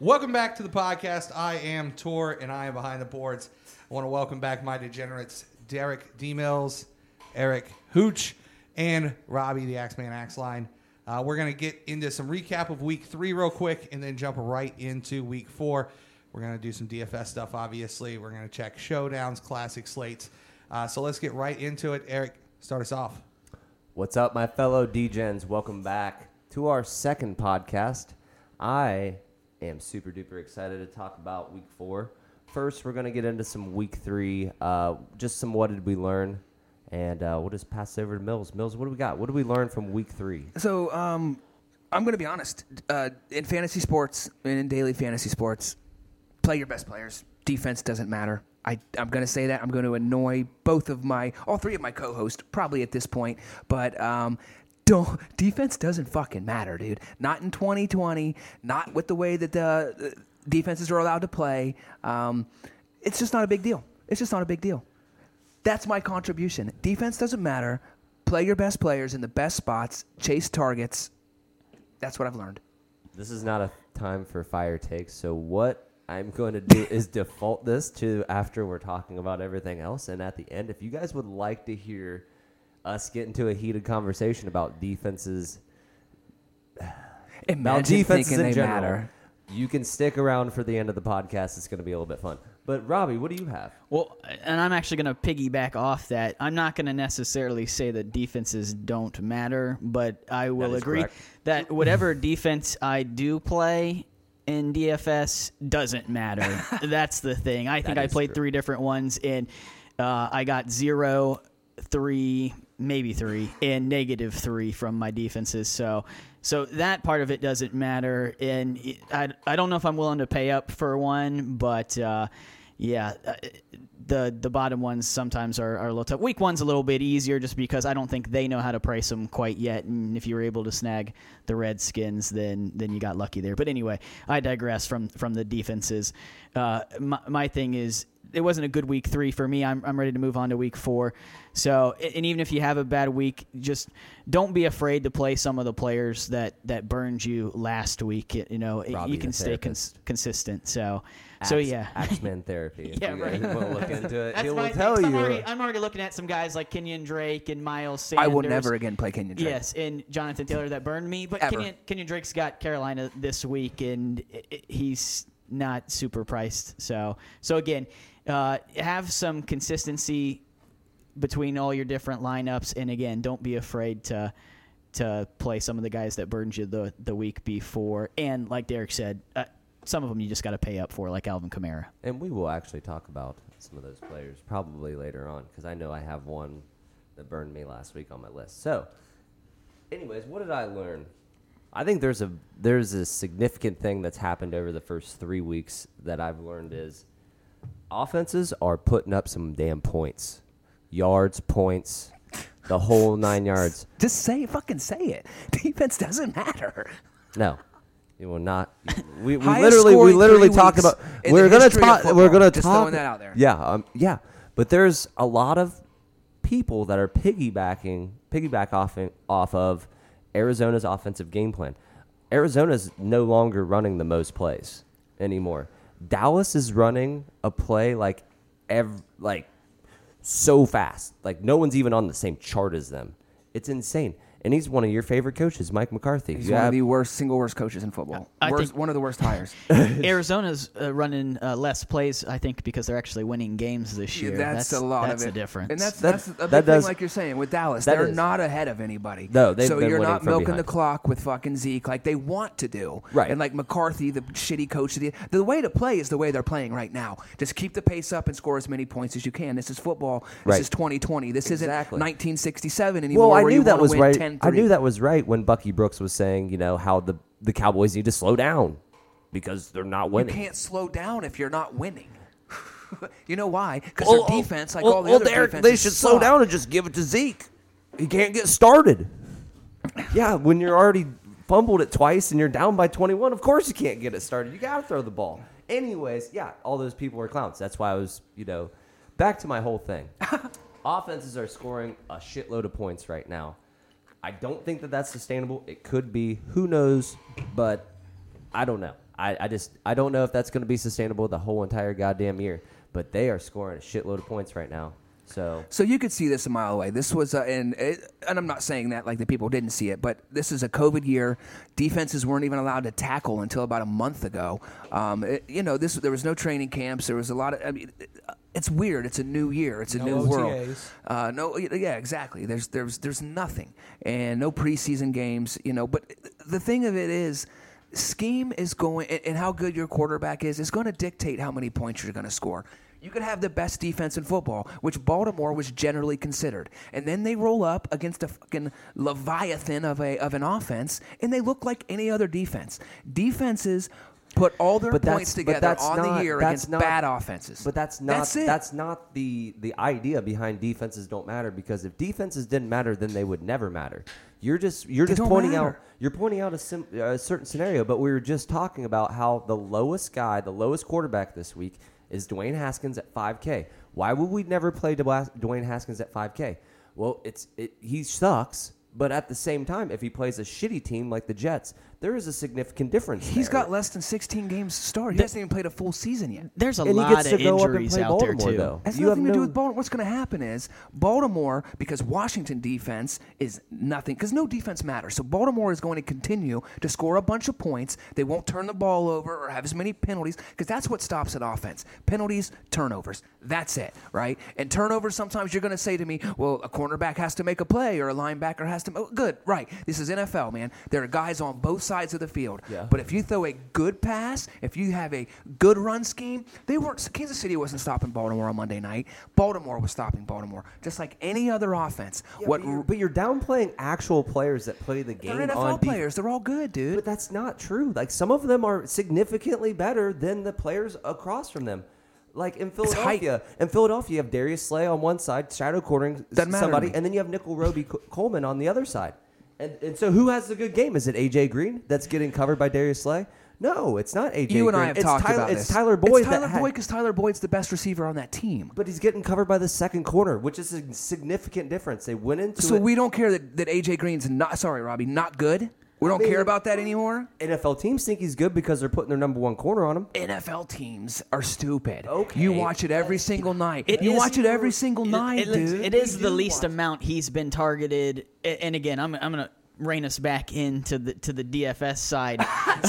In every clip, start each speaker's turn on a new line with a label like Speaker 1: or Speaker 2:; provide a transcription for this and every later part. Speaker 1: Welcome back to the podcast. I am Tor, and I am behind the boards. I want to welcome back my degenerates, Derek D. Mills, Eric Hooch, and Robbie the Axeman Axline. Uh, we're going to get into some recap of week three real quick, and then jump right into week four. We're going to do some DFS stuff, obviously. We're going to check showdowns, classic slates. Uh, so let's get right into it. Eric, start us off.
Speaker 2: What's up, my fellow DGens? Welcome back to our second podcast. I am super duper excited to talk about week four. First, we're going to get into some week three, uh, just some what did we learn, and uh, we'll just pass it over to Mills. Mills, what do we got? What did we learn from week three?
Speaker 3: So, um, I'm going to be honest. Uh, in fantasy sports and in daily fantasy sports, play your best players. Defense doesn't matter. I, I'm going to say that. I'm going to annoy both of my, all three of my co-hosts, probably at this point. But um, don't defense doesn't fucking matter, dude. Not in 2020. Not with the way that the uh, defenses are allowed to play. Um, it's just not a big deal. It's just not a big deal. That's my contribution. Defense doesn't matter. Play your best players in the best spots. Chase targets. That's what I've learned.
Speaker 2: This is not a time for fire takes, so what I'm going to do is default this to after we're talking about everything else. And at the end, if you guys would like to hear us get into a heated conversation about defenses, about
Speaker 3: Imagine
Speaker 2: defenses
Speaker 3: thinking
Speaker 2: in
Speaker 3: they
Speaker 2: general,
Speaker 3: matter.
Speaker 2: you can stick around for the end of the podcast. It's going to be a little bit fun. But Robbie, what do you have?
Speaker 4: Well, and I'm actually going to piggyback off that. I'm not going to necessarily say that defenses don't matter, but I will
Speaker 2: is
Speaker 4: agree
Speaker 2: correct.
Speaker 4: that whatever defense I do play in DFS doesn't matter. That's the thing. I think
Speaker 2: That
Speaker 4: I
Speaker 2: is
Speaker 4: played
Speaker 2: true.
Speaker 4: three different ones, and uh, I got zero, three, maybe three, and negative three from my defenses. So, so that part of it doesn't matter. And it- I, I don't know if I'm willing to pay up for one, but uh, yeah, uh, the the bottom ones sometimes are, are a little tough. Week one's a little bit easier just because I don't think they know how to price them quite yet. And if you were able to snag the Redskins, then then you got lucky there. But anyway, I digress from from the defenses. Uh, my, my thing is it wasn't a good week three for me. I'm, I'm ready to move on to week four. So, a- and even if you have a bad week, just don't be afraid to play some of the players that that burned you last week. You know,
Speaker 2: Robbie,
Speaker 4: you
Speaker 2: the
Speaker 4: can stay cons- consistent. So, so
Speaker 2: Axe-
Speaker 4: yeah.
Speaker 2: Axeman therapy. If
Speaker 4: Yeah,
Speaker 2: you guys
Speaker 4: right.
Speaker 2: wanna look into it,
Speaker 4: That's
Speaker 2: he
Speaker 4: my
Speaker 2: will
Speaker 4: thing,
Speaker 2: tell
Speaker 4: 'cause
Speaker 2: you.
Speaker 4: I'm already, I'm already looking at some guys like Kenyon Drake and Miles Sanders.
Speaker 3: I will never again play Kenyon Drake.
Speaker 4: Yes, and Jonathan Taylor that burned me. But
Speaker 3: Ever.
Speaker 4: Kenyon, Kenyon Drake's got Carolina this week, and i- i- he's not super priced. So, so again, uh, have some consistency between all your different lineups, and again, don't be afraid to to play some of the guys that burned you the the week before. And like Derek said, uh, some of them you just got to pay up for, like Alvin Kamara.
Speaker 2: And we will actually talk about some of those players probably later on because I know I have one that burned me last week on my list. So, anyways, what did I learn? I think there's a there's a significant thing that's happened over the first three weeks that I've learned is offenses are putting up some damn points, yards, points, the whole nine yards.
Speaker 3: Just say fucking say it. Defense doesn't matter.
Speaker 2: No, you will not. We, we
Speaker 3: Highest
Speaker 2: literally we
Speaker 3: scoring
Speaker 2: literally
Speaker 3: three
Speaker 2: talked
Speaker 3: weeks
Speaker 2: about.
Speaker 3: in the
Speaker 2: We're gonna
Speaker 3: history of
Speaker 2: talk. We're
Speaker 3: football.
Speaker 2: gonna
Speaker 3: Just
Speaker 2: talk.
Speaker 3: throwing that out there.
Speaker 2: Yeah, um, yeah. But there's a lot of people that are piggybacking piggyback off in- off of Arizona's offensive game plan. Arizona's no longer running the most plays anymore. Dallas is running a play like ev- like so fast. Like no one's even on the same chart as them. It's insane. And he's one of your favorite coaches, Mike McCarthy.
Speaker 3: He's
Speaker 2: You
Speaker 3: one
Speaker 2: have-
Speaker 3: of the worst, single worst coaches in football.
Speaker 4: I
Speaker 3: Worst-
Speaker 4: think-
Speaker 3: one of the worst hires.
Speaker 4: Arizona's uh, running uh, less plays, I think, because they're actually winning games this year.
Speaker 3: that's, a lot
Speaker 4: that's
Speaker 3: of it.
Speaker 4: the difference.
Speaker 3: And that's
Speaker 2: That-
Speaker 3: that's a big
Speaker 2: that does-
Speaker 3: thing, like you're saying with Dallas.
Speaker 2: that
Speaker 3: They're
Speaker 2: is.
Speaker 3: not ahead of anybody.
Speaker 2: No, they've
Speaker 3: so
Speaker 2: been
Speaker 3: you're
Speaker 2: winning
Speaker 3: not
Speaker 2: from
Speaker 3: milking the
Speaker 2: behind.
Speaker 3: clock with fucking Zeke like they want to do.
Speaker 2: Right.
Speaker 3: And like McCarthy, the shitty coach. Of the, the way to play is the way they're playing right now. Just keep the pace up and score as many points as you can. This is football. This
Speaker 2: Right.
Speaker 3: is 2020. This
Speaker 2: Exactly.
Speaker 3: isn't 1967 anymore.
Speaker 2: Well, I
Speaker 3: where
Speaker 2: knew
Speaker 3: you
Speaker 2: that
Speaker 3: wanna
Speaker 2: was
Speaker 3: win
Speaker 2: right.
Speaker 3: 10-3.
Speaker 2: I knew that was right when Bucky Brooks was saying, you know, how the the Cowboys need to slow down because they're not
Speaker 3: You
Speaker 2: winning.
Speaker 3: can't slow down if you're not winning. you know why? Because
Speaker 2: Oh,
Speaker 3: their
Speaker 2: oh,
Speaker 3: defense, like
Speaker 2: oh,
Speaker 3: all the
Speaker 2: oh,
Speaker 3: other
Speaker 2: Derek,
Speaker 3: defenses,
Speaker 2: they should slow
Speaker 3: suck.
Speaker 2: down and just give it to Zeke. He can't get started. Yeah, when you're already fumbled it twice and you're down by 21, of course you can't get it started. You got to throw the ball. Anyways, yeah, all those people are clowns. That's why I was, you know, back to my whole thing. Offenses are scoring a shitload of points right now. I don't think that that's sustainable. It could be, who knows, but I don't know. I, I just I don't know if that's going to be sustainable the whole entire goddamn year. But they are scoring a shitload of points right now. So
Speaker 3: So you could see this a mile away. This was, uh, and it, and I'm not saying that like the people didn't see it, but this is a COVID year. Defenses weren't even allowed to tackle until about a month ago. Um, it- you know, this there was no training camps. There was a lot of. I mean, it- it's weird. It's a new year. It's a
Speaker 1: No
Speaker 3: new world.
Speaker 1: OTAs.
Speaker 3: Uh, no, yeah, exactly. There's there's there's nothing, and no preseason games. You know, but the thing of it is, scheme is going, and and how good your quarterback is is going to dictate how many points you're going to score. You could have the best defense in football, which Baltimore was generally considered, and then they roll up against a fucking leviathan of a of an offense, and they look like any other defense. Defenses. Put all their
Speaker 2: but that's,
Speaker 3: points
Speaker 2: but
Speaker 3: together
Speaker 2: that's
Speaker 3: on
Speaker 2: not-
Speaker 3: the year
Speaker 2: that's
Speaker 3: against
Speaker 2: not-
Speaker 3: bad offenses.
Speaker 2: But that's not
Speaker 3: That's
Speaker 2: that's,
Speaker 3: it.
Speaker 2: not the the idea behind defenses don't matter because if defenses didn't matter, then they would never matter. You're just you're
Speaker 3: They
Speaker 2: just
Speaker 3: don't
Speaker 2: pointing out
Speaker 3: matter.
Speaker 2: you're pointing out a, sim, a certain scenario. But we were just talking about how the lowest guy, the lowest quarterback this week is Dwayne Haskins at 5K. Why would we never play Dwa- Dwayne Haskins at 5K? Well, it's it, he sucks. But at the same time, if he plays a shitty team like the Jets, there is a significant difference.
Speaker 3: He's
Speaker 2: there.
Speaker 3: got less than 16 games started. He hasn't even played a full season yet.
Speaker 4: There's a
Speaker 2: And he
Speaker 4: lot
Speaker 2: gets
Speaker 4: of
Speaker 2: to go up and
Speaker 4: injuries
Speaker 2: play
Speaker 4: out there
Speaker 2: Baltimore,
Speaker 4: too.
Speaker 2: though.
Speaker 3: That's
Speaker 2: You have
Speaker 3: nothing to do
Speaker 2: no-
Speaker 3: with Baltimore. What's going to happen is Baltimore, because Washington defense is nothing, because no defense matters. So Baltimore is going to continue to score a bunch of points. They won't turn the ball over or have as many penalties, because that's what stops an offense penalties, turnovers. That's it, right? And turnovers, sometimes you're going to say to me, well, a cornerback has to make a play or a linebacker has to. Oh, good, right. This is NFL, man. There are guys on both sides of the field.
Speaker 2: Yeah.
Speaker 3: But if you throw a good pass, if you have a good run scheme, they weren't. Kansas City wasn't stopping Baltimore on Monday night. Baltimore was stopping Baltimore, just like any other offense.
Speaker 2: Yeah,
Speaker 3: what
Speaker 2: but, you're, but you're downplaying actual players that play the game
Speaker 3: they're
Speaker 2: on
Speaker 3: NFL
Speaker 2: def-
Speaker 3: players. They're all good, dude.
Speaker 2: But that's not true. Like some of them are significantly better than the players across from them. Like in
Speaker 3: It's hype.
Speaker 2: Philadelphia, in Philadelphia, you have Darius Slay on one side, shadow quartering
Speaker 3: Doesn't matter to
Speaker 2: somebody,
Speaker 3: me.
Speaker 2: and then you have Nickel Roby Co- Coleman on the other side. And, and so, who has the good game? Is it AJ Green that's getting covered by Darius Slay? No, it's not AJ.
Speaker 3: you and
Speaker 2: Green.
Speaker 3: I have
Speaker 2: it's
Speaker 3: talked
Speaker 2: Tyler,
Speaker 3: about
Speaker 2: it's
Speaker 3: this.
Speaker 2: Tyler Boyd.
Speaker 3: It's Tyler
Speaker 2: that had-
Speaker 3: Boyd because Tyler Boyd's the best receiver on that team.
Speaker 2: but he's getting covered by the second corner, which is a significant difference. They went into
Speaker 3: So
Speaker 2: it-
Speaker 3: we don't care that, that AJ Green's not sorry, Robbie, not good. We don't
Speaker 2: mean,
Speaker 3: care about that anymore.
Speaker 2: NFL teams think he's good because they're putting their number one corner on him.
Speaker 3: NFL teams are stupid.
Speaker 2: Okay.
Speaker 3: You watch it every single night.
Speaker 4: It
Speaker 3: you
Speaker 4: is-
Speaker 3: watch it every single
Speaker 4: it-
Speaker 3: night,
Speaker 4: it is-
Speaker 3: dude.
Speaker 4: It is the
Speaker 2: do
Speaker 4: least
Speaker 2: watch
Speaker 4: amount he's been targeted. A- And again, I'm I'm gonna rein us back into the to the DFS side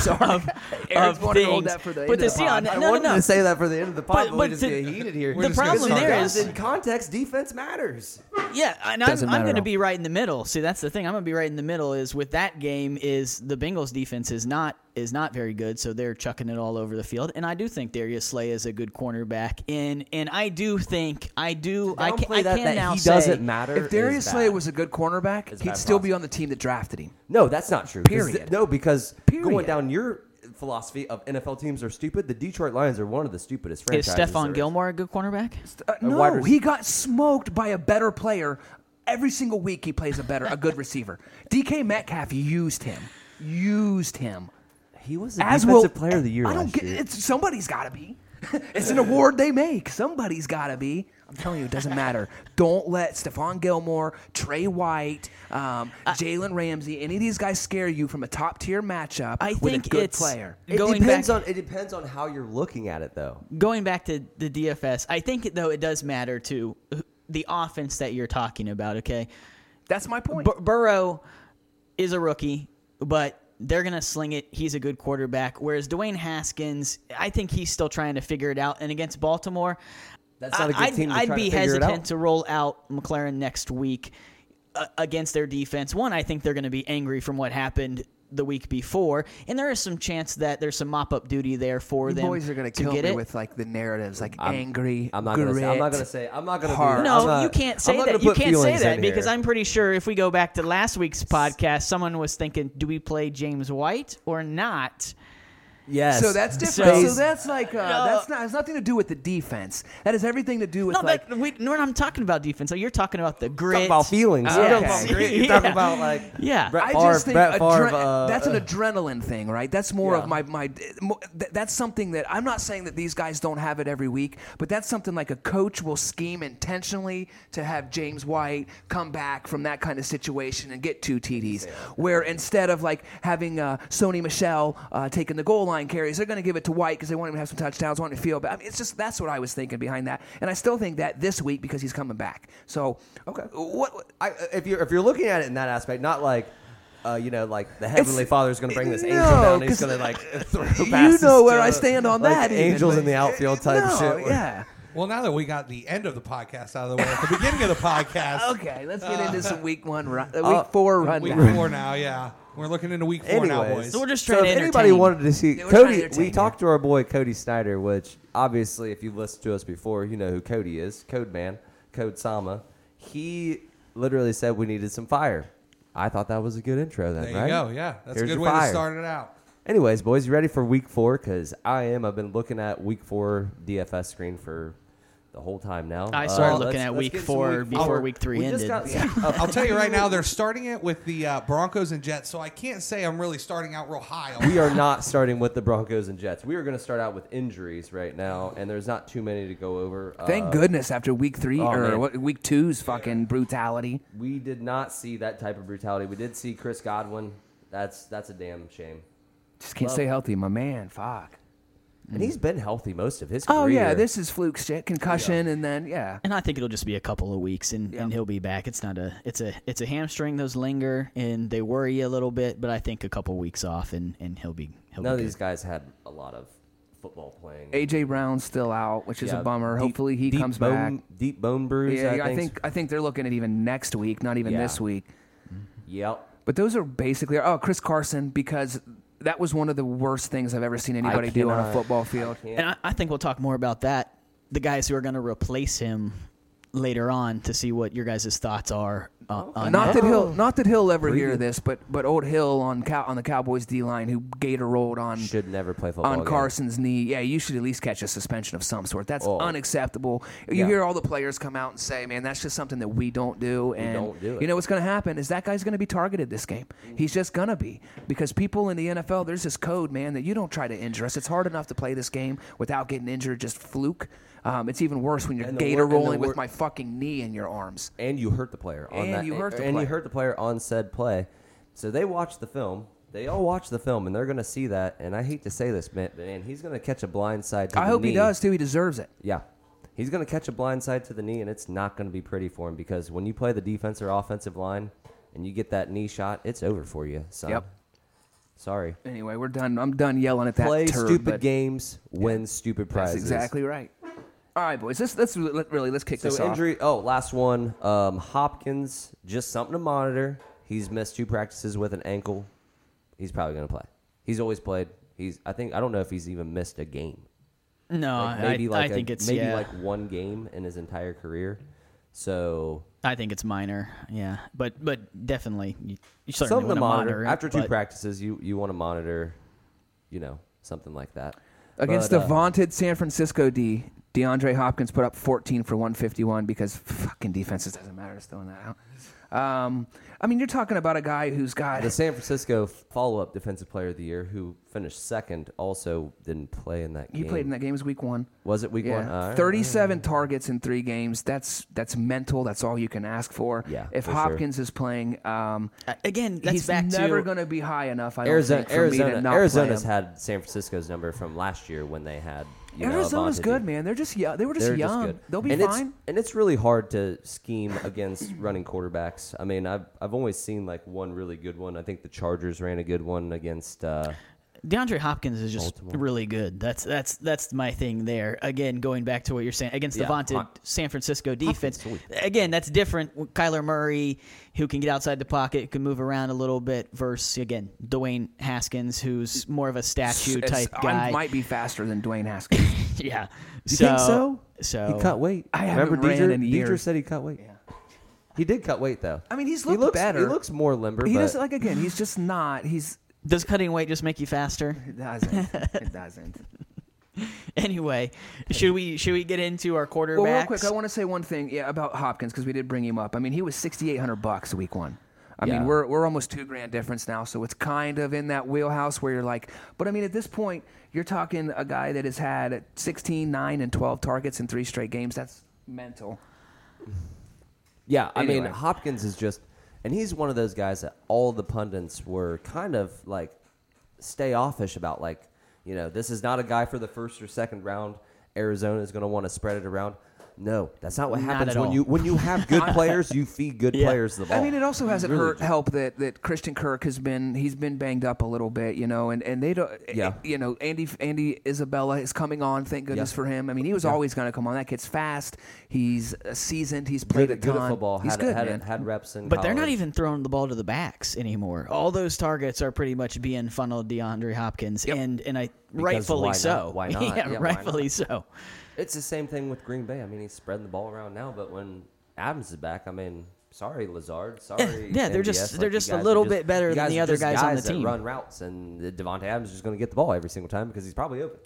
Speaker 4: of,
Speaker 3: Eric's
Speaker 4: of
Speaker 3: wanted
Speaker 4: things.
Speaker 3: to hold that for the end
Speaker 4: but
Speaker 3: of
Speaker 4: to
Speaker 3: the
Speaker 4: see
Speaker 3: pod.
Speaker 4: on
Speaker 2: I
Speaker 4: no no
Speaker 2: wanted
Speaker 4: no.
Speaker 2: to say that for the end of the pod,
Speaker 4: But-
Speaker 2: but, we
Speaker 4: but
Speaker 2: just
Speaker 4: to-
Speaker 2: get heated here.
Speaker 1: the
Speaker 2: Just
Speaker 1: problem
Speaker 2: because
Speaker 1: there
Speaker 2: it's
Speaker 1: is-
Speaker 2: in context, defense matters.
Speaker 4: Yeah, and I'm,
Speaker 3: Doesn't
Speaker 4: I'm
Speaker 3: matter
Speaker 4: going
Speaker 3: at
Speaker 4: to
Speaker 3: all.
Speaker 4: be right in the middle. See, that's the thing. I'm going to be right in the middle. Is with that game is the Bengals defense is not is not very good, so they're chucking it all over the field. And I do think Darius Slay is a good cornerback, and and I do think I do I can,
Speaker 2: Downplay
Speaker 4: I
Speaker 2: that,
Speaker 4: can
Speaker 2: that
Speaker 4: now
Speaker 2: he
Speaker 4: say
Speaker 2: doesn't matter.
Speaker 3: If Darius
Speaker 2: is
Speaker 3: Slay
Speaker 2: bad.
Speaker 3: was a good cornerback,
Speaker 2: It's
Speaker 3: he'd
Speaker 2: bad
Speaker 3: still be
Speaker 2: prospect.
Speaker 3: on the team that drafted him.
Speaker 2: no, that's not true. 'Cause
Speaker 3: Period.
Speaker 2: th- no, because going
Speaker 3: Period.
Speaker 2: down your philosophy of NFL teams are stupid. The Detroit Lions are one of the stupidest
Speaker 4: is
Speaker 2: franchises. there
Speaker 4: Stephon
Speaker 2: is.
Speaker 4: Gilmore a good cornerback?
Speaker 3: Uh,
Speaker 2: A
Speaker 3: no,
Speaker 2: wide rec-
Speaker 3: he got smoked by a better player. Every single week, he plays a better, a good receiver. DK Metcalf used him, used him.
Speaker 2: He was the
Speaker 3: As
Speaker 2: defensive
Speaker 3: well,
Speaker 2: player of the year
Speaker 3: I don't
Speaker 2: last
Speaker 3: get
Speaker 2: year.
Speaker 3: it's somebody's got to be. it's an award they make. Somebody's got to be. I'm telling you, it doesn't matter. Don't let Stephon Gilmore, Trey White, um,
Speaker 2: Uh,
Speaker 3: Jalen Ramsey, any of these guys scare you from a top tier matchup
Speaker 4: I
Speaker 3: with
Speaker 4: think
Speaker 3: a good
Speaker 4: it's
Speaker 3: player.
Speaker 2: It
Speaker 4: going
Speaker 2: depends
Speaker 4: back-
Speaker 2: on it depends on how you're looking at it, though.
Speaker 4: Going back to the DFS, I think though it does matter to the offense that you're talking about. Okay,
Speaker 3: That's my point.
Speaker 4: Bur- Burrow is a rookie, but they're going to sling it. He's a good quarterback. Whereas Dwayne Haskins, I think he's still trying to figure it out. And against Baltimore,
Speaker 2: That's not a good
Speaker 4: I'd,
Speaker 2: team to
Speaker 4: I'd
Speaker 2: try to
Speaker 4: be
Speaker 2: figure it
Speaker 4: hesitant
Speaker 2: out.
Speaker 4: to roll out McLaren next week uh, against their defense. One, I think they're going to be angry from what happened the week before, and there is some chance that there's some mop up duty there for
Speaker 3: You
Speaker 4: them.
Speaker 3: boys are gonna
Speaker 4: to
Speaker 3: kill
Speaker 4: get
Speaker 3: me
Speaker 4: it.
Speaker 3: with like the narratives, like angry.
Speaker 2: I'm not
Speaker 3: grit.
Speaker 2: gonna. Say, I'm not gonna say. I'm not gonna. do
Speaker 3: heart.
Speaker 2: that.
Speaker 4: No,
Speaker 2: I'm not-
Speaker 4: you can't say
Speaker 2: I'm not
Speaker 4: that.
Speaker 2: gonna
Speaker 4: You
Speaker 2: put
Speaker 4: can't say
Speaker 2: feelings
Speaker 4: that
Speaker 2: in
Speaker 4: because
Speaker 2: here.
Speaker 4: I'm pretty sure if we go back to last week's podcast, someone was thinking, do we play James White or not?
Speaker 2: Yes.
Speaker 3: So that's different. So,
Speaker 2: Space-
Speaker 3: that's like uh, that's not. It's nothing to do with the defense. That has everything to do with
Speaker 4: No,
Speaker 3: like.
Speaker 4: but we, we're not talking about defense. You're talking about the grit.
Speaker 2: talking about feelings.
Speaker 3: Okay.
Speaker 2: You're talking about grit. You're
Speaker 4: Yeah.
Speaker 2: talking about like
Speaker 4: Yeah.
Speaker 2: Brett
Speaker 3: I
Speaker 2: Favre.
Speaker 3: just think
Speaker 2: Brett Favre.
Speaker 3: adre-
Speaker 2: uh,
Speaker 3: that's an
Speaker 2: uh,
Speaker 3: adrenaline thing, right? That's more
Speaker 2: Yeah.
Speaker 3: of my my. mo- th- That's something that I'm not saying that these guys don't have it every week, but that's something like a coach will scheme intentionally to have James White come back from that kind of situation and get two TDs, where instead of like having uh, Sony Michelle uh, taking the goal line carries. They're going to give it to White because they want him to have some touchdowns, want him to feel. But I mean, it's just that's what I was thinking behind that, and I still think that this week because he's coming back. So okay,
Speaker 2: What, what- I, if you're if you're looking at it in that aspect, not like. Uh, you know, like the heavenly Father is going to bring this angel
Speaker 3: no,
Speaker 2: down. and He's
Speaker 3: 'cause
Speaker 2: going to like throw
Speaker 3: you
Speaker 2: passes
Speaker 3: know
Speaker 2: to
Speaker 3: where I
Speaker 2: the-
Speaker 3: stand on
Speaker 2: like,
Speaker 3: that even,
Speaker 2: Angels in
Speaker 3: but-
Speaker 2: the outfield type
Speaker 3: no,
Speaker 2: shit. where-
Speaker 3: yeah.
Speaker 1: Well, now that we got the end of the podcast out of the way, at the beginning of the podcast,
Speaker 3: Okay, let's get into some week one, run, uh,
Speaker 2: uh,
Speaker 3: week four
Speaker 1: week
Speaker 3: rundown.
Speaker 1: four now, yeah, we're looking into week four now,
Speaker 2: Anyways.
Speaker 1: boys.
Speaker 4: So we're just
Speaker 2: So
Speaker 4: trying
Speaker 2: if
Speaker 4: to
Speaker 2: anybody
Speaker 4: entertain.
Speaker 2: wanted to see
Speaker 3: Yeah, we're trying to
Speaker 2: Cody,
Speaker 3: entertain
Speaker 2: we
Speaker 3: you.
Speaker 2: talked to our boy Cody Snyder, which obviously, if you've listened to us before, you know who Cody is, Code Man, Code Sama. He literally said we needed some fire. I thought that was a good intro. Then
Speaker 1: there
Speaker 2: right?
Speaker 1: you go. Yeah, that's
Speaker 2: Here's
Speaker 1: a good
Speaker 2: your
Speaker 1: way to
Speaker 2: fire.
Speaker 1: start it out.
Speaker 2: Anyways, boys, you ready for week four? Because I am. I've been looking at week four DFS screen for the whole time now. Uh,
Speaker 4: I started looking
Speaker 2: let's-
Speaker 4: at
Speaker 2: let's
Speaker 4: week
Speaker 2: get some
Speaker 4: four before
Speaker 2: Oh,
Speaker 4: week three
Speaker 2: we just
Speaker 4: ended.
Speaker 2: got-
Speaker 1: I'll tell you right now, they're starting it with the uh, Broncos and Jets, so I can't say I'm really starting out real high. On
Speaker 2: we are not starting with the Broncos and Jets. We are going to start out with injuries right now, and there's not too many to go over.
Speaker 3: Thank
Speaker 2: Uh,
Speaker 3: goodness after week three
Speaker 2: oh,
Speaker 3: or
Speaker 2: man.
Speaker 3: what, week two's fucking brutality.
Speaker 2: We did not see that type of brutality. We did see Chris Godwin. That's that's a damn shame.
Speaker 3: Just can't stay healthy, my man. Fuck.
Speaker 2: And he's been healthy most of his career.
Speaker 3: Oh yeah, this is fluke shit, concussion, and then yeah.
Speaker 4: And I think it'll just be a couple of weeks, and, and he'll be back. It's not a it's a it's a hamstring. Those linger, and they worry you a little bit. But I think a couple weeks off, and and he'll be he'll
Speaker 2: None of
Speaker 4: be
Speaker 2: these
Speaker 4: good.
Speaker 2: guys had a lot of football playing.
Speaker 3: AJ Brown's still out, which is
Speaker 2: Yeah,
Speaker 3: a bummer.
Speaker 2: deep-
Speaker 3: Hopefully he
Speaker 2: deep
Speaker 3: comes
Speaker 2: bone,
Speaker 3: back.
Speaker 2: Deep bone bruise.
Speaker 3: Yeah,
Speaker 2: I,
Speaker 3: I think I think they're looking at even next week, not even
Speaker 2: Yeah.
Speaker 3: this week.
Speaker 2: Yep.
Speaker 3: But those are basically oh Chris Carson because that was one of the worst things I've ever seen anybody do on a
Speaker 2: cannot-
Speaker 3: football field.
Speaker 2: can't-
Speaker 4: And I, I think we'll talk more about that. The guys who are going to replace him later on to see what your guys' thoughts are. Uh, on
Speaker 3: Not
Speaker 4: that.
Speaker 3: that he'll not that he'll ever hear
Speaker 2: Read it.
Speaker 3: this, but but old Hill on cow on the Cowboys D line who gator rolled on
Speaker 2: Should never play football.
Speaker 3: on
Speaker 2: again.
Speaker 3: Carson's knee. Yeah, you should at least catch a suspension of some sort. That's
Speaker 2: Oh.
Speaker 3: unacceptable. You
Speaker 2: Yeah.
Speaker 3: hear all the players come out and say, "Man, that's just something that we don't do." And
Speaker 2: don't do it.
Speaker 3: you know what's going to happen is that guy's going to be targeted this game. He's just going to be because people in the NFL, there's this code, man, that you don't try to injure us. It's hard enough to play this game without getting injured, just fluke. Um, it's even worse when you're
Speaker 2: And the wor-
Speaker 3: gator
Speaker 2: and the
Speaker 3: rolling
Speaker 2: wor-
Speaker 3: with my fucking knee in your arms.
Speaker 2: and you hurt the player on
Speaker 3: And
Speaker 2: that,
Speaker 3: you hurt the
Speaker 2: and you
Speaker 3: player.
Speaker 2: hurt the player on said play. So they watch the film. They all watch the film, and they're going to see that. And I hate to say this, man, man he's going to catch a blind side. To
Speaker 3: I
Speaker 2: the
Speaker 3: hope he
Speaker 2: knee.
Speaker 3: does too. He deserves it.
Speaker 2: Yeah, he's going to catch a blind side to the knee, and it's not going to be pretty for him because when you play the defense or offensive line, and you get that knee shot, it's over for you. Son.
Speaker 3: Yep.
Speaker 2: Sorry.
Speaker 3: Anyway, we're done. I'm done yelling at that.
Speaker 2: Play
Speaker 3: turd,
Speaker 2: stupid
Speaker 3: but-
Speaker 2: games, win stupid
Speaker 3: That's
Speaker 2: prizes.
Speaker 3: exactly right. All right, boys. Let's let's let- really let's kick this
Speaker 2: So injury. Oh, last one. Um, Hopkins, just something to monitor. He's missed two practices with an ankle. He's probably going to play. He's always played. He's. I think. I don't know if he's even missed a game.
Speaker 4: no,
Speaker 2: Like,
Speaker 4: Uh, I, I
Speaker 2: a-
Speaker 4: think it's
Speaker 2: maybe
Speaker 4: yeah.
Speaker 2: like one game in his entire career. So
Speaker 4: I think it's minor. Yeah, but but definitely you, you certainly
Speaker 2: something
Speaker 4: want
Speaker 2: to monitor.
Speaker 4: it,
Speaker 2: After two
Speaker 4: but-
Speaker 2: practices, you you want to monitor. You know something like that
Speaker 3: off. against
Speaker 2: But,
Speaker 3: the
Speaker 2: uh,
Speaker 3: vaunted San Francisco D. DeAndre Hopkins put up 14 for 151 because fucking defenses doesn't matter. It's throwing that out. Um, I mean, you're talking about a guy who's got
Speaker 2: The San Francisco follow-up defensive player of the year, who finished second, also didn't play in that
Speaker 3: he
Speaker 2: game.
Speaker 3: played in that game as week one.
Speaker 2: Was it week
Speaker 3: Yeah,
Speaker 2: one? All right.
Speaker 3: 37 targets in three games. That's that's mental. That's all you can ask for.
Speaker 2: Yeah,
Speaker 3: If
Speaker 2: for sure.
Speaker 3: Hopkins is playing, um,
Speaker 4: Uh, again, that's
Speaker 3: he's
Speaker 4: back
Speaker 3: never
Speaker 4: to
Speaker 3: going to be high enough. I don't
Speaker 2: Arizona,
Speaker 3: think, for me to
Speaker 2: Arizona,
Speaker 3: not play
Speaker 2: Arizona's
Speaker 3: him.
Speaker 2: had San Francisco's number from last year when they had. You know,
Speaker 3: Arizona's
Speaker 2: Avante.
Speaker 3: good, man. They're just young. They were just
Speaker 2: They're just
Speaker 3: young.
Speaker 2: good.
Speaker 3: They'll be
Speaker 2: and
Speaker 3: fine.
Speaker 2: It's, and it's really hard to scheme against running quarterbacks. I mean, I've I've always seen like one really good one. I think the Chargers ran a good one against. Uh,
Speaker 4: DeAndre Hopkins is just really good. That's that's that's my thing there. Again, going back to what you're saying against the
Speaker 2: Yeah,
Speaker 4: vaunted
Speaker 2: Hop-
Speaker 4: San Francisco defense.
Speaker 2: sweet.
Speaker 4: Again, that's different. with Kyler Murray, who can get outside the pocket, can move around a little bit, versus again Dwayne Haskins, who's more of a statue
Speaker 3: It's-
Speaker 4: type guy.
Speaker 3: I might be faster than Dwayne Haskins.
Speaker 4: yeah.
Speaker 2: you
Speaker 4: so,
Speaker 2: think so?
Speaker 4: So
Speaker 2: he cut weight.
Speaker 3: I haven't
Speaker 2: remember
Speaker 3: ran
Speaker 2: Deidre,
Speaker 3: in
Speaker 2: Deidre
Speaker 3: years.
Speaker 2: said he cut weight. He did cut weight though.
Speaker 3: I mean, he's
Speaker 2: he
Speaker 3: looked
Speaker 2: looks
Speaker 3: better.
Speaker 2: He looks more limber.
Speaker 3: he
Speaker 2: but
Speaker 3: doesn't like again. He's just not. He's
Speaker 4: Does cutting weight just make you faster?
Speaker 3: it doesn't. it doesn't.
Speaker 4: Anyway, should we should we get into our quarterbacks?
Speaker 3: Well, real quick, I want to say one thing. Yeah, about Hopkins because we did bring him up. I mean, he was sixty eight hundred bucks week one. I
Speaker 2: Yeah.
Speaker 3: mean, we're we're almost two grand difference now, so it's kind of in that wheelhouse where you're like, but I mean, at this point, you're talking a guy that has had 16, 9, and twelve targets in three straight games. That's mental.
Speaker 2: Yeah, I mean
Speaker 3: Anyway.
Speaker 2: Hopkins is just, and he's one of those guys that all the pundits were kind of like stay offish about. Like You know, this is not a guy for the first or second round. Arizona is going to want to spread it around. No, that's not what
Speaker 4: Not
Speaker 2: happens
Speaker 4: at
Speaker 2: when
Speaker 4: all.
Speaker 2: you when you have good players, you feed good
Speaker 4: Yeah.
Speaker 2: players the ball.
Speaker 3: I mean, it also hasn't
Speaker 2: Oh, Really
Speaker 3: hurt help that, that Christian Kirk has been he's been banged up a little bit, you know, and, and they don't, eh,
Speaker 2: Yeah.
Speaker 3: you know, Andy Andy Isabella is coming on. Thank goodness
Speaker 2: Yeah.
Speaker 3: for him. I mean, he was always going to come on. That kid's fast. He's uh, seasoned. He's
Speaker 2: good,
Speaker 3: played a
Speaker 2: good
Speaker 3: ton.
Speaker 2: at football.
Speaker 3: He's
Speaker 2: Had,
Speaker 3: good,
Speaker 2: had,
Speaker 3: man.
Speaker 2: had reps in
Speaker 4: But they're not
Speaker 2: college.
Speaker 4: even throwing the ball to the backs anymore. All those targets are pretty much being funneled DeAndre Hopkins, and and I rightfully
Speaker 2: why not?
Speaker 4: so.
Speaker 2: Why not?
Speaker 4: yeah,
Speaker 2: Yeah, why
Speaker 4: rightfully so.
Speaker 2: It's the same thing with Green Bay. I mean, he's spreading the ball around now, but when Adams is back, I mean, sorry Lazard, sorry.
Speaker 4: yeah, they're just-
Speaker 2: MBS, like,
Speaker 4: they're
Speaker 2: you
Speaker 4: just a
Speaker 2: guys are
Speaker 4: little
Speaker 2: just-
Speaker 4: bit better
Speaker 2: you
Speaker 4: than the
Speaker 2: are
Speaker 4: other
Speaker 2: just
Speaker 4: guys on the
Speaker 2: that
Speaker 4: team.
Speaker 2: run routes, and Devonte Adams is just going to get the ball every single time because he's probably open.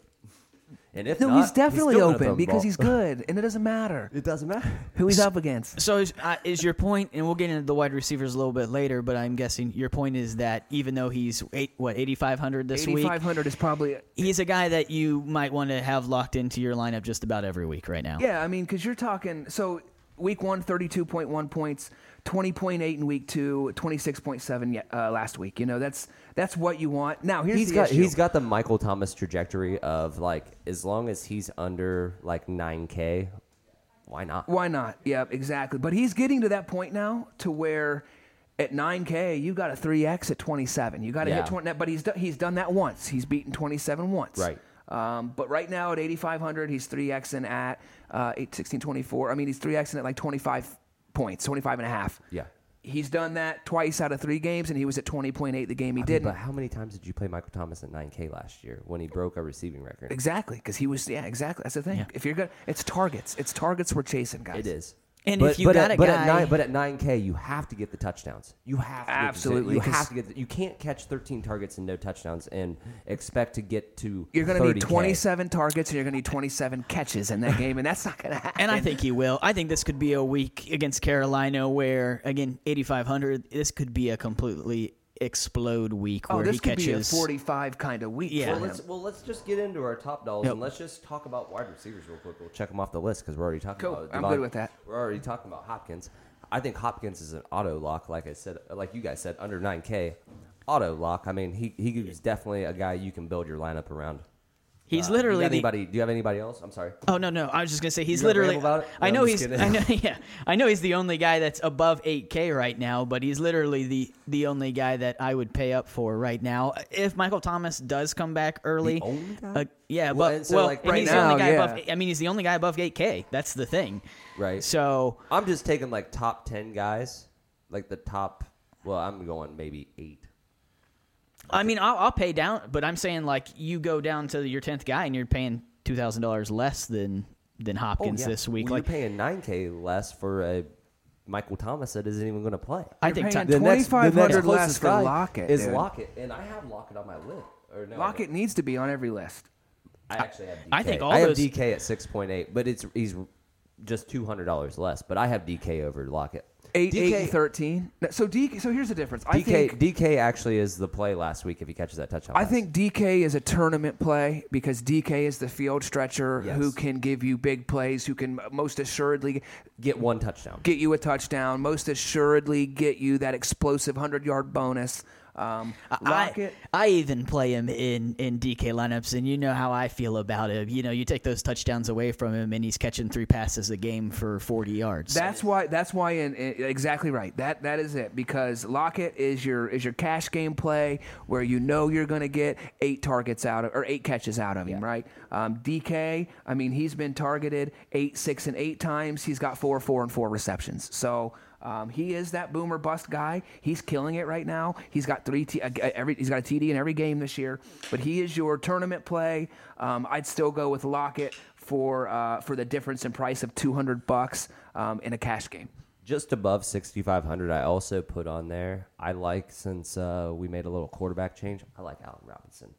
Speaker 2: And if
Speaker 3: no,
Speaker 2: not,
Speaker 3: he's definitely
Speaker 2: still gonna throw
Speaker 3: open
Speaker 2: the ball.
Speaker 3: because he's good, and it doesn't matter
Speaker 2: It doesn't matter.
Speaker 3: who he's up against.
Speaker 4: So is, uh, is your point, and we'll get into the wide receivers a little bit later, but I'm guessing your point is that even though he's eight, what 8500 this
Speaker 3: Eighty
Speaker 4: week,
Speaker 3: five hundred is probably
Speaker 4: he's a guy that you might want to have locked into your lineup just about every week right now.
Speaker 3: Yeah, I mean, because you're talking so week one, 32.1 points, 20.8 in week two, 26.7 ye- uh, last week. You know, that's that's what you want. Now here's
Speaker 2: He's
Speaker 3: the
Speaker 2: got
Speaker 3: issue.
Speaker 2: he's got the Michael Thomas trajectory of like as long as he's under like nine k, why not?
Speaker 3: Why not? Yeah, exactly. But he's getting to that point now to where at 9K you got a 3x at 27. You got to
Speaker 2: Yeah.
Speaker 3: hit 20. But he's do, he's done that once. He's beaten 27 once.
Speaker 2: Right.
Speaker 3: Um, but right now at 8500, he's 3x in at uh, 8, 16, 24. I mean, he's 3x in at like 25 points, 25 and a half.
Speaker 2: Yeah.
Speaker 3: He's done that twice out of three games, and he was at 20.8 the game he didn't.
Speaker 2: But how many times did you play Michael Thomas at nine k last year when he broke a receiving record?
Speaker 3: Exactly, because he was yeah, exactly. That's the thing.
Speaker 4: Yeah.
Speaker 3: If you're good, it's targets. It's targets we're chasing, guys.
Speaker 2: It is.
Speaker 4: And
Speaker 2: but,
Speaker 4: if you
Speaker 2: but
Speaker 4: got
Speaker 2: at,
Speaker 4: a
Speaker 2: but
Speaker 4: guy-
Speaker 2: at nine, but at nine k, you have to get the touchdowns. You have to
Speaker 3: Absolutely,
Speaker 2: Get the, you
Speaker 3: 'cause-
Speaker 2: have to get. The, you can't catch thirteen targets and no touchdowns and expect to get to.
Speaker 3: You're going to need
Speaker 2: 30K.
Speaker 3: 27 targets, and you're going to need 27 catches in that game, and that's not going to happen.
Speaker 4: And I think he will. I think this could be a week against Carolina where, again, 8,500, this could be a completely explode week
Speaker 3: oh,
Speaker 4: where
Speaker 3: this
Speaker 4: he
Speaker 3: could
Speaker 4: catches.
Speaker 3: be a 45 kind of week.
Speaker 4: Yeah.
Speaker 3: for
Speaker 2: Well,
Speaker 3: him.
Speaker 2: let's well let's just get into our top dolls
Speaker 4: Yep.
Speaker 2: and let's just talk about wide receivers real quick. We'll check them off the list because we're already talking
Speaker 3: Cool.
Speaker 2: about. it.
Speaker 3: I'm
Speaker 2: Devon-
Speaker 3: good with that.
Speaker 2: We're already talking about Hopkins. I think Hopkins is an auto lock, like I said, like you guys said, under nine k, auto lock. I mean, he he is definitely a guy you can build your lineup around.
Speaker 4: he's
Speaker 2: Uh,
Speaker 4: literally.
Speaker 2: you got
Speaker 4: the-
Speaker 2: anybody? Do you have anybody else? I'm sorry.
Speaker 4: Oh no no! I was just gonna say he's
Speaker 2: gonna
Speaker 4: literally.
Speaker 2: ramble about it?
Speaker 4: I
Speaker 2: No,
Speaker 4: know
Speaker 2: I'm
Speaker 4: he's.
Speaker 2: just
Speaker 4: I know, yeah, I know he's the only guy that's above 8K right now, but he's literally the the only guy that I would pay up for right now. If Michael Thomas does come back early,
Speaker 2: only guy?
Speaker 4: uh, yeah,
Speaker 2: Well,
Speaker 4: but
Speaker 2: and so,
Speaker 4: well,
Speaker 2: like,
Speaker 4: and
Speaker 2: right
Speaker 4: he's the
Speaker 3: now,
Speaker 4: only guy
Speaker 3: yeah.
Speaker 4: above. I mean, he's the only guy above 8K. That's the thing.
Speaker 2: Right.
Speaker 4: So
Speaker 2: I'm just taking like top ten guys, like the top. Well, I'm going maybe eight.
Speaker 4: I mean, I'll, I'll pay down, but I'm saying like you go down to your 10th guy and you're paying two thousand dollars less than than
Speaker 2: Oh,
Speaker 4: Hopkins this week.
Speaker 2: Well,
Speaker 4: like
Speaker 2: you're paying nine k less for a Michael Thomas that isn't even going to play.
Speaker 4: I
Speaker 3: You're
Speaker 4: think
Speaker 3: paying
Speaker 4: Tom-
Speaker 3: The next- 2,500
Speaker 2: closest
Speaker 3: less for
Speaker 2: guy
Speaker 3: Lockett,
Speaker 2: is
Speaker 3: dude.
Speaker 2: Lockett, and I have Lockett on my list. Or no, I
Speaker 3: Lockett
Speaker 2: don't.
Speaker 3: needs to be on every list.
Speaker 2: I actually have. DK.
Speaker 4: I think all
Speaker 2: I have
Speaker 4: those-
Speaker 2: DK at six point eight, but it's he's just two hundred dollars less. But I have DK over Lockett.
Speaker 3: 8, 8,
Speaker 2: DK
Speaker 3: and 13. No, So, DK, so here's the difference. I
Speaker 2: DK
Speaker 3: think
Speaker 2: DK actually is the play last week if he catches that touchdown.
Speaker 3: I
Speaker 2: pass.
Speaker 3: think DK is a tournament play because DK is the field stretcher
Speaker 2: Yes.
Speaker 3: who can give you big plays, who can most assuredly
Speaker 2: get one touchdown.
Speaker 3: get you a touchdown, most assuredly get you that explosive 100 yard bonus. Um,
Speaker 4: I,
Speaker 3: Lockett.
Speaker 4: I even play him in, in DK lineups, and you know how I feel about him. You know, you take those touchdowns away from him, and he's catching three passes a game for 40 yards.
Speaker 3: That's why. That's why. In, in- exactly right. That that is it. Because Lockett is your is your cash game play where you know you're going to get eight targets out of or eight catches out of him. Right. Um, DK. I mean, he's been targeted eight, six, and eight times. He's got four, four, and four receptions. So. Um, he is that boomer bust guy. He's killing it right now. He's got three t- uh, every. He's got a TD in every game this year. But he is your tournament play. Um, I'd still go with Lockett for uh, for the difference in price of two hundred bucks um, in a cash game.
Speaker 2: just above 6500 i also put on there i like since uh, we made a little quarterback change i like allen robinson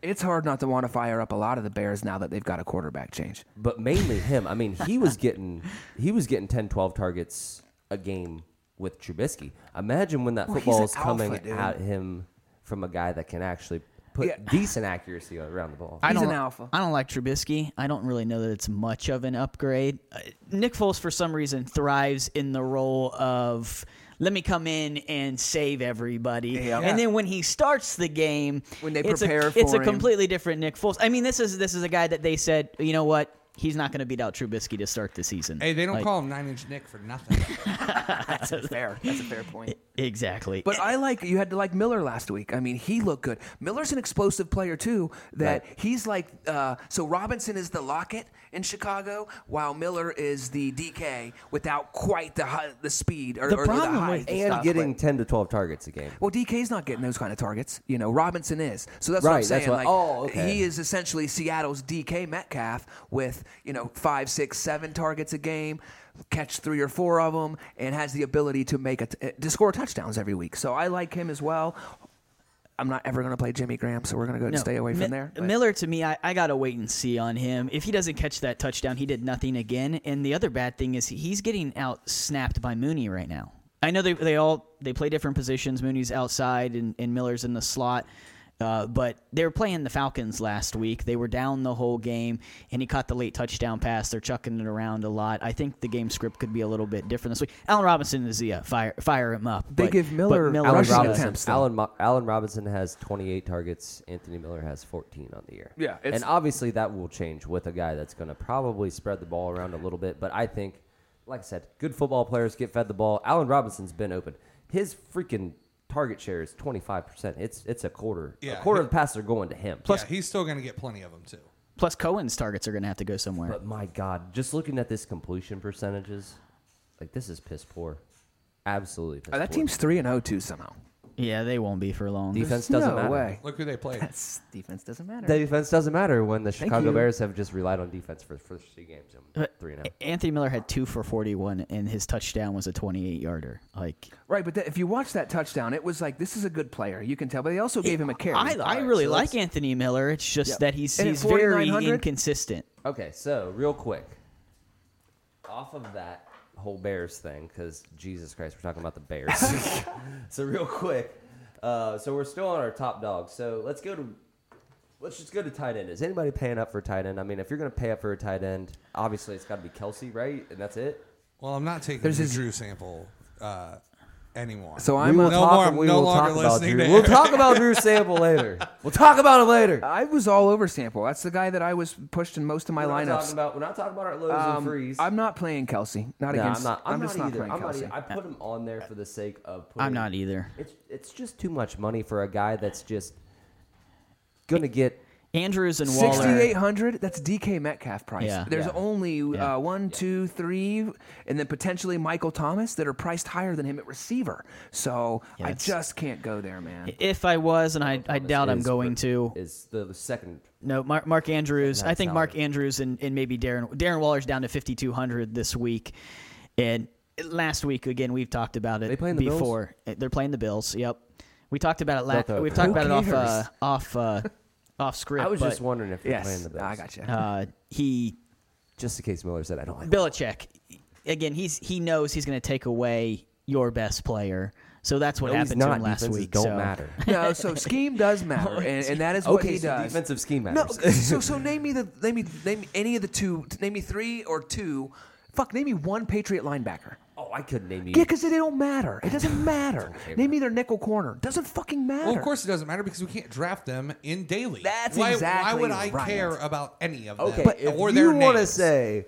Speaker 3: It's hard not to want to fire up a lot of the Bears now that they've got a quarterback change.
Speaker 2: but mainly him i mean he was getting he was getting 10 12 targets a game with Trubisky. imagine when that
Speaker 3: Well, he's
Speaker 2: football
Speaker 3: an
Speaker 2: is coming
Speaker 3: alpha, dude.
Speaker 2: at him from a guy that can actually put
Speaker 3: Yeah.
Speaker 2: decent accuracy around the ball
Speaker 4: I
Speaker 3: He's
Speaker 4: don't,
Speaker 3: an alpha.
Speaker 4: I don't like Trubisky. I don't really know that it's much of an upgrade. Uh, Nick Foles, for some reason, thrives in the role of let me come in and save everybody.
Speaker 3: Yeah.
Speaker 4: And then when he starts the game,
Speaker 3: When they
Speaker 4: it's a-
Speaker 3: prepare
Speaker 4: it's a,
Speaker 3: for him.
Speaker 4: completely different Nick Foles. I mean, this is this is a guy that they said, you know what, he's not going to beat out Trubisky to start the season.
Speaker 1: Hey, they don't
Speaker 4: Like,
Speaker 1: call him Nine Inch Nick for nothing.
Speaker 3: That's a fair. That's a fair point.
Speaker 4: exactly.
Speaker 3: But I like you had to like Miller last week. I mean, he looked good. Miller's an explosive player too. That
Speaker 2: Right.
Speaker 3: he's like uh, so. Robinson is the Lockett in Chicago, while Miller is the DK without quite the high, the speed or
Speaker 4: The
Speaker 3: or
Speaker 4: problem
Speaker 3: the
Speaker 4: with-
Speaker 3: height
Speaker 2: and
Speaker 3: stuff,
Speaker 2: getting
Speaker 3: but-
Speaker 2: ten to twelve targets a game.
Speaker 3: well, DK's not getting those kind of targets. You know, Robinson is. So that's what I'm
Speaker 2: Right, that's
Speaker 3: saying.
Speaker 2: what-
Speaker 3: like,
Speaker 2: oh, okay.
Speaker 3: he is essentially Seattle's DK Metcalf with you know five, six, seven targets a game, catch three or four of them, and has the ability to make a t- eh, to score touchdowns every week. So I like him as well. I'm not ever going to play Jimmy Graham, so we're going to go and
Speaker 4: No,
Speaker 3: stay away
Speaker 4: Mi-
Speaker 3: from there. but-
Speaker 4: Miller, to me, I, I got to wait and see on him. If he doesn't catch that touchdown, he did nothing again. And the other bad thing is he's getting out snapped by Mooney right now. I know they, they all they play different positions. Mooney's outside and, and Miller's in the slot. Uh, but they were playing the Falcons last week. They were down the whole game, and he caught the late touchdown pass. They're chucking it around a lot. I think the game script could be a little bit different this week. Allen Robinson is yeah, fire fire him up.
Speaker 3: They
Speaker 4: but-
Speaker 3: give
Speaker 4: but
Speaker 3: Miller
Speaker 4: Miller
Speaker 2: Allen
Speaker 3: rushing
Speaker 4: does.
Speaker 2: Robinson,
Speaker 3: attempts, though.
Speaker 2: Allen, Mo- Allen Robinson has 28 targets. Anthony Miller has 14 on the year.
Speaker 3: Yeah, it's-
Speaker 2: and obviously that will change with a guy that's going to probably spread the ball around a little bit. But I think, like I said, good football players get fed the ball. Allen Robinson's been open. His freaking target share is 25. percent It's it's a quarter.
Speaker 1: Yeah.
Speaker 2: a quarter of the passes are going to him.
Speaker 1: Plus, he's still going to get plenty of them too.
Speaker 4: Plus Cohen's targets are going to have to go somewhere.
Speaker 2: But my God, just looking at this completion percentages, like this is piss poor. Absolutely piss
Speaker 3: Uh, that
Speaker 2: poor.
Speaker 3: team's three and 0-2 somehow.
Speaker 4: Yeah, they won't be for long.
Speaker 2: defense doesn't
Speaker 3: no
Speaker 2: matter.
Speaker 3: way.
Speaker 1: Look who they played.
Speaker 3: That's defense doesn't matter.
Speaker 2: The defense doesn't matter when the Chicago
Speaker 3: you.
Speaker 2: Bears have just relied on defense for the first two games.
Speaker 1: Uh,
Speaker 2: And three and oh.
Speaker 4: Anthony Miller had two for 41, and his touchdown was a 28 yarder. Like,
Speaker 3: Right, but th- if you watch that touchdown, it was like this is a good player. You can tell, but they also gave him a carry.
Speaker 4: I,
Speaker 3: All
Speaker 4: I
Speaker 3: right,
Speaker 4: really
Speaker 3: so
Speaker 4: like
Speaker 3: that's-
Speaker 4: Anthony Miller. It's just
Speaker 3: Yep.
Speaker 4: that he's,
Speaker 3: And at
Speaker 4: he's very
Speaker 3: 4,900?
Speaker 4: inconsistent.
Speaker 2: Okay, so real quick, off of that whole Bears thing, because Jesus Christ, we're talking about the Bears. so real quick, uh, so we're still on our top dog. So let's go to, let's just go to tight end. Is anybody paying up for tight end? I mean, if you're gonna pay up for a tight end, obviously it's got to be Kelsey, right? And that's it.
Speaker 1: Well, I'm not taking
Speaker 3: There's
Speaker 1: the
Speaker 3: his-
Speaker 1: Drew sample uh, anymore.
Speaker 3: So
Speaker 2: We
Speaker 3: I'm
Speaker 2: will
Speaker 3: a,
Speaker 1: No
Speaker 2: talk.
Speaker 1: more-
Speaker 2: we
Speaker 1: no
Speaker 2: will talk
Speaker 1: longer
Speaker 2: about
Speaker 1: listening
Speaker 2: Drew.
Speaker 1: to
Speaker 2: We'll
Speaker 1: Eric.
Speaker 2: talk about Drew Sample later. We'll talk about it later.
Speaker 3: I was all over Sample. That's the guy that I was pushed in most of my
Speaker 2: We're not
Speaker 3: lineups.
Speaker 2: talking about we're not talking about our lows and
Speaker 3: Um,
Speaker 2: frees.
Speaker 3: I'm not playing Kelsey. Not
Speaker 2: No,
Speaker 3: against.
Speaker 2: I'm not. I'm,
Speaker 3: just
Speaker 2: not
Speaker 3: not
Speaker 2: either.
Speaker 3: playing
Speaker 2: I'm not
Speaker 3: Kelsey.
Speaker 2: either. I put him on there for the sake of. Putting,
Speaker 4: I'm not either.
Speaker 2: It's it's just too much money for a guy that's just gonna get.
Speaker 4: Andrews and Waller.
Speaker 3: Sixty-eight hundred. That's DK Metcalf price.
Speaker 4: Yeah.
Speaker 3: There's
Speaker 2: Yeah.
Speaker 3: only uh, one, two, three, and then potentially Michael Thomas that are priced higher than him at receiver. So I
Speaker 4: it's-
Speaker 3: just can't go there, man.
Speaker 4: If I was, and I, I doubt I'm
Speaker 2: is-
Speaker 4: going to.
Speaker 2: Is the, the second.
Speaker 4: No, Mark, Mark Andrews.
Speaker 2: That
Speaker 4: I think Mark
Speaker 2: salary.
Speaker 4: Andrews and, and maybe Darren Darren Waller's down to 5,200 this week. And last week, again, we've talked about it
Speaker 2: They playing the Bills?
Speaker 4: before. Uh, They're playing the Bills. Yep. We talked about it last.
Speaker 2: Thought that-
Speaker 4: We've talked
Speaker 3: Who
Speaker 4: about it
Speaker 3: cares?
Speaker 4: off uh, off uh, off script.
Speaker 2: I was
Speaker 4: but,
Speaker 2: just wondering if they're playing
Speaker 3: Yes,
Speaker 2: the Bills.
Speaker 3: I got you.
Speaker 4: uh, he
Speaker 2: Just in case Miller said I don't like.
Speaker 4: Belichick again. He's he knows he's going to take away your best player. So that's what
Speaker 2: No, he's
Speaker 4: happened to
Speaker 2: not.
Speaker 4: him last
Speaker 2: Defenses
Speaker 4: week.
Speaker 2: don't
Speaker 4: so.
Speaker 2: matter.
Speaker 3: no, so scheme does matter, and, and that is what
Speaker 2: Oh, okay,
Speaker 3: he
Speaker 2: so
Speaker 3: does.
Speaker 2: defensive scheme
Speaker 3: No, uh,
Speaker 2: matters.
Speaker 3: so so name me the name me name me any of the two. Name me three or two. Fuck, name me one Patriot linebacker.
Speaker 2: oh, I couldn't name you.
Speaker 3: Yeah, because it don't matter. It doesn't matter.
Speaker 2: okay,
Speaker 3: name me their nickel corner. Doesn't fucking matter.
Speaker 1: Well, of course it doesn't matter because we can't draft them in daily.
Speaker 3: That's
Speaker 1: why, Why
Speaker 3: exactly
Speaker 1: would I
Speaker 3: right.
Speaker 1: care about any of them?
Speaker 2: okay, if
Speaker 1: or
Speaker 2: you
Speaker 1: their
Speaker 2: want to
Speaker 1: names?
Speaker 2: say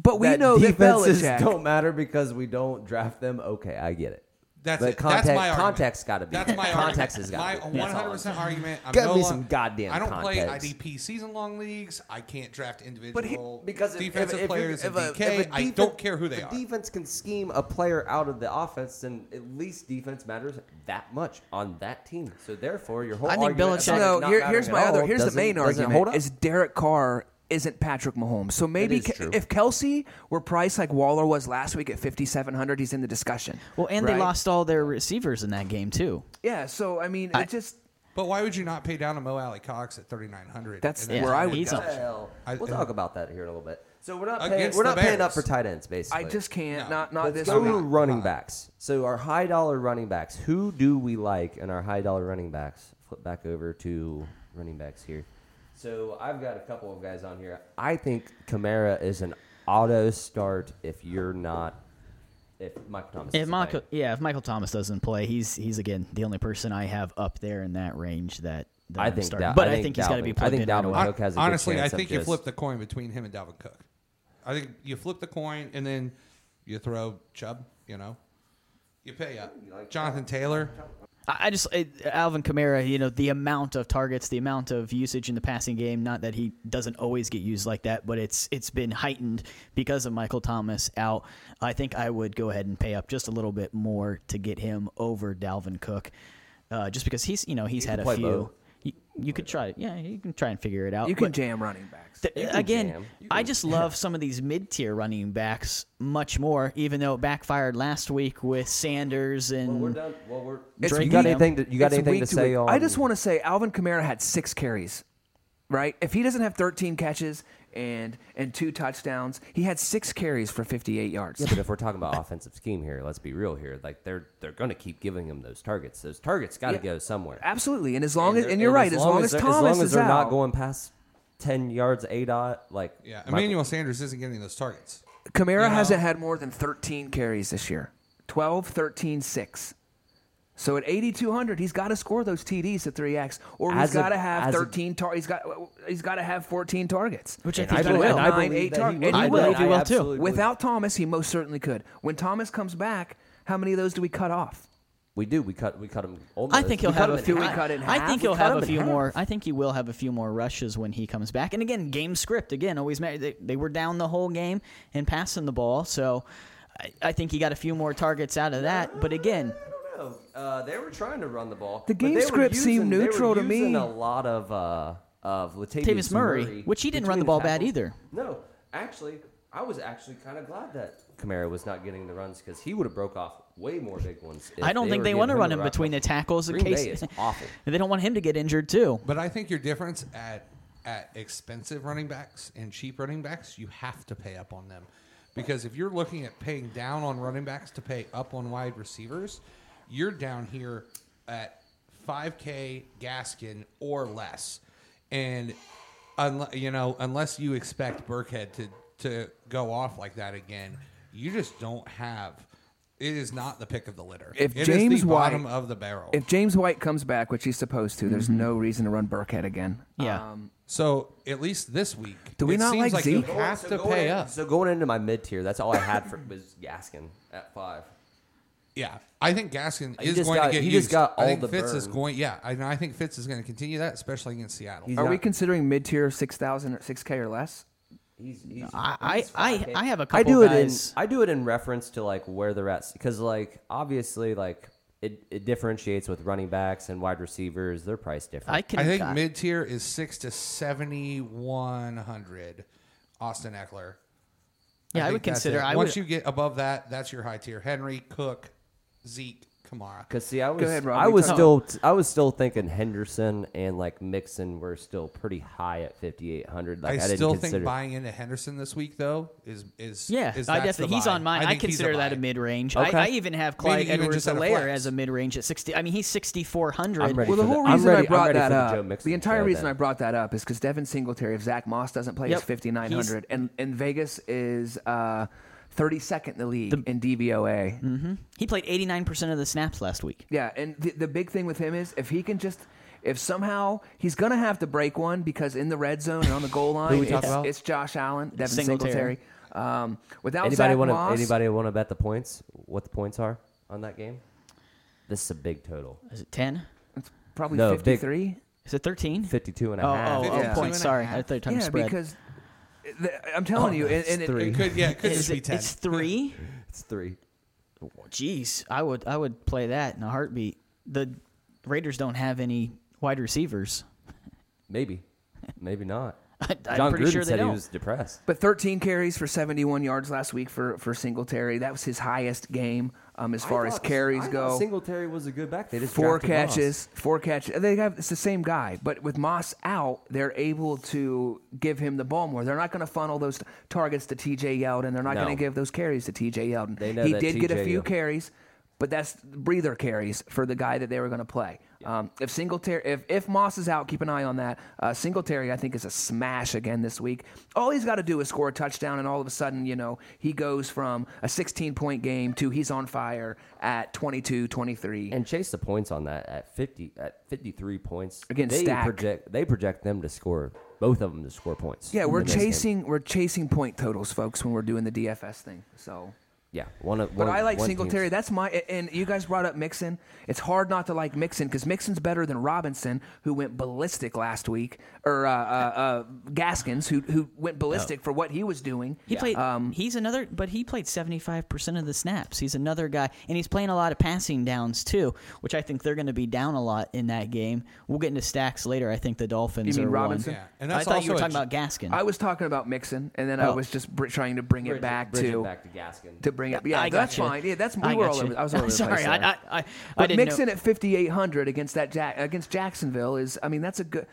Speaker 3: But we
Speaker 2: that
Speaker 3: know that
Speaker 2: defenses
Speaker 3: Belichick.
Speaker 2: don't matter because we don't draft them, okay, I get it.
Speaker 1: That's
Speaker 2: but
Speaker 1: it.
Speaker 2: Context,
Speaker 1: That's my argument.
Speaker 2: Context got to be.
Speaker 1: That's my argument.
Speaker 2: context has got to
Speaker 1: my
Speaker 2: be. That's all I'm
Speaker 1: 100 percent
Speaker 2: saying.
Speaker 1: argument. I'm
Speaker 2: Gotta
Speaker 1: no
Speaker 2: be
Speaker 1: lo-
Speaker 2: some goddamn
Speaker 1: I don't
Speaker 2: context.
Speaker 1: play IDP season long leagues. I can't draft
Speaker 2: But he,
Speaker 1: individual
Speaker 2: because if- if-
Speaker 1: defensive
Speaker 2: if,
Speaker 1: players
Speaker 2: if,
Speaker 1: in
Speaker 2: a-
Speaker 1: DK.
Speaker 2: if a
Speaker 1: I
Speaker 2: defen-
Speaker 1: don't care who they
Speaker 2: if
Speaker 1: are.
Speaker 2: Defense can scheme a player out of the offense, then at least defense matters that much on that team. So therefore, your whole
Speaker 4: I think
Speaker 2: argument
Speaker 4: Belichick-
Speaker 2: about
Speaker 3: No,
Speaker 2: it not
Speaker 3: here,
Speaker 2: mattering
Speaker 3: here's
Speaker 2: at
Speaker 3: my other.
Speaker 2: all
Speaker 3: Here's the
Speaker 2: doesn't-
Speaker 3: main
Speaker 2: doesn't
Speaker 3: argument:
Speaker 2: hold up.
Speaker 3: is Derek Carr isn't Patrick Mahomes. So maybe
Speaker 2: is
Speaker 3: Ke-
Speaker 2: true.
Speaker 3: if Kelsey were priced like Waller was last week at 5,700, he's in the discussion.
Speaker 4: Well, and they
Speaker 3: right?
Speaker 4: lost all their receivers in that game too.
Speaker 3: Yeah, so I mean, it just
Speaker 1: But why would you not pay down a Mo Alley Cox at 3,900?
Speaker 3: That's
Speaker 1: And
Speaker 3: where I
Speaker 1: how
Speaker 3: would
Speaker 1: it
Speaker 4: He's
Speaker 1: goes.
Speaker 4: on-
Speaker 2: Well,
Speaker 1: I-
Speaker 2: we'll
Speaker 1: uh,
Speaker 2: talk about that here in a little bit. So we're not paying,
Speaker 1: Against
Speaker 2: we're
Speaker 1: the
Speaker 2: not paying
Speaker 1: Bears.
Speaker 2: up for tight ends, basically.
Speaker 3: I just can't
Speaker 1: No.
Speaker 3: not not
Speaker 2: Let's
Speaker 3: this
Speaker 2: go
Speaker 3: week.
Speaker 2: to running backs. So our high dollar running backs. Who do we like in our high dollar running backs? Flip back over to running backs here. So I've got a couple of guys on here. I think Kamara is an auto start if you're not if Michael Thomas.
Speaker 4: If
Speaker 2: doesn't
Speaker 4: Michael,
Speaker 2: play.
Speaker 4: yeah, if Michael Thomas doesn't play, he's he's again the only person I have up there in that range that. that
Speaker 2: I
Speaker 4: I'm
Speaker 2: think
Speaker 4: starting.
Speaker 2: Dal-
Speaker 4: but
Speaker 2: I
Speaker 4: I
Speaker 2: think
Speaker 4: think he's got to
Speaker 2: Dalvin-
Speaker 4: be
Speaker 2: I
Speaker 4: plugged
Speaker 2: think
Speaker 4: in. right
Speaker 2: Dalvin-
Speaker 4: away.
Speaker 1: Hon-
Speaker 2: Cook has a good
Speaker 1: honestly,
Speaker 2: chance
Speaker 1: I
Speaker 2: of
Speaker 1: think you
Speaker 2: just-
Speaker 1: flip the coin between him and Dalvin Cook. I think you flip the coin and then you throw Chubb. You know, you pay up Jonathan Taylor.
Speaker 4: I I just it, Alvin Kamara, you know, the amount of targets, the amount of usage in the passing game. Not that he doesn't always get used like that, but it's it's been heightened because of Michael Thomas out. I think I would go ahead and pay up just a little bit more to get him over Dalvin Cook, uh, just because he's you know he's
Speaker 2: You
Speaker 4: had
Speaker 2: can
Speaker 4: a
Speaker 2: play
Speaker 4: few.
Speaker 2: both.
Speaker 4: You, you could try, yeah, you can try and figure it out.
Speaker 3: You can
Speaker 4: but-
Speaker 3: jam running backs.
Speaker 4: Th-
Speaker 2: can
Speaker 4: again,
Speaker 2: jam. You
Speaker 4: I just love some of these mid-tier running backs much more, even though it backfired last week with Sanders and
Speaker 2: Well, we're done. Well, we're.
Speaker 3: It's
Speaker 2: you got
Speaker 4: weak.
Speaker 2: anything? To, you got
Speaker 3: It's
Speaker 2: anything
Speaker 3: week
Speaker 2: to say
Speaker 3: week.
Speaker 2: on?
Speaker 3: I just want to say Alvin Kamara had six carries, right? If he doesn't have 13 catches and and two touchdowns, he had six carries for 58 yards.
Speaker 2: Yeah, but if we're talking about offensive scheme here, let's be real here. Like they're they're going to keep giving him those targets. Those targets got to
Speaker 3: Yeah.
Speaker 2: go somewhere.
Speaker 3: Absolutely, and as long as
Speaker 2: they're-
Speaker 3: and you're right, as long as,
Speaker 2: they're-
Speaker 3: Thomas
Speaker 2: as long as
Speaker 3: is
Speaker 2: they're
Speaker 3: out,
Speaker 2: not going past ten yards, a dot. Like
Speaker 1: Yeah,
Speaker 2: Michael-
Speaker 1: Emmanuel Sanders isn't getting those targets.
Speaker 3: Kamara hasn't had more than 13 carries this year. 12, 13, 6. So at 8200, he's got to score those TDs at 3x or he's
Speaker 2: As a-
Speaker 3: got to have
Speaker 2: as a-
Speaker 3: 13 tar- he's got he's got to have 14 targets.
Speaker 4: Which I
Speaker 2: And
Speaker 4: think
Speaker 2: I
Speaker 4: he
Speaker 2: believe,
Speaker 4: will.
Speaker 2: and I
Speaker 3: Nine,
Speaker 2: believe
Speaker 3: eight
Speaker 2: that
Speaker 3: tar-
Speaker 2: he
Speaker 3: and
Speaker 2: will.
Speaker 3: he
Speaker 2: I
Speaker 3: will.
Speaker 2: believe
Speaker 4: He will too.
Speaker 2: absolutely believe-
Speaker 3: Without Thomas, he most certainly could. When Thomas comes back, how many of those do we cut off?
Speaker 2: we do. We cut. We cut him.
Speaker 4: I think he'll
Speaker 2: we cut
Speaker 4: have
Speaker 2: him
Speaker 4: a
Speaker 2: in
Speaker 4: few.
Speaker 3: we
Speaker 2: half.
Speaker 3: cut it in
Speaker 4: I
Speaker 3: half,
Speaker 4: think
Speaker 3: we
Speaker 4: he'll
Speaker 3: cut
Speaker 4: have
Speaker 3: him
Speaker 4: a
Speaker 3: in
Speaker 4: few
Speaker 3: half.
Speaker 4: more. I think he will have a few more rushes when he comes back. And again, game script. Again, always ma- they, they were down the whole game and passing the ball. So I, I think he got a few more targets out of that. But again,
Speaker 2: I don't know. Uh, they were trying to run the ball.
Speaker 3: The
Speaker 2: but they
Speaker 3: game
Speaker 2: were
Speaker 3: script
Speaker 2: using-
Speaker 3: seemed
Speaker 2: they were
Speaker 3: neutral to
Speaker 2: using
Speaker 3: me.
Speaker 2: A lot of uh, of Latavius,
Speaker 4: Latavius Murray, which he didn't run
Speaker 2: between
Speaker 4: the ball bad
Speaker 2: tackles.
Speaker 4: either.
Speaker 2: No, actually, I was actually kind of glad that Kamara was not getting the runs because he would have broke off way more big ones. if
Speaker 4: I don't think
Speaker 2: were
Speaker 4: they want to
Speaker 2: giving
Speaker 4: run
Speaker 2: the
Speaker 4: him between the tackles in
Speaker 2: Green
Speaker 4: case
Speaker 2: Bay is awful.
Speaker 4: they don't want him to get injured too.
Speaker 1: But I think your difference at at expensive running backs and cheap running backs, you have to pay up on them. Because if you're looking at paying down on running backs to pay up on wide receivers, you're down here at 5K Gaskin or less. And unle- you know, unless you expect Burkhead to to go off like that again, you just don't have it is not the pick of the litter.
Speaker 3: If
Speaker 1: It is
Speaker 3: James
Speaker 1: the
Speaker 3: White-
Speaker 1: bottom of the barrel.
Speaker 3: If James White comes back, which he's supposed to, there's no reason to run Burkhead again.
Speaker 4: Yeah.
Speaker 3: Um,
Speaker 1: So at least this week,
Speaker 3: Do we
Speaker 1: it
Speaker 3: not
Speaker 1: seems
Speaker 3: like
Speaker 1: like you
Speaker 3: Zeke?
Speaker 1: have
Speaker 2: So
Speaker 1: to
Speaker 2: going
Speaker 1: pay
Speaker 2: in-
Speaker 1: up.
Speaker 2: So going into my mid tier, that's all I had for was Gaskin at five.
Speaker 1: Yeah, I think Gaskin
Speaker 2: He
Speaker 1: is
Speaker 2: just
Speaker 1: going
Speaker 2: got-
Speaker 1: to get
Speaker 2: he
Speaker 1: used.
Speaker 2: just got
Speaker 1: I
Speaker 2: all
Speaker 1: think
Speaker 2: the
Speaker 1: Fitz is
Speaker 2: burn.
Speaker 1: going. Yeah, and I think Fitz is going to continue that, especially against Seattle.
Speaker 2: He's
Speaker 3: Are we
Speaker 2: not-
Speaker 3: considering mid tier 6,000 or 6K or less?
Speaker 2: He's, he's,
Speaker 4: I,
Speaker 2: he's
Speaker 4: I,
Speaker 2: fine.
Speaker 4: I have a
Speaker 2: I
Speaker 4: couple
Speaker 2: do
Speaker 4: guys.
Speaker 2: it in I do it in reference to like where they're at because like obviously like it, it differentiates with running backs and wide receivers. They're priced different.
Speaker 4: I can. uh,
Speaker 1: I think
Speaker 4: I-
Speaker 1: mid tier is six to seventy one hundred. Austin Eckler.
Speaker 4: Yeah, I
Speaker 1: think
Speaker 4: would
Speaker 1: that's
Speaker 4: consider-
Speaker 1: it.
Speaker 4: I
Speaker 1: Once
Speaker 4: would-
Speaker 1: you get above that, that's your high tier. Henry, Cook, Zeke, Kamara.
Speaker 2: Because see, I was
Speaker 3: ahead, Rob,
Speaker 2: I
Speaker 3: you
Speaker 2: was
Speaker 3: talk.
Speaker 2: still I was still thinking Henderson and like Mixon were still pretty high at fifty eight hundred. Like I,
Speaker 1: I
Speaker 2: didn't
Speaker 1: still
Speaker 2: consider.
Speaker 1: think buying into Henderson this week though is is
Speaker 4: Yeah,
Speaker 1: Is,
Speaker 4: I
Speaker 1: that's the
Speaker 4: definitely he's
Speaker 1: buy.
Speaker 4: on mine. I,
Speaker 1: think he's
Speaker 4: consider that
Speaker 1: buy.
Speaker 4: a mid range.
Speaker 2: Okay.
Speaker 4: I, I even have
Speaker 1: Maybe
Speaker 4: Clyde
Speaker 1: even
Speaker 4: Edwards
Speaker 1: just at a
Speaker 4: Alaire
Speaker 1: flex.
Speaker 4: as a mid range at sixty. I mean, he's sixty four
Speaker 2: I'm
Speaker 4: hundred.
Speaker 2: ready
Speaker 3: Well, the
Speaker 2: for
Speaker 3: whole
Speaker 2: I'm
Speaker 3: reason
Speaker 2: ready-
Speaker 3: I brought
Speaker 2: I'm ready
Speaker 3: that
Speaker 2: for
Speaker 3: up,
Speaker 2: the, Joe Mixon
Speaker 3: the entire
Speaker 2: show
Speaker 3: reason
Speaker 2: then.
Speaker 3: I brought that up is because Devin Singletary, if Zach Moss doesn't play,
Speaker 4: Yep.
Speaker 3: is 5,900, and, and Vegas is uh, 32nd in the league in DVOA.
Speaker 4: He played eighty nine percent of the snaps last week.
Speaker 3: Yeah, and the, the big thing with him is if he can just, if somehow he's gonna have to break one because in the red zone and on the goal line,
Speaker 2: we
Speaker 3: it's,
Speaker 2: talking about?
Speaker 3: it's Josh Allen, Devin Singletary.
Speaker 4: Singletary.
Speaker 3: Um, without
Speaker 2: Anybody
Speaker 3: Zach
Speaker 2: want to
Speaker 3: Moss,
Speaker 2: anybody want to bet the points? What the points are on that game? This is a big total.
Speaker 4: Is it ten?
Speaker 3: it's probably
Speaker 2: No, big-
Speaker 3: 53.
Speaker 4: Is it thirteen?
Speaker 2: 52 and a
Speaker 4: Oh,
Speaker 2: half.
Speaker 4: oh, oh,
Speaker 1: 52 and a
Speaker 4: points. Sorry,
Speaker 1: half.
Speaker 4: I thought you were talking
Speaker 3: yeah,
Speaker 4: spread.
Speaker 3: because the, I'm telling you, and,
Speaker 2: it's
Speaker 3: and it-
Speaker 2: Oh, three.
Speaker 1: It could yeah, it could
Speaker 4: Is
Speaker 1: just be
Speaker 4: it-
Speaker 1: ten.
Speaker 4: It's three.
Speaker 2: It's three.
Speaker 4: Jeez, I would I would play that in a heartbeat. The Raiders don't have any wide receivers.
Speaker 2: Maybe. Maybe not.
Speaker 4: I, I'm
Speaker 2: John
Speaker 4: pretty
Speaker 2: Gruden
Speaker 4: sure they
Speaker 2: said
Speaker 4: don't.
Speaker 2: he was depressed.
Speaker 3: But 13 carries for 71 yards last week for for Singletary. That was his highest game um, as far as carries go.
Speaker 2: Singletary was a good back. They just
Speaker 3: four
Speaker 2: drafted Moss.
Speaker 3: catches, four catches. They have it's the same guy, but with Moss out, they're able to give him the ball more. They're not going to funnel those t- targets to T.J. Yeldon. They're not
Speaker 2: No.
Speaker 3: going to give those carries to T.J. Yeldon.
Speaker 2: They know
Speaker 3: he
Speaker 2: that
Speaker 3: did get a
Speaker 2: T.J.
Speaker 3: few
Speaker 2: Yeldon-
Speaker 3: carries, But that's breather carries for the guy that they were going to play. Um, if Singletary, if, if Moss is out, keep an eye on that. Uh, Singletary, I think, is a smash again this week. All he's got to do is score a touchdown, and all of a sudden, you know, he goes from a 16 point game to he's on fire at 22, 23.
Speaker 2: And chase the points on that at fifty at fifty three points.
Speaker 3: Against
Speaker 2: they
Speaker 3: Stack.
Speaker 2: project they project them to score both of them to score points.
Speaker 3: yeah,
Speaker 2: in
Speaker 3: we're
Speaker 2: this game.
Speaker 3: chasing we're chasing point totals, folks, when we're doing the DFS thing. So
Speaker 2: Yeah, one of.
Speaker 3: But
Speaker 2: one-
Speaker 3: I like
Speaker 2: one team's-
Speaker 3: Singletary. That's my and you guys brought up Mixon. It's hard not to like Mixon because Mixon's better than Robinson, who went ballistic last week, or uh, uh, uh, Gaskins, who who went
Speaker 2: Oh.
Speaker 3: ballistic for what he was doing. Uh,
Speaker 4: He played.
Speaker 3: um,
Speaker 4: he's another, but he played seventy five percent of the snaps. He's another guy, and he's playing a lot of passing downs too, which I think they're going to be down a lot in that game. We'll get into stacks later. I think the Dolphins
Speaker 3: mean
Speaker 4: are
Speaker 3: Robinson?
Speaker 4: One.
Speaker 1: Yeah, and that's
Speaker 4: I thought
Speaker 1: also
Speaker 4: you were
Speaker 1: a
Speaker 4: talking
Speaker 1: j-
Speaker 4: about Gaskin.
Speaker 3: I was talking about Mixon, and then I
Speaker 4: Oh.
Speaker 3: was just br- trying to bring it
Speaker 2: Bridge-
Speaker 3: back
Speaker 2: bridge it
Speaker 3: to
Speaker 2: back to Gaskin.
Speaker 3: to bring it. Yeah,
Speaker 4: I
Speaker 3: that's
Speaker 4: gotcha.
Speaker 3: fine. Yeah, that's we
Speaker 4: I
Speaker 3: were all
Speaker 4: gotcha.
Speaker 3: over. I was all over the
Speaker 4: Sorry,
Speaker 3: place
Speaker 4: I,
Speaker 3: there.
Speaker 4: I, I, I
Speaker 3: But
Speaker 4: didn't
Speaker 3: Mixon
Speaker 4: know.
Speaker 3: at 5,800 against that Jack against Jacksonville is. I mean, that's a good.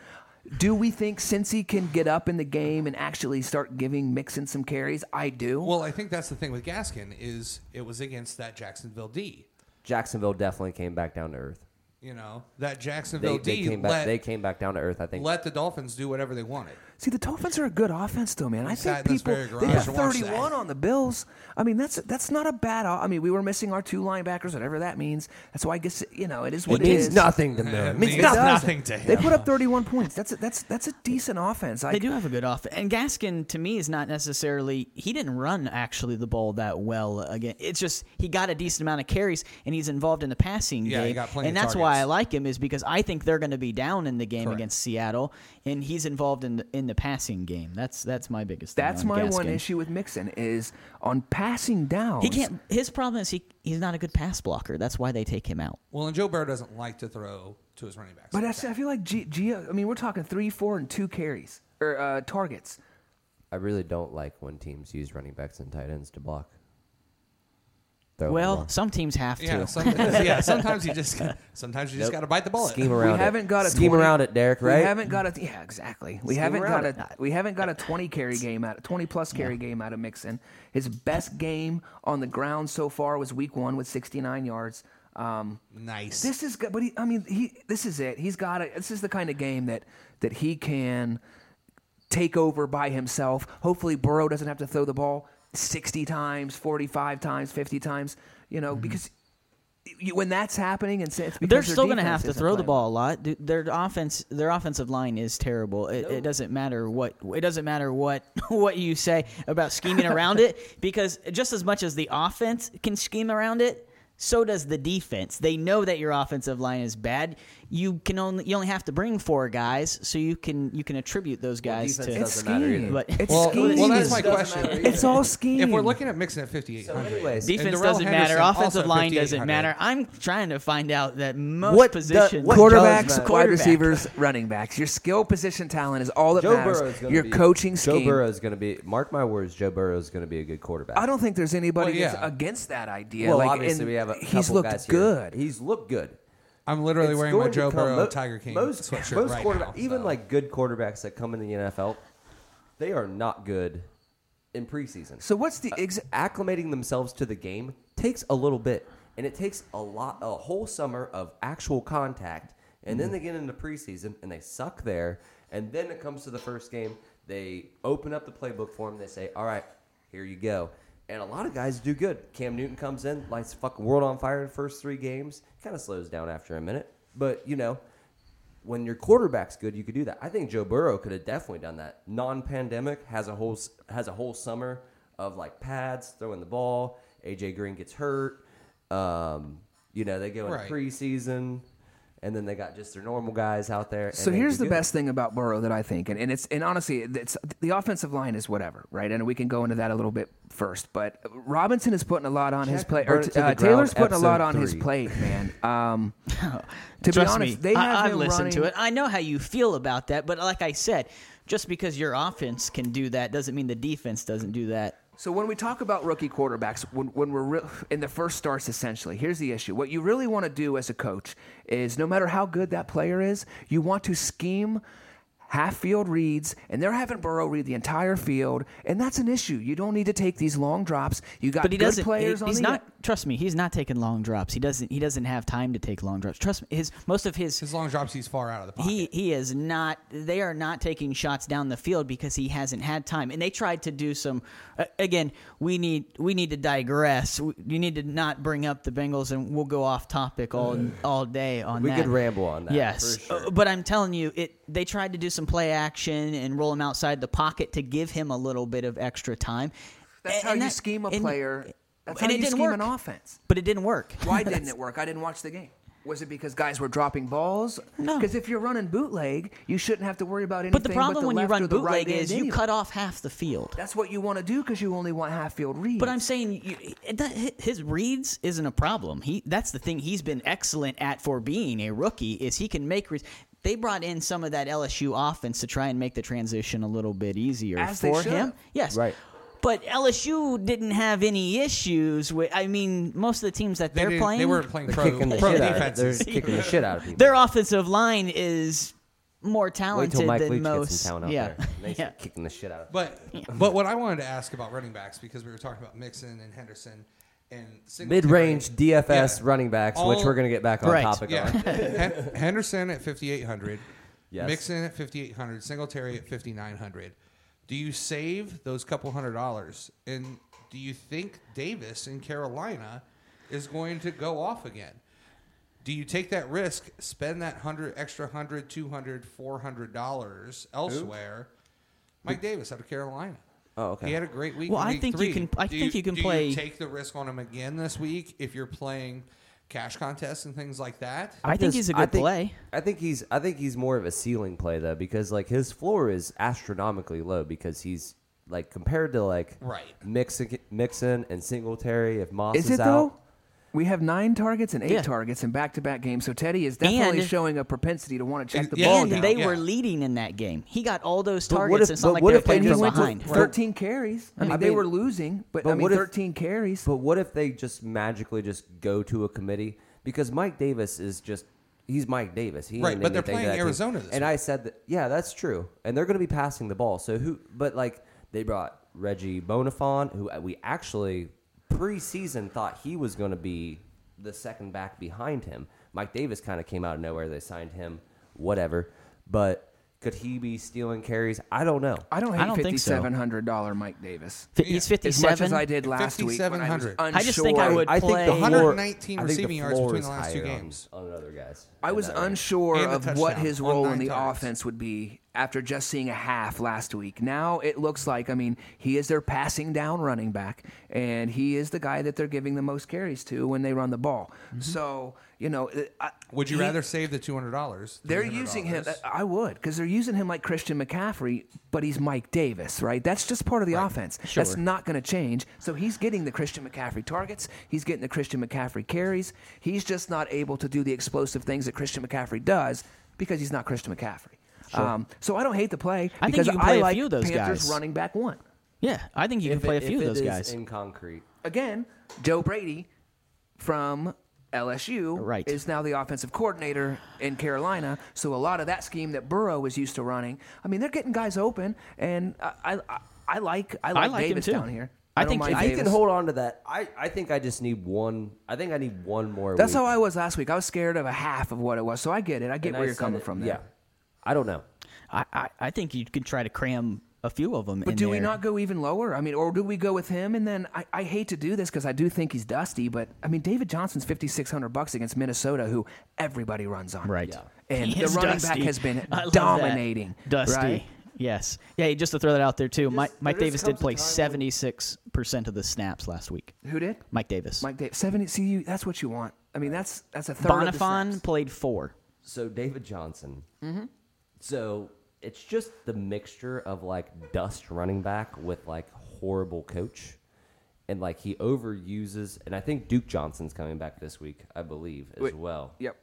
Speaker 3: Do we think Cincy can get up in the game and actually start giving Mixon some carries? I do.
Speaker 1: Well, I think that's the thing with Gaskin is it was against that Jacksonville D.
Speaker 2: Jacksonville definitely came back down to earth.
Speaker 1: You know that
Speaker 2: They,
Speaker 1: Jacksonville
Speaker 2: they
Speaker 1: D
Speaker 2: came back.
Speaker 1: let,
Speaker 2: they came back down to earth. I think.
Speaker 1: let the Dolphins do whatever they wanted.
Speaker 3: See, the Dolphins are a good offense, though, man. I
Speaker 1: sat
Speaker 3: think
Speaker 1: in this
Speaker 3: people
Speaker 1: very
Speaker 3: they
Speaker 1: garage
Speaker 3: got
Speaker 1: and watched
Speaker 3: 31
Speaker 1: that.
Speaker 3: on the Bills. I mean, that's that's not a bad. o- I mean, we were missing our two linebackers, whatever that means. That's why I guess you know it is what
Speaker 2: it
Speaker 3: it is.
Speaker 2: means nothing to them.
Speaker 1: means
Speaker 3: It does.
Speaker 1: nothing to him.
Speaker 3: They put up 31 points. That's a, that's that's a decent offense. I,
Speaker 4: They do have a good offense, and Gaskin to me is not necessarily. He didn't run actually the ball that well again. It's just he got a decent amount of carries, and he's involved in the passing
Speaker 1: Yeah, he
Speaker 4: game,
Speaker 1: got plenty
Speaker 4: and
Speaker 1: of
Speaker 4: that's why I
Speaker 1: targets.
Speaker 4: like him is because I think they're going to be down in the game
Speaker 1: Correct.
Speaker 4: against Seattle, and he's involved in the, in the passing game. That's that's my biggest. thing
Speaker 3: That's
Speaker 4: on
Speaker 3: my one
Speaker 4: Gaskin.
Speaker 3: issue with Mixon is on passing downs.
Speaker 4: He can't. His problem is he he's not a good pass blocker. That's why they take him out.
Speaker 1: Well, and Joe Burrow doesn't like to throw to his running backs.
Speaker 3: But
Speaker 1: like
Speaker 3: I,
Speaker 1: that.
Speaker 3: I feel like G, Gio. I mean, we're talking three, four, and two carries or uh, targets.
Speaker 2: I really don't like when teams use running backs and tight ends to block. Throw
Speaker 4: well,
Speaker 2: them off.
Speaker 4: some teams have to.
Speaker 1: Oh, yeah, sometimes, yeah, sometimes you just sometimes you just
Speaker 2: Nope.
Speaker 1: got to bite the bullet.
Speaker 2: Scheme around it.
Speaker 3: haven't got a
Speaker 2: scheme
Speaker 3: 20
Speaker 2: around it, Derek.
Speaker 3: We
Speaker 2: Right?
Speaker 3: haven't got a yeah exactly. We
Speaker 2: Scheme
Speaker 3: haven't
Speaker 2: around
Speaker 3: got
Speaker 2: it.
Speaker 3: a we haven't got a twenty carry game out twenty plus carry game out of Mixon. His best game on the ground so far was Week One with sixty nine yards. Um,
Speaker 1: Nice.
Speaker 3: this is good, but he, I mean he this is it. He's got it. This is the kind of game that that he can take over by himself. Hopefully, Burrow doesn't have to throw the ball sixty times, forty five times, fifty times. You know because. You, when that's happening, and it's because
Speaker 4: Mm-hmm.
Speaker 3: their
Speaker 4: They're still going to
Speaker 3: defense
Speaker 4: have to
Speaker 3: isn't
Speaker 4: throw the
Speaker 3: playing.
Speaker 4: ball a lot. Dude, Their offense, their offensive line is terrible. It, it doesn't matter what it doesn't matter what what you say about scheming around it because just as much as the offense can scheme around it, so does the defense. They know that your offensive line is bad. You can only you only have to bring four guys, so you can you can attribute those guys
Speaker 2: defense
Speaker 4: to.
Speaker 2: doesn't
Speaker 3: It's
Speaker 2: matter
Speaker 3: scheme.
Speaker 2: either.
Speaker 4: But-
Speaker 3: it's
Speaker 1: well,
Speaker 3: scheme.
Speaker 1: well, that's my
Speaker 2: Doesn't
Speaker 1: question.
Speaker 2: matter either.
Speaker 3: It's all scheme.
Speaker 1: If we're looking at Mixon at 5,800,
Speaker 2: anyways-
Speaker 1: and
Speaker 4: Defense
Speaker 1: Darrell
Speaker 4: doesn't
Speaker 1: Henderson
Speaker 4: matter.
Speaker 1: also
Speaker 4: Offensive
Speaker 1: at
Speaker 4: line doesn't
Speaker 1: 5,800.
Speaker 4: matter. I'm trying to find out that most
Speaker 2: What the-
Speaker 4: positions
Speaker 2: what does
Speaker 3: quarterbacks,
Speaker 2: matter?
Speaker 3: wide
Speaker 4: Quarterback.
Speaker 3: receivers, running backs. Your skill, position, talent is all that
Speaker 2: Joe
Speaker 3: matters.
Speaker 2: Burrow's going to
Speaker 3: Your
Speaker 2: be,
Speaker 3: coaching
Speaker 2: Joe
Speaker 3: scheme.
Speaker 2: Burrow's going to be. Mark my words. Joe Burrow's going to be a good quarterback.
Speaker 3: I don't think there's anybody
Speaker 1: Well, yeah.
Speaker 3: that's against that idea.
Speaker 2: Well,
Speaker 3: like,
Speaker 2: obviously
Speaker 3: and
Speaker 2: we have a couple
Speaker 3: he's looked
Speaker 2: guys here.
Speaker 3: good.
Speaker 2: He's looked good.
Speaker 1: I'm literally
Speaker 2: It's
Speaker 1: wearing my
Speaker 2: going to
Speaker 1: Joe
Speaker 2: come-
Speaker 1: Burrow
Speaker 2: mo-
Speaker 1: Tiger King
Speaker 2: Most,
Speaker 1: sweatshirt
Speaker 2: most
Speaker 1: right
Speaker 2: quarterback,
Speaker 1: now.
Speaker 2: even
Speaker 1: so.
Speaker 2: like good quarterbacks that come in the NFL, they are not good in preseason.
Speaker 3: So what's the ex-
Speaker 2: acclimating themselves to the game takes a little bit, and it takes a lot, a whole summer of actual contact, and then they get into preseason and they suck there, and then it comes to the first game, they open up the playbook for them, they say, "All right, here you go." And a lot of guys do good. Cam Newton comes in, lights the fucking world on fire in the first three games. Kind of slows down after a minute, but you know, when your quarterback's good, you could do that. I think Joe Burrow could have definitely done that. Non-pandemic has a whole s- has a whole summer of like pads throwing the ball. AJ Green gets hurt. Um, you know they go into
Speaker 1: Right.
Speaker 2: preseason, and then they got just their normal guys out there. and
Speaker 3: So
Speaker 2: they
Speaker 3: here's
Speaker 2: could
Speaker 3: the
Speaker 2: do
Speaker 3: best thing about Burrow that I think, and, and it's and honestly, it's the offensive line is whatever, right? And we can go into that a little bit first, but Robinson is putting a lot on his
Speaker 2: Check
Speaker 3: plate.
Speaker 2: Burrow
Speaker 3: or,
Speaker 2: to the
Speaker 3: uh,
Speaker 2: ground,
Speaker 3: Taylor's putting a lot
Speaker 2: episode
Speaker 3: on his
Speaker 2: three.
Speaker 3: plate, man. Um, to be
Speaker 4: Trust
Speaker 3: honest,
Speaker 4: me,
Speaker 3: they have
Speaker 4: I, I've
Speaker 3: him
Speaker 4: listened
Speaker 3: running,
Speaker 4: to it. I know how you feel about that, but like I said, just because your offense can do that doesn't mean the defense doesn't do that.
Speaker 3: So when we talk about rookie quarterbacks, when, when we're re- in the first starts, essentially, here's the issue. What you really want to do as a coach is, no matter how good that player is, you want to scheme half field reads, and they're having Burrow read the entire field, and that's an issue. You don't need to take these long drops. You got
Speaker 4: But he
Speaker 3: Uh, good
Speaker 4: doesn't.
Speaker 3: players
Speaker 4: he-
Speaker 3: on
Speaker 4: he's
Speaker 3: the e
Speaker 4: not. Trust me, he's not taking long drops. He doesn't. He doesn't have time to take long drops. Trust me. His most of his
Speaker 1: His long drops, he's far out of the pocket.
Speaker 4: he he is not they are not taking shots down the field because he hasn't had time and they tried to do some uh, again we need we need to digress We- you need to not bring up the Bengals and we'll go off topic all
Speaker 3: Mm.
Speaker 4: all day on
Speaker 2: We
Speaker 4: that
Speaker 2: could ramble on that,
Speaker 4: yes
Speaker 2: for sure.
Speaker 4: Uh, but I'm telling you it they tried to do some play action and roll him outside the pocket to give him a little bit of extra time
Speaker 3: That's
Speaker 4: A-
Speaker 3: how
Speaker 4: and
Speaker 3: you
Speaker 4: that-
Speaker 3: scheme a
Speaker 4: and-
Speaker 3: player. That's
Speaker 4: and
Speaker 3: how
Speaker 4: it
Speaker 3: you
Speaker 4: didn't
Speaker 3: scheme
Speaker 4: work.
Speaker 3: an offense.
Speaker 4: but it didn't work
Speaker 3: Why didn't it work? I didn't watch the game. Was it because guys were dropping balls?
Speaker 4: No.
Speaker 3: Because if you're running bootleg, you shouldn't have to worry about anything.
Speaker 4: but the problem
Speaker 3: the
Speaker 4: when you
Speaker 3: left
Speaker 4: run
Speaker 3: or the
Speaker 4: bootleg
Speaker 3: right
Speaker 4: is
Speaker 3: end
Speaker 4: you
Speaker 3: anyway.
Speaker 4: cut off half the field
Speaker 3: That's what you want to do because you only want half field reads.
Speaker 4: But I'm saying you, it- that, hi- his reads isn't a problem. He that's the thing he's been excellent at for being a rookie is he can make reads. They brought in some of that LSU offense to try and make the transition a little bit easier
Speaker 3: As they
Speaker 4: for
Speaker 3: should.
Speaker 4: him. Yes,
Speaker 2: Right.
Speaker 4: But LSU didn't have any issues with. I mean, most of the teams that
Speaker 1: they,
Speaker 4: they are
Speaker 1: didn't-
Speaker 4: playing,
Speaker 1: they weren't playing pro,
Speaker 2: kicking the
Speaker 1: pro
Speaker 2: shit out of They're
Speaker 1: defenses.
Speaker 2: kicking the shit out of people.
Speaker 4: their offensive line is more
Speaker 2: Wait
Speaker 4: talented
Speaker 2: till Mike
Speaker 4: than
Speaker 2: Leach
Speaker 4: most.
Speaker 2: gets in town out
Speaker 4: yeah,
Speaker 2: there. And they
Speaker 4: yeah.
Speaker 2: start kicking the shit out of
Speaker 1: But but what I wanted to ask about running backs because we were talking about Mixon and Henderson and Singletary.
Speaker 2: Mid-range DFS
Speaker 1: Yeah.
Speaker 2: running backs,
Speaker 1: All-
Speaker 2: which we're going to get back on
Speaker 4: Right.
Speaker 2: topic
Speaker 1: Yeah,
Speaker 2: on.
Speaker 1: Hen- Henderson at 5,800.
Speaker 2: Yes.
Speaker 1: Mixon at 5,800. Singletary at 5,900. Do you save those couple hundred dollars? And do you think Davis in Carolina is going to go off again? Do you take that risk, spend that hundred extra hundred, two hundred, four hundred dollars elsewhere? Mike Davis out of Carolina.
Speaker 2: Oh, okay.
Speaker 1: He had a great week.
Speaker 4: Well,
Speaker 1: in
Speaker 4: I
Speaker 1: week
Speaker 4: think you
Speaker 1: three.
Speaker 4: can- I
Speaker 1: Do
Speaker 4: think you can
Speaker 1: do
Speaker 4: play-
Speaker 1: take the risk on him again this week if you're playing cash contests and things like that.
Speaker 4: I think
Speaker 2: Does-
Speaker 4: he's a
Speaker 2: I
Speaker 4: good
Speaker 2: think-
Speaker 4: play.
Speaker 2: I think he's I think he's more of a ceiling play though because like his floor is astronomically low because he's like compared to like
Speaker 1: Right.
Speaker 2: Mixon, Mixon and Singletary if Moss is,
Speaker 3: is it
Speaker 2: out.
Speaker 3: though? We have nine targets and eight
Speaker 4: Yeah.
Speaker 3: targets in back to back games, so Teddy is definitely
Speaker 4: And-
Speaker 3: showing a propensity to want to check
Speaker 1: And-
Speaker 3: the
Speaker 1: yeah.
Speaker 3: ball
Speaker 4: and
Speaker 3: down.
Speaker 4: they
Speaker 1: yeah.
Speaker 4: were leading in that game. He got all those
Speaker 2: But what
Speaker 4: targets.
Speaker 2: if-
Speaker 4: and it's not
Speaker 2: but
Speaker 4: like
Speaker 2: what
Speaker 4: they were
Speaker 2: if they
Speaker 4: playing
Speaker 3: and he
Speaker 4: from
Speaker 2: just-
Speaker 3: went
Speaker 4: behind.
Speaker 3: to 13 carries. I mean,
Speaker 2: I
Speaker 3: they
Speaker 2: mean-
Speaker 3: were losing, but,
Speaker 2: but
Speaker 3: I mean,
Speaker 2: what if-
Speaker 3: 13 carries.
Speaker 2: But what if they just magically just go to a committee? Because Mike Davis is just he's Mike Davis. He
Speaker 1: Right,
Speaker 2: ain't
Speaker 1: but they're
Speaker 2: anything to
Speaker 1: playing
Speaker 2: that team.
Speaker 1: Arizona this
Speaker 2: and I said that yeah, that's true. And they're going to be passing the ball. So who? But like they brought Reggie Bonifon, who uh, we actually preseason thought he was going to be the second back behind him. Mike Davis kind of came out of nowhere. They signed him, whatever. But could he be stealing carries? I don't know.
Speaker 3: I don't hate
Speaker 4: I don't think so.
Speaker 3: $5,700 dollar Mike Davis.
Speaker 4: F- He's
Speaker 3: As much
Speaker 4: 57.
Speaker 3: as I did last week. when I, was
Speaker 1: 5,700.
Speaker 3: unsure.
Speaker 4: I just think I would
Speaker 2: I think the
Speaker 4: play-
Speaker 2: floor-
Speaker 1: 119
Speaker 2: I think the
Speaker 1: receiving yards
Speaker 2: floor
Speaker 1: between
Speaker 2: is
Speaker 1: the last two
Speaker 2: higher on-
Speaker 1: games.
Speaker 2: On, other guys.
Speaker 3: I
Speaker 2: in
Speaker 3: was
Speaker 2: that range.
Speaker 3: unsure
Speaker 1: And a
Speaker 3: of what
Speaker 1: touchdown
Speaker 3: his
Speaker 1: on
Speaker 3: role in
Speaker 1: nine
Speaker 3: the
Speaker 1: targets.
Speaker 3: offense would be after just seeing a half last week. Now it looks like, I mean, he is their passing down running back, and he is the guy that they're giving the most carries to when they run the ball. So, you know, it- I,
Speaker 1: Mm-hmm. Would you
Speaker 3: he-
Speaker 1: rather save the two hundred dollars?
Speaker 3: They're using him. uh, I would, because they're using him like Christian McCaffrey, but he's Mike Davis, right? That's just part of the offense. That's
Speaker 4: Sure.
Speaker 3: not going to change. So he's getting the Christian McCaffrey targets. He's getting the Christian McCaffrey carries. He's just not able to do the explosive things that Christian McCaffrey does because he's not Christian McCaffrey. Um, so I don't hate the play
Speaker 4: I think
Speaker 3: because
Speaker 4: you can play
Speaker 3: I
Speaker 4: a
Speaker 3: like
Speaker 4: few of those
Speaker 3: Panthers
Speaker 4: guys.
Speaker 3: running back one.
Speaker 4: Yeah, I think you
Speaker 2: If
Speaker 4: can play
Speaker 2: it-
Speaker 4: a
Speaker 2: if
Speaker 4: few
Speaker 2: it
Speaker 4: of those
Speaker 2: is
Speaker 4: guys.
Speaker 2: in concrete.
Speaker 3: Again, Joe Brady from LSU
Speaker 4: Right.
Speaker 3: is now the offensive coordinator in Carolina. So a lot of that scheme that Burrow was used to running, I mean, they're getting guys open, and I, I, I like I like,
Speaker 4: like him
Speaker 3: Davis
Speaker 4: too.
Speaker 3: down here.
Speaker 4: I
Speaker 3: don't
Speaker 4: think-
Speaker 3: mind
Speaker 4: if
Speaker 2: I
Speaker 4: you
Speaker 3: Davis.
Speaker 2: can hold on to that. I, I think I just need one. I think I need one more.
Speaker 3: That's
Speaker 2: week.
Speaker 3: how I was last week. I was scared of a half of what it was, so I get it. I get
Speaker 2: And
Speaker 3: where
Speaker 2: I
Speaker 3: you're
Speaker 2: said
Speaker 3: coming
Speaker 2: it-
Speaker 3: from. There.
Speaker 2: Yeah, I don't know.
Speaker 4: I, I, I think you could try to cram a few of them.
Speaker 3: But do we not go even lower? I mean, or do we go with him? And then I, I hate to do this because I do think he's dusty, but I mean, David Johnson's 5,600 bucks against Minnesota, who everybody runs on.
Speaker 4: Right.
Speaker 2: Yeah.
Speaker 3: And
Speaker 4: He
Speaker 3: the
Speaker 4: is
Speaker 3: running back
Speaker 4: dusty.
Speaker 3: has been
Speaker 4: I love that.
Speaker 3: dominating.
Speaker 4: Dusty.
Speaker 3: right?
Speaker 4: Yes. Yeah, just to throw that out there, too. Mike,
Speaker 2: there
Speaker 4: Mike
Speaker 2: just
Speaker 4: Davis did
Speaker 2: comes a
Speaker 4: play
Speaker 2: time when-
Speaker 4: 76% of the snaps last week.
Speaker 3: Who did?
Speaker 4: Mike Davis.
Speaker 3: Mike Davis. 70. See, you, that's what you want. I mean, that's that's a third of the
Speaker 4: Bonifon
Speaker 3: snaps.
Speaker 4: played four.
Speaker 2: So David Johnson. Mm-hmm. So it's just the mixture of like dust running back with like horrible coach, and like he overuses. And I think Duke Johnson's coming back this week, I believe, as
Speaker 3: Wait.
Speaker 2: well.
Speaker 3: Yep.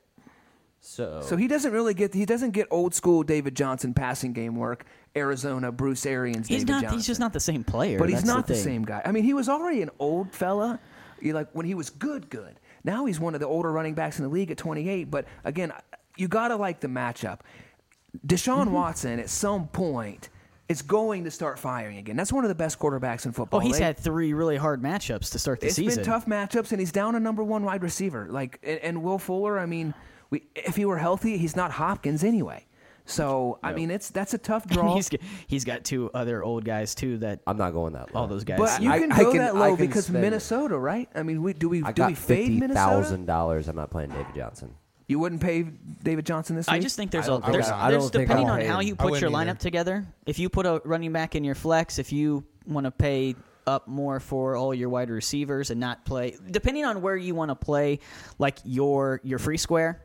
Speaker 2: So
Speaker 3: So he doesn't really get he doesn't get old school David Johnson passing game work. Arizona Bruce Arians.
Speaker 4: He's
Speaker 3: David
Speaker 4: not.
Speaker 3: Johnson.
Speaker 4: He's just not the same player.
Speaker 3: But he's
Speaker 4: That's
Speaker 3: not the,
Speaker 4: thing.
Speaker 3: same guy. I mean, he was already an old fella. You like when he was good, good. Now he's one of the older running backs in the league at 28. But again, you gotta like the matchup.
Speaker 4: Mm-hmm.
Speaker 3: Deshaun Watson at some point is going to start firing again. That's one of the best quarterbacks in football.
Speaker 4: Well, Oh, he's
Speaker 3: They-
Speaker 4: had three really hard matchups to start the
Speaker 3: It's
Speaker 4: season.
Speaker 3: been tough matchups, and he's down a number one wide receiver. Like and, and Will Fuller, I mean, we, if he were healthy, he's not Hopkins anyway. So I mean, it's that's a tough draw.
Speaker 4: He's, he's got two other old guys too that
Speaker 2: I'm not going that low.
Speaker 4: all those guys.
Speaker 3: but you
Speaker 2: I-
Speaker 3: can
Speaker 2: I
Speaker 3: go
Speaker 2: can-
Speaker 3: that
Speaker 2: I
Speaker 3: low
Speaker 2: can
Speaker 3: because
Speaker 2: spend it.
Speaker 3: Minnesota, right? I mean, we, do we
Speaker 2: I
Speaker 3: do we
Speaker 2: got
Speaker 3: fade
Speaker 2: fifty
Speaker 3: Minnesota?
Speaker 2: thousand dollars. I'm not playing David Johnson.
Speaker 3: You wouldn't pay David Johnson this week.
Speaker 4: I just think there's
Speaker 2: I
Speaker 4: a
Speaker 2: don't think
Speaker 4: there's,
Speaker 1: I- I
Speaker 4: there's
Speaker 2: don't think
Speaker 4: depending
Speaker 2: I'll
Speaker 4: on
Speaker 2: pay
Speaker 4: how
Speaker 2: him.
Speaker 4: you
Speaker 1: I
Speaker 4: put your lineup
Speaker 1: wouldn't either.
Speaker 4: together. If you put a running back in your flex, if you want to pay up more for all your wide receivers and not play, depending on where you want to play, like your your free square,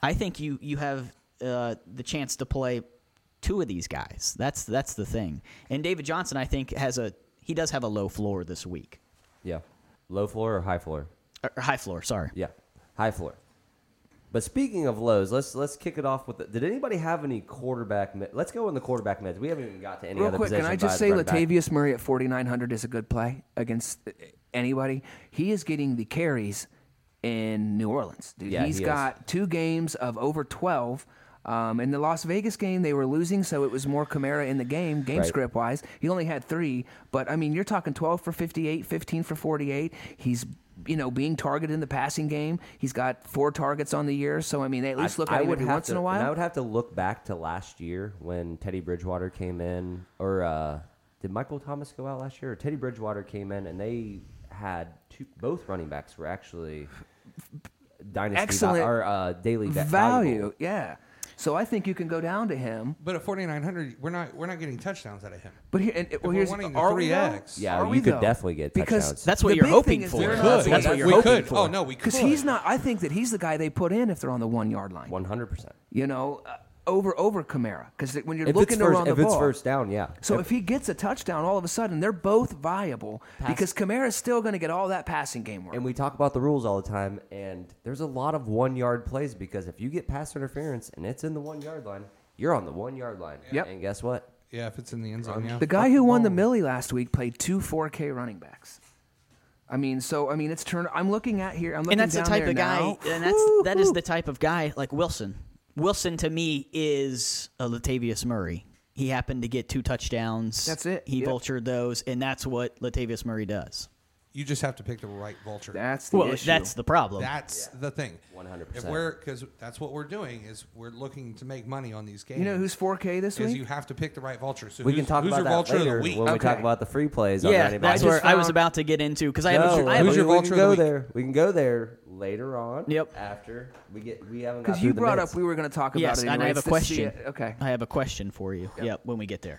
Speaker 4: I think you you have uh, the chance to play two of these guys. That's that's the thing. And David Johnson, I think, has a he does have a low floor this week
Speaker 2: Yeah, low floor or high floor?
Speaker 4: or or high floor. Sorry.
Speaker 2: Yeah, high floor. But speaking of lows, let's let's kick it off with. The, did anybody have any quarterback? Med- let's go in the quarterback meds. We haven't even got to any
Speaker 3: Real
Speaker 2: other
Speaker 3: quick,
Speaker 2: position.
Speaker 3: can I
Speaker 2: besides
Speaker 3: just say
Speaker 2: running back.
Speaker 3: Latavius Murray at 4,900 is a good play against uh, anybody? He is getting the carries in New Orleans. Dude,
Speaker 2: Yeah,
Speaker 3: he's
Speaker 2: he is.
Speaker 3: got two games of over 12. Um, in the Las Vegas game, they were losing, so it was more Kamara in the game, game
Speaker 2: Right.
Speaker 3: script wise. He only had three, but I mean, you're talking 12 for 58, 15 for 48. He's you know, being targeted in the passing game, he's got four targets on the year. So I mean, they at least look at him every
Speaker 2: have
Speaker 3: once
Speaker 2: to,
Speaker 3: in a
Speaker 2: and
Speaker 3: while.
Speaker 2: I would have to look back to last year when Teddy Bridgewater came in, or uh, did Michael Thomas go out last year? Or Teddy Bridgewater came in, and they had two, both running backs were actually dynasty
Speaker 3: Excellent
Speaker 2: or uh, daily va-
Speaker 3: value.
Speaker 2: valuable.
Speaker 3: Yeah. So I think you can go down to him.
Speaker 1: But at 4900, we're not we're not getting touchdowns out of him.
Speaker 3: But here, and, well,
Speaker 1: we're
Speaker 3: here's
Speaker 1: wanting the
Speaker 3: are
Speaker 1: three
Speaker 3: we though?
Speaker 1: X.
Speaker 2: Yeah,
Speaker 3: Are
Speaker 2: you
Speaker 3: we
Speaker 2: could
Speaker 3: though?
Speaker 2: definitely get touchdowns.
Speaker 3: because
Speaker 4: That's what
Speaker 3: the
Speaker 4: you're
Speaker 3: big
Speaker 4: hoping
Speaker 3: thing is
Speaker 4: for.
Speaker 3: they're
Speaker 4: Could.
Speaker 3: not-
Speaker 4: That's what you're
Speaker 1: we
Speaker 4: hoping
Speaker 1: could.
Speaker 4: for.
Speaker 1: Oh no, we could.
Speaker 3: Because he's not. I think that he's the guy they put in if they're on the one yard line.
Speaker 2: One hundred percent.
Speaker 3: You know, uh, over over Kamara. Because when you're
Speaker 2: If it's
Speaker 3: looking to
Speaker 2: first,
Speaker 3: run the
Speaker 2: if
Speaker 3: ball,
Speaker 2: it's first down, yeah.
Speaker 3: So if he gets a touchdown, all of a sudden they're both viable because Kamara's still going to get all that passing game work.
Speaker 2: and we talk about the rules all the time, and there's a lot of one yard plays because if you get pass interference and it's in the one yard line, you're on the one yard line.
Speaker 3: Yep.
Speaker 2: And guess what?
Speaker 1: Yeah, if it's in the end zone, yeah.
Speaker 3: The guy who won the Millie last week played two 4K running backs. I mean, so I mean, it's turn. I'm looking at here. I'm looking
Speaker 4: and that's the
Speaker 3: down
Speaker 4: type
Speaker 3: there
Speaker 4: of guy
Speaker 3: now.
Speaker 4: and that's that is the type of guy like wilson wilson to me is a latavius murray he happened to get two touchdowns
Speaker 3: That's it.
Speaker 4: he
Speaker 3: Yep.
Speaker 4: vultured those and that's what latavius murray does
Speaker 1: You just have to pick the right vulture.
Speaker 3: That's the
Speaker 4: well
Speaker 3: issue.
Speaker 4: that's the problem
Speaker 1: That's the thing.
Speaker 2: 100%.
Speaker 1: If we're because that's what we're doing is we're looking to make money on these games.
Speaker 3: you know who's 4K this
Speaker 1: Because
Speaker 3: week?
Speaker 1: you have to pick the right vulture. So
Speaker 2: We
Speaker 1: who's,
Speaker 2: can talk
Speaker 1: who's
Speaker 2: about
Speaker 1: your
Speaker 2: that
Speaker 1: vulture
Speaker 2: later
Speaker 1: of the week?
Speaker 2: when we
Speaker 3: Okay.
Speaker 2: talk about the free plays. on
Speaker 4: yeah
Speaker 2: Randy
Speaker 4: that's
Speaker 2: Moss.
Speaker 4: where i was
Speaker 3: found-
Speaker 4: about to get into because i
Speaker 2: No,
Speaker 4: haven't I
Speaker 2: we-
Speaker 1: Who's
Speaker 4: haven't-
Speaker 1: your
Speaker 2: we
Speaker 1: vulture of
Speaker 2: can
Speaker 1: the
Speaker 2: go
Speaker 1: week?
Speaker 2: there. We can go there later on.
Speaker 4: Yep.
Speaker 2: After we get, we haven't got
Speaker 3: Because
Speaker 2: through
Speaker 3: you
Speaker 2: the
Speaker 3: brought
Speaker 2: minutes.
Speaker 3: up we were going to talk about
Speaker 4: yes
Speaker 3: it.
Speaker 4: and i
Speaker 3: anyways.
Speaker 4: have a
Speaker 3: This- yeah,
Speaker 4: question
Speaker 3: okay.
Speaker 4: i have a question for you yeah when we get there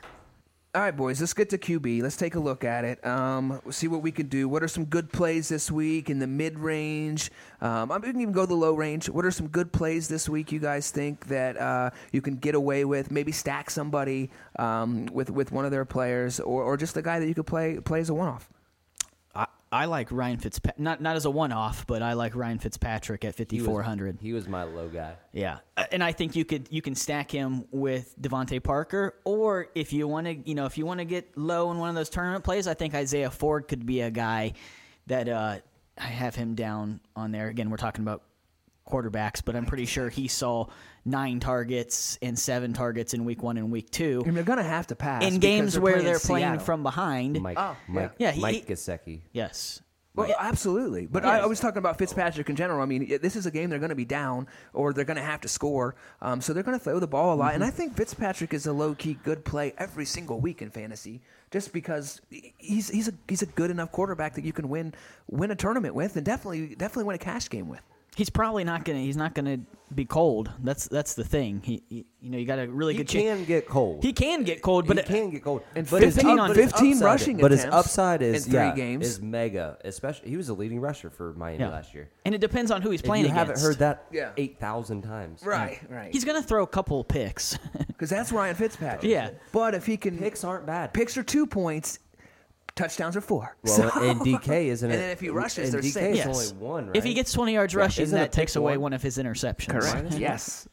Speaker 3: All right, boys. Let's get to QB. Let's take a look at it. Um, see what we can do. What are some good plays this week in the mid range? Um, I'm we can even go to the low range. What are some good plays this week? You guys think that uh, you can get away with? Maybe stack somebody um, with with one of their players, or, or just a guy that you could play play as a one off.
Speaker 4: I, I like Ryan Fitzpatrick, not not as a one-off, but I like Ryan Fitzpatrick at
Speaker 2: He was-
Speaker 4: 5400.
Speaker 2: He was my low guy.
Speaker 4: Yeah, Uh, and I think you could you can stack him with Devonte Parker, or if you want to, you know, if you want to get low in one of those tournament plays, I think Isaiah Ford could be a guy that uh, I have him down on there. Again, we're talking about quarterbacks, but I'm pretty sure he saw nine targets and seven targets in week one and week two
Speaker 3: I mean, they're going to have to pass
Speaker 4: in
Speaker 3: because
Speaker 4: games where
Speaker 3: playing
Speaker 4: they're playing
Speaker 3: Seattle.
Speaker 4: from behind.
Speaker 2: Mike,
Speaker 3: Oh, yeah.
Speaker 2: Mike,
Speaker 4: Yeah, he-
Speaker 2: Mike
Speaker 4: he-
Speaker 2: Gesicki.
Speaker 4: Yes,
Speaker 3: Well, absolutely. But I, I was talking about Fitzpatrick in general. I mean, i- this is a game they're going to be down or they're going to have to score. Um, so they're going to throw the ball a lot. And I think Fitzpatrick is a low key good play every single week in fantasy just because he- he's, he's, a, he's a good enough quarterback that you can win win a tournament with and definitely definitely win a cash game with.
Speaker 4: he's probably not gonna he's not gonna be cold. That's that's the thing. He, he you know you got a really
Speaker 2: He
Speaker 4: good chance.
Speaker 2: can get cold.
Speaker 4: He can get cold,
Speaker 2: but
Speaker 4: but
Speaker 2: it
Speaker 4: uh,
Speaker 2: can get cold.
Speaker 3: And
Speaker 2: But his up-
Speaker 4: 15 on-
Speaker 2: but his
Speaker 3: 15
Speaker 2: upside-
Speaker 3: rushing
Speaker 2: but his
Speaker 3: attempts
Speaker 2: upside is
Speaker 3: in three
Speaker 2: yeah,
Speaker 3: games.
Speaker 2: is mega. Especially he was a leading rusher for Miami
Speaker 4: yeah.
Speaker 2: last year.
Speaker 4: And it depends on who he's
Speaker 2: If
Speaker 4: playing
Speaker 2: you haven't
Speaker 4: against.
Speaker 2: heard that
Speaker 3: Yeah.
Speaker 2: eight thousand times.
Speaker 3: right.
Speaker 4: He's gonna throw a couple picks.
Speaker 3: Because that's Ryan Fitzpatrick.
Speaker 4: Yeah.
Speaker 3: But if he can.
Speaker 2: Picks aren't bad.
Speaker 3: Picks are two points, touchdowns are four.
Speaker 2: Well, and DK isn't
Speaker 3: And
Speaker 2: it?
Speaker 3: then if he rushes,
Speaker 2: and
Speaker 3: they're
Speaker 2: DK
Speaker 3: safe.
Speaker 2: is
Speaker 4: yes.
Speaker 2: only one. Right?
Speaker 4: If he gets 20 yards rushing,
Speaker 2: Isn't it
Speaker 4: that takes
Speaker 2: pick
Speaker 4: away
Speaker 2: one?
Speaker 4: one of his interceptions.
Speaker 3: Correct. Yes.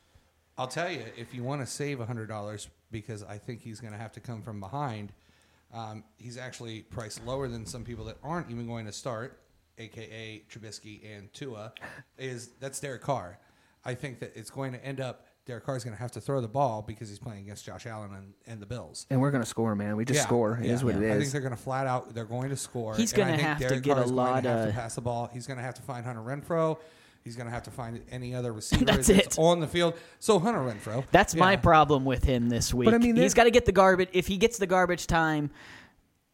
Speaker 1: I'll tell you, if you want to save hundred dollars, because I think he's going to have to come from behind. Um, he's actually priced lower than some people that aren't even going to start, aka Trubisky and Tua. Is that's Derek Carr? I think that it's going to end up Derek Carr's going to have to throw the ball because he's playing against Josh Allen and, and the Bills.
Speaker 3: And we're gonna score, man. We just
Speaker 1: Yeah,
Speaker 3: score. It is
Speaker 1: yeah.
Speaker 3: what
Speaker 1: I
Speaker 3: it
Speaker 1: think
Speaker 3: is.
Speaker 1: they're going to flat out. They're going to score.
Speaker 4: He's
Speaker 1: And I
Speaker 4: gonna
Speaker 1: think
Speaker 4: have to
Speaker 1: Derek
Speaker 4: get
Speaker 1: Carr
Speaker 4: a
Speaker 1: is going
Speaker 4: lot
Speaker 1: to have to
Speaker 4: of-
Speaker 1: pass the ball. He's going to have to find Hunter Renfro. He's going to have to find any other receiver
Speaker 4: That's it.
Speaker 1: on the field. So Hunter Renfro.
Speaker 4: That's my
Speaker 1: yeah.
Speaker 4: problem with him this week.
Speaker 3: But I mean,
Speaker 4: he's
Speaker 3: that-
Speaker 4: got to get the garbage. If he gets the garbage time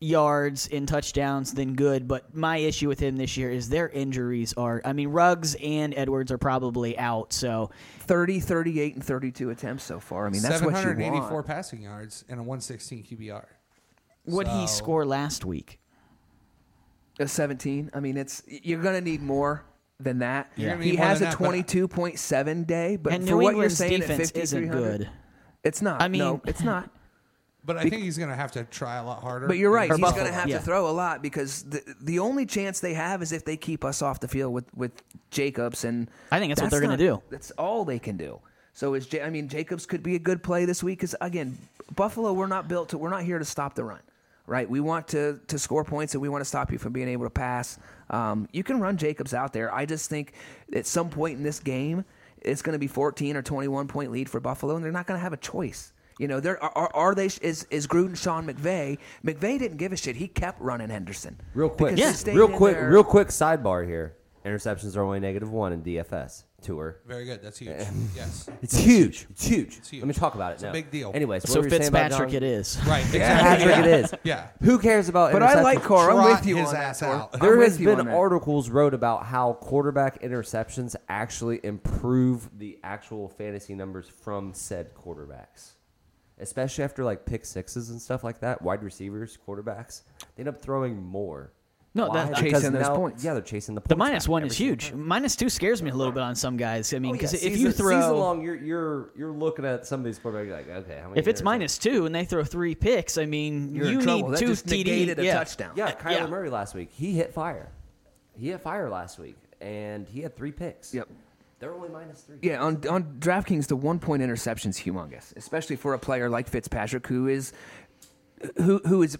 Speaker 4: yards in touchdowns, then good. But my issue with him this year is their injuries are. I mean, Ruggs and Edwards are probably out. So
Speaker 3: 30, 38, and 32 attempts so far. I mean, that's what you
Speaker 1: 784
Speaker 3: want.
Speaker 1: passing yards and a 116 QBR.
Speaker 4: what would he
Speaker 1: So-
Speaker 4: score last week?
Speaker 3: A 17. Uh, I mean, it's you're going to need more than that.
Speaker 1: You're gonna need
Speaker 3: He
Speaker 1: more
Speaker 3: has a
Speaker 1: than that, but-
Speaker 3: 22.7 day, but
Speaker 4: and
Speaker 3: for
Speaker 4: New
Speaker 3: what
Speaker 4: England's
Speaker 3: you're saying at
Speaker 4: defense isn't
Speaker 3: 5,300,
Speaker 4: good.
Speaker 3: It's not.
Speaker 4: I mean-
Speaker 3: no, it's not.
Speaker 1: But I think he's going to have to try a lot harder.
Speaker 3: But you're right.
Speaker 1: Or
Speaker 3: He's
Speaker 1: Buffalo.
Speaker 3: going to have
Speaker 4: yeah.
Speaker 3: to throw a lot because the the only chance they have is if they keep us off the field with with Jacobs and
Speaker 4: I think that's what they're gonna
Speaker 3: not-
Speaker 4: do.
Speaker 3: That's all they can do. So is Ja- I mean Jacobs could be a good play this week because again Buffalo we're not built to we're not here to stop the run. Right, we want to, to score points, and we want to stop you from being able to pass. Um, you can run Jacobs out there. I just think at some point in this game, it's going to be 14 or 21 point lead for Buffalo, and they're not going to have a choice. You know, there are, are are they is is Gruden Sean McVay? McVay didn't give a shit. He kept running Henderson
Speaker 2: Real quick,
Speaker 3: Because they
Speaker 4: Yeah.
Speaker 3: stayed
Speaker 2: real
Speaker 3: in
Speaker 2: quick,
Speaker 3: there.
Speaker 2: real quick. Sidebar here: interceptions are only negative one in DFS tour.
Speaker 1: Very good. That's
Speaker 3: Eh.
Speaker 1: huge. yes.
Speaker 2: It's huge. It's huge.
Speaker 1: huge.
Speaker 2: Let me talk about it. It's
Speaker 1: a big deal.
Speaker 2: Anyways, what
Speaker 4: So
Speaker 2: were you saying about
Speaker 4: Fitzpatrick,
Speaker 2: John?
Speaker 4: it is.
Speaker 1: Right. Exactly.
Speaker 2: Fitzpatrick, it
Speaker 1: yeah.
Speaker 2: is.
Speaker 1: Yeah.
Speaker 2: Who cares about?
Speaker 3: But I
Speaker 2: interceptions?
Speaker 3: like Carr. I'm
Speaker 1: Trot
Speaker 3: with you
Speaker 1: his
Speaker 3: on
Speaker 1: ass
Speaker 3: that. Thor.
Speaker 1: out.
Speaker 3: I'm
Speaker 2: There
Speaker 3: with
Speaker 2: has
Speaker 3: you
Speaker 2: been
Speaker 3: on that.
Speaker 2: articles wrote about how quarterback interceptions actually improve the actual fantasy numbers from said quarterbacks, especially after like pick sixes and stuff like that. Wide receivers, quarterbacks, they end up throwing more.
Speaker 4: No, that-
Speaker 2: Because
Speaker 3: Chasing those
Speaker 2: now-
Speaker 3: points.
Speaker 2: Yeah, they're chasing the points.
Speaker 4: The minus
Speaker 2: back
Speaker 4: one
Speaker 2: every
Speaker 4: is
Speaker 2: single
Speaker 4: huge.
Speaker 2: time.
Speaker 4: Minus two scares me a little bit on some guys. I mean,
Speaker 2: Oh, yeah,
Speaker 4: because if
Speaker 2: season,
Speaker 4: you
Speaker 2: season
Speaker 4: throw
Speaker 2: long, you're you're you're looking at some of these quarterbacks you're like, okay, how many?
Speaker 4: if it's
Speaker 2: interceptions?
Speaker 4: minus two and they throw three picks, I mean,
Speaker 3: You're
Speaker 4: you
Speaker 3: in trouble.
Speaker 4: need
Speaker 3: That
Speaker 4: two
Speaker 3: just
Speaker 4: TD.
Speaker 3: negated a
Speaker 4: yeah.
Speaker 3: touchdown.
Speaker 2: Yeah,
Speaker 4: Uh,
Speaker 2: Kyler
Speaker 4: yeah.
Speaker 2: Murray last week. He hit fire. He hit fire last week, and he had three picks.
Speaker 3: Yep.
Speaker 2: They're only minus three.
Speaker 3: Yeah, on on DraftKings, the one point interception's humongous, especially for a player like Fitzpatrick, who is, who who is,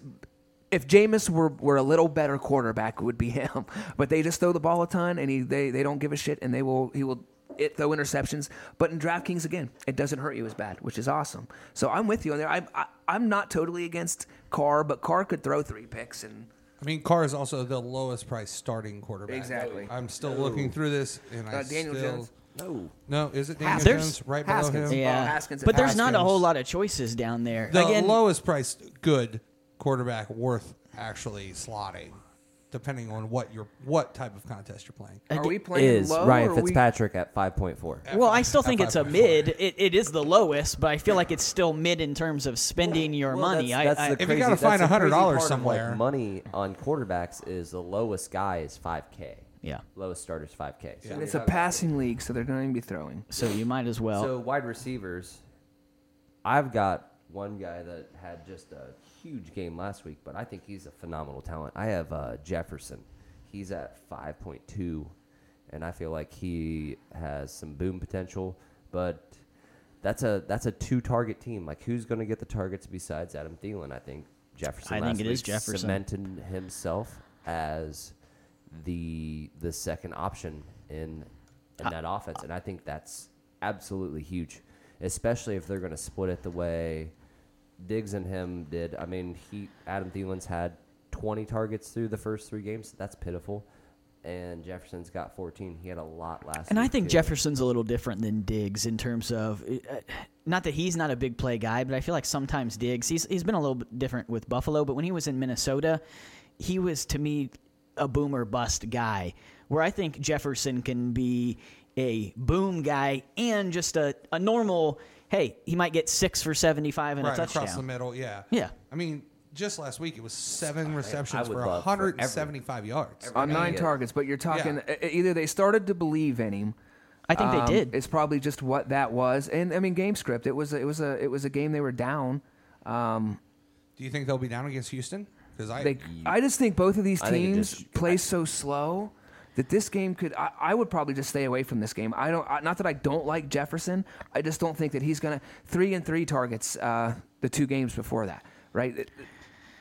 Speaker 3: if Jameis were were a little better quarterback, it would be him. But they just throw the ball a ton, and he they they don't give a shit, and they will he will. It throw interceptions, but in DraftKings again, it doesn't hurt you as bad, which is awesome. So I'm with you on there. I'm I, I'm not totally against Carr, but Carr could throw three picks, and
Speaker 1: I mean, Carr is also the lowest price starting quarterback.
Speaker 3: Exactly.
Speaker 1: I'm still looking through this, and I
Speaker 3: Uh, Daniel
Speaker 1: still.
Speaker 3: Jones.
Speaker 2: No.
Speaker 1: No, is it Daniel
Speaker 4: There's-
Speaker 1: Jones right below
Speaker 2: Haskins.
Speaker 1: him?
Speaker 4: Yeah,
Speaker 3: Haskins and
Speaker 4: but there's not a
Speaker 1: Haskins.
Speaker 4: whole lot of choices down there.
Speaker 1: The
Speaker 4: Again,
Speaker 1: lowest priced good quarterback worth actually slotting, depending on what your what type of contest you're playing.
Speaker 3: are we playing
Speaker 2: Is
Speaker 3: low? or
Speaker 2: Ryan
Speaker 3: are we-
Speaker 2: Fitzpatrick at five point four?
Speaker 4: well, I still think
Speaker 1: At
Speaker 4: it's a
Speaker 1: 5.4.
Speaker 4: mid. It, it is the lowest, but I feel like it's still mid in terms of spending your money. I- I,
Speaker 1: If you gotta find $100 somewhere.
Speaker 2: money on quarterbacks is the lowest guy is five k.
Speaker 4: Yeah.
Speaker 2: lowest starter is five k. So,
Speaker 3: And it's a passing league, so they're going to be throwing.
Speaker 4: so you might as well.
Speaker 2: so wide receivers, I've got one guy that had just a huge game last week, but I think he's a phenomenal talent. I have uh, Jefferson. He's at five point two, and I feel like he has some boom potential, but. That's a that's a two target team. Like who's going to get the targets besides Adam Thielen? I think Jefferson.
Speaker 4: I think
Speaker 2: last
Speaker 4: it is
Speaker 2: week
Speaker 4: Jefferson.
Speaker 2: cemented himself as the the second option in in that offense, and I think that's absolutely huge, especially if they're going to split it the way Diggs and him did. I mean, he Adam Thielen's had 20 targets through the first three games. That's pitiful. And Jefferson's got 14. He had a lot last.
Speaker 4: And I
Speaker 2: week,
Speaker 4: think
Speaker 2: too.
Speaker 4: Jefferson's a little different than Diggs in terms of, uh, not that he's not a big play guy, but I feel like sometimes Diggs, he's, he's been a little bit different with Buffalo, but when he was in Minnesota, he was to me a boomer bust guy, where I think Jefferson can be a boom guy and just a, a normal, hey, he might get six for 75 and
Speaker 1: right
Speaker 4: a touchdown.
Speaker 1: across the middle. Yeah.
Speaker 4: Yeah.
Speaker 1: I mean, just last week it was seven
Speaker 2: I
Speaker 1: receptions
Speaker 2: would
Speaker 1: for
Speaker 2: love for every-
Speaker 1: 175 yards.
Speaker 2: every-
Speaker 3: on nine
Speaker 2: Yeah.
Speaker 3: targets, but you're talking e- e- either they started to believe in him.
Speaker 4: I think
Speaker 3: um,
Speaker 4: they did.
Speaker 3: It's probably just what that was, and I mean game script. It was it was a it was a game they were down. Um,
Speaker 1: Do you think they'll be down against Houston? Because I
Speaker 3: they, I just think both of these
Speaker 2: I think it
Speaker 3: teams
Speaker 2: just-
Speaker 3: play so slow that this game could. I, I would probably just stay away from this game. I don't. I, not that I don't like Jefferson. I just don't think that he's gonna three and three targets uh, the two games before that. Right. It-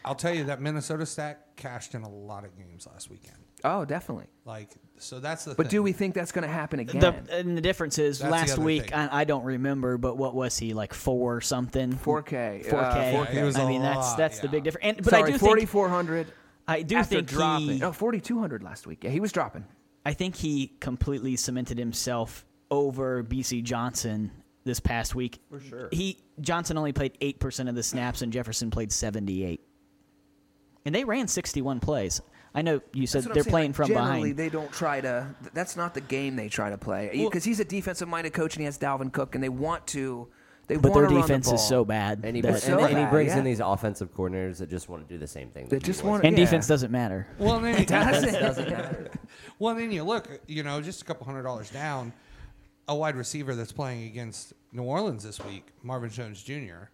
Speaker 1: I'll tell you that Minnesota stack cashed in a lot of games last weekend.
Speaker 3: Oh, definitely.
Speaker 1: Like, so that's the.
Speaker 3: But
Speaker 1: thing.
Speaker 3: do we think that's going to happen again?
Speaker 4: The, and the difference is
Speaker 1: That's the
Speaker 4: last
Speaker 1: other
Speaker 4: week
Speaker 1: thing.
Speaker 4: I, I don't remember, but what was he like four something?
Speaker 3: 4K, uh,
Speaker 4: four K.
Speaker 1: 4K. It was
Speaker 4: I
Speaker 1: a
Speaker 4: mean that's
Speaker 1: lot,
Speaker 4: that's the
Speaker 1: yeah.
Speaker 4: big difference. And, but
Speaker 3: Sorry,
Speaker 4: I do think
Speaker 3: 4400.
Speaker 4: I do
Speaker 3: after
Speaker 4: think
Speaker 3: dropping.
Speaker 4: he,
Speaker 3: no, 4200 last week. Yeah, he was dropping.
Speaker 4: I think he completely cemented himself over BC Johnson this past week. For sure. He Johnson only played 8% of the snaps and Jefferson played 78. And they ran 61 plays. I know you said
Speaker 3: That's what I'm
Speaker 4: they're
Speaker 3: saying,
Speaker 4: playing
Speaker 3: like,
Speaker 4: from
Speaker 3: generally,
Speaker 4: behind.
Speaker 3: They don't try to. th- That's not the game they try to play. Because he's a defensive-minded coach, and he has Dalvin Cook, and they want to. They
Speaker 4: but
Speaker 3: want
Speaker 4: their
Speaker 3: to run
Speaker 4: defense
Speaker 3: the ball.
Speaker 4: is so bad.
Speaker 2: And he,
Speaker 4: that-
Speaker 2: and,
Speaker 3: so
Speaker 2: and he
Speaker 3: bad,
Speaker 2: brings
Speaker 3: yeah.
Speaker 2: in these offensive coordinators that just want to do the same thing.
Speaker 3: They
Speaker 2: that he
Speaker 3: just
Speaker 2: wants
Speaker 3: wanna-
Speaker 4: and
Speaker 3: yeah.
Speaker 4: defense doesn't matter.
Speaker 1: Well, then you,
Speaker 3: Doesn't-
Speaker 1: well, then you look. You know, just a couple hundred dollars down. A wide receiver that's playing against New Orleans this week, Marvin Jones Jr.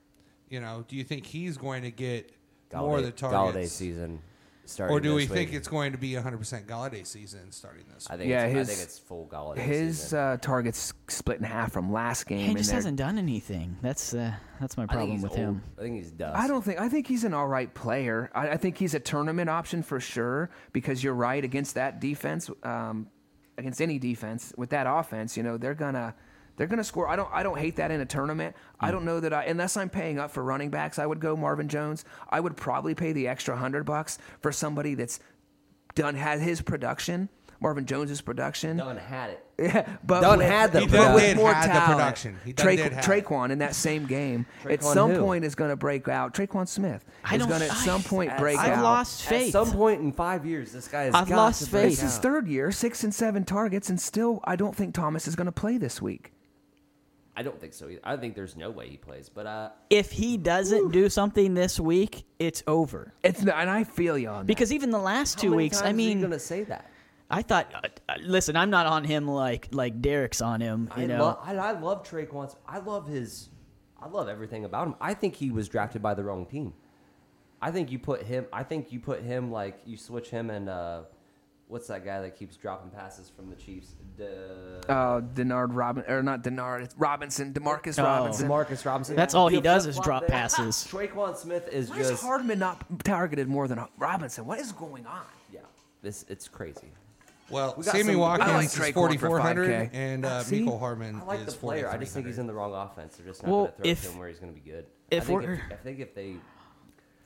Speaker 1: You know, do you think he's going to get more of the
Speaker 2: Galladay
Speaker 1: targets,
Speaker 2: season starting.
Speaker 1: or do we
Speaker 2: this
Speaker 1: think
Speaker 2: week.
Speaker 1: it's going to be 100% Galladay season starting this?
Speaker 2: I think.
Speaker 3: Yeah,
Speaker 2: it's,
Speaker 3: his-
Speaker 2: I think it's full Galladay
Speaker 3: His
Speaker 2: season.
Speaker 3: uh, targets split in half from last game.
Speaker 4: He
Speaker 3: and
Speaker 4: just
Speaker 3: they're-
Speaker 4: hasn't done anything. That's uh, that's my
Speaker 2: I think
Speaker 4: problem
Speaker 2: he's
Speaker 4: with
Speaker 2: old.
Speaker 4: him.
Speaker 2: I think he's dust.
Speaker 3: I don't think. I think he's an all right player. I, I think he's a tournament option for sure. Because you're right against that defense, um, against any defense with that offense, you know they're gonna they're gonna score. I don't. I don't hate that in a tournament. I don't know that I unless I'm paying up for running backs. I would go Marvin Jones. I would probably pay the extra hundred bucks for somebody that's done had his production. Marvin Jones's production.
Speaker 2: Dunn had it.
Speaker 3: Yeah, but
Speaker 2: Dunn
Speaker 3: with,
Speaker 2: had the
Speaker 3: but
Speaker 2: production.
Speaker 3: with
Speaker 1: He did
Speaker 3: more
Speaker 1: had the
Speaker 3: talent.
Speaker 1: production. He done
Speaker 3: Tra-
Speaker 1: did have it.
Speaker 3: Traquan in that same game at
Speaker 2: Traquan
Speaker 3: some
Speaker 2: who?
Speaker 3: point is going to break out. Traquan Smith
Speaker 4: I
Speaker 3: is
Speaker 4: don't-
Speaker 3: going to at some
Speaker 4: I-
Speaker 3: point break
Speaker 4: I've
Speaker 3: out.
Speaker 4: lost
Speaker 2: At
Speaker 4: faith.
Speaker 2: some point in five years, this guy has
Speaker 4: I've
Speaker 2: got
Speaker 4: lost
Speaker 2: to break
Speaker 4: faith.
Speaker 3: It's his
Speaker 2: out.
Speaker 3: third year, six and seven targets, and still I don't think Thomas is going to play this week.
Speaker 2: I don't think so. Either. I think there's no way he plays. But uh,
Speaker 4: If he doesn't do something this week, it's over.
Speaker 3: It's and I feel you on that.
Speaker 4: Because even the last
Speaker 2: how
Speaker 4: two
Speaker 2: many
Speaker 4: weeks, I
Speaker 2: times are
Speaker 4: mean,
Speaker 2: you gonna say that?
Speaker 4: I thought. Uh, uh, listen, I'm not on him like like Derek's on him. You
Speaker 2: I,
Speaker 4: know,
Speaker 2: lo- I, I love Traquan. Sm- I love his. I love everything about him. I think he was drafted by the wrong team. I think you put him. I think you put him like you switch him and uh, what's that guy that keeps dropping passes from the Chiefs? The
Speaker 3: uh, Denard Robin or not Denard, it's Robinson, Demarcus
Speaker 4: Oh.
Speaker 3: Robinson.
Speaker 2: Marcus Robinson.
Speaker 4: That's all he
Speaker 2: You
Speaker 4: does is
Speaker 2: flip-flop
Speaker 4: drop
Speaker 2: there.
Speaker 4: passes.
Speaker 2: Traquan Smith is
Speaker 3: Why is
Speaker 2: just
Speaker 3: Hardman not targeted more than Robinson? What is going on?
Speaker 2: yeah. This it's crazy.
Speaker 1: Well,
Speaker 2: got
Speaker 1: Sammy
Speaker 2: some-
Speaker 1: Watkins
Speaker 3: I like
Speaker 1: is
Speaker 3: Drake London for
Speaker 1: 4,400,
Speaker 3: 5K.
Speaker 1: and uh,
Speaker 3: See?
Speaker 1: Michael Harmon
Speaker 2: I like the
Speaker 1: is
Speaker 2: player. I just think he's
Speaker 1: 4,300.
Speaker 2: in the wrong offense. They're just not
Speaker 4: Well,
Speaker 2: going to throw
Speaker 4: if-
Speaker 2: it to him where he's going to be good.
Speaker 4: if
Speaker 2: I, think
Speaker 4: we're-
Speaker 2: if, I think if they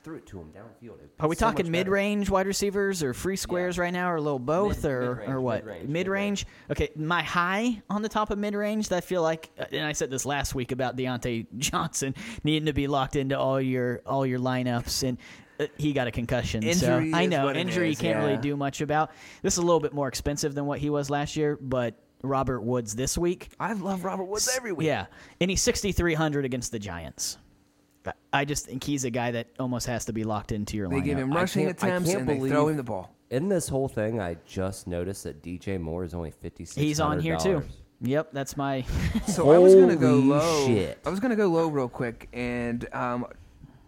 Speaker 2: threw it to him downfield, it'd be
Speaker 4: are we
Speaker 2: so
Speaker 4: talking
Speaker 2: much
Speaker 4: mid
Speaker 2: better.
Speaker 4: range wide receivers or free squares right now, or a little both,
Speaker 2: Mid-
Speaker 4: or
Speaker 2: mid-range,
Speaker 4: or what?
Speaker 2: mid-range,
Speaker 4: Mid range. Okay, my high on the top of mid range. That I feel like, uh, and I said this last week about Deontay Johnson needing to be locked into all your all your lineups, and uh, he got a concussion.
Speaker 3: Injury
Speaker 4: so I
Speaker 3: is
Speaker 4: know
Speaker 3: what it
Speaker 4: injury
Speaker 3: is,
Speaker 4: can't really
Speaker 3: yeah.
Speaker 4: do much about. This is a little bit more expensive than what he was last year, but Robert Woods this week.
Speaker 3: I love Robert Woods every week.
Speaker 4: Yeah, and he's 6,300 against the Giants. I just think he's a guy that almost has to be locked into your
Speaker 3: They
Speaker 4: lineup.
Speaker 3: give him
Speaker 2: I
Speaker 3: rushing
Speaker 2: can't- I
Speaker 3: attempts
Speaker 2: can't
Speaker 3: and they
Speaker 2: believe-
Speaker 3: throw him the ball.
Speaker 2: In this whole thing, I just noticed that DJ Moore is only fifty six.
Speaker 4: he's on here too. Yep, that's my.
Speaker 3: So I was gonna go
Speaker 2: Holy
Speaker 3: low.
Speaker 2: shit.
Speaker 3: I was gonna go low real quick. And um,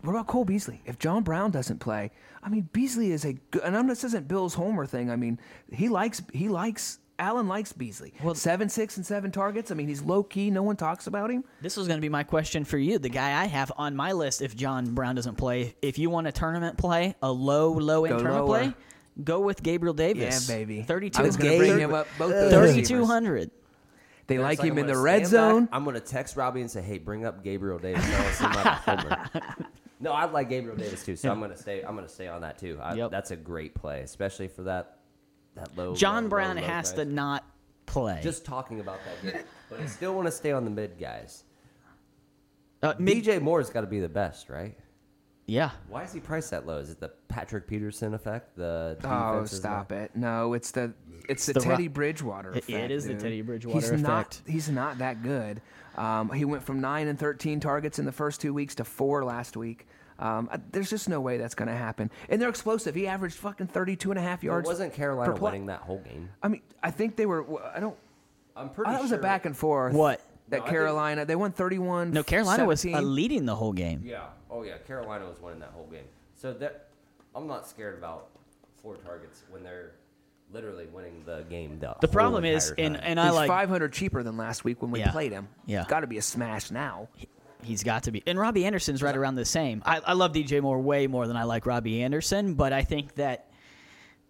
Speaker 3: what about Cole Beasley? If John Brown doesn't play, I mean Beasley is a good. And I'm, this isn't Bill's Homer thing. I mean he likes he likes Allen likes Beasley. seven six and seven targets. I mean he's low key. No one talks about him.
Speaker 4: This was going to be my question for you. The guy I have on my list, if John Brown doesn't play, if you want a tournament play, a low, low end
Speaker 3: Go
Speaker 4: tournament
Speaker 3: lower.
Speaker 4: play, go with Gabriel Davis.
Speaker 3: Yeah, baby. I was gonna bring him
Speaker 4: 3,200.
Speaker 3: up both those receivers.
Speaker 4: 3,200.
Speaker 3: They like him in the red zone.
Speaker 2: I'm going to text Robbie and say, "Hey, bring up Gabriel Davis." I wanna see my performer." no, I like Gabriel Davis too, so I'm going to stay. I'm going to stay on that too. I,
Speaker 4: Yep.
Speaker 2: That's a great play, especially for that that low.
Speaker 4: John
Speaker 2: low,
Speaker 4: Brown
Speaker 2: low, low
Speaker 4: has
Speaker 2: price.
Speaker 4: to not play.
Speaker 2: Just talking about that game, but I still want to stay on the mid guys.
Speaker 4: uh, mid-
Speaker 2: DJ Moore's got to be the best, right?
Speaker 4: yeah.
Speaker 2: Why is he priced that low? Is it the Patrick Peterson effect? The
Speaker 3: Oh,
Speaker 2: defense is
Speaker 3: stop it! No, it's the it's the,
Speaker 4: the ro-
Speaker 3: Teddy Bridgewater.
Speaker 4: It- it
Speaker 3: Effect,
Speaker 4: is the
Speaker 3: dude.
Speaker 4: Teddy Bridgewater
Speaker 3: he's Not,
Speaker 4: effect.
Speaker 3: he's not that good. Um, he went from nine and thirteen targets in the first two weeks to four last week. Um, I- there's just no way that's going to happen. And they're explosive. He averaged fucking 32 and a half
Speaker 2: Not,
Speaker 3: yards.
Speaker 2: wasn't Carolina
Speaker 3: per play.
Speaker 2: winning that whole game?
Speaker 3: I mean, I think they were. I don't.
Speaker 2: I'm
Speaker 3: I
Speaker 2: pretty.
Speaker 3: thought it Oh, was a
Speaker 2: sure-
Speaker 3: back and forth.
Speaker 4: What?
Speaker 2: No,
Speaker 3: That
Speaker 2: I think-
Speaker 3: Carolina, they won 31.
Speaker 4: No, Carolina was uh,
Speaker 3: 17.
Speaker 4: leading the whole game.
Speaker 2: Yeah. Oh yeah. Carolina was winning that whole game. So that I'm not scared about four targets when they're literally winning the game. The,
Speaker 4: The
Speaker 2: whole
Speaker 4: problem is,
Speaker 2: entire
Speaker 4: and,
Speaker 2: time.
Speaker 4: and I
Speaker 3: He's
Speaker 4: like
Speaker 3: 500 cheaper than last week when we
Speaker 4: Yeah.
Speaker 3: played him.
Speaker 4: Yeah.
Speaker 3: It's got to be a smash now.
Speaker 4: he's got to be. And Robbie Anderson's right around the same. I, I love DJ Moore way more than I like Robbie Anderson, but I think that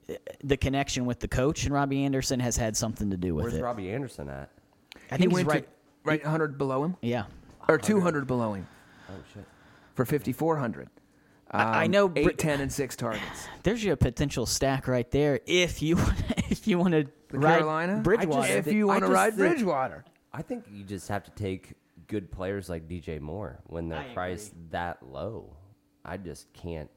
Speaker 4: uh, the connection with the coach and Robbie Anderson has had something to do with
Speaker 2: Where's
Speaker 4: it.
Speaker 2: Robbie Anderson at?
Speaker 4: I think
Speaker 3: he
Speaker 4: he's
Speaker 3: went
Speaker 4: right.
Speaker 3: to right 100 below him
Speaker 4: yeah.
Speaker 3: or 200 below him
Speaker 2: Oh shit.
Speaker 3: for 5400.
Speaker 4: I- I know Brit-
Speaker 3: eight, 10, and six targets.
Speaker 4: There's your potential stack right there if you if you want to
Speaker 3: The
Speaker 4: ride
Speaker 3: Carolina,
Speaker 4: Bridgewater.
Speaker 3: If
Speaker 2: I
Speaker 3: you want to
Speaker 2: just
Speaker 3: ride
Speaker 2: think-
Speaker 3: Bridgewater,
Speaker 2: I think you just have to take good players like DJ Moore when
Speaker 4: I
Speaker 2: they're
Speaker 4: agree.
Speaker 2: priced that low. I just can't.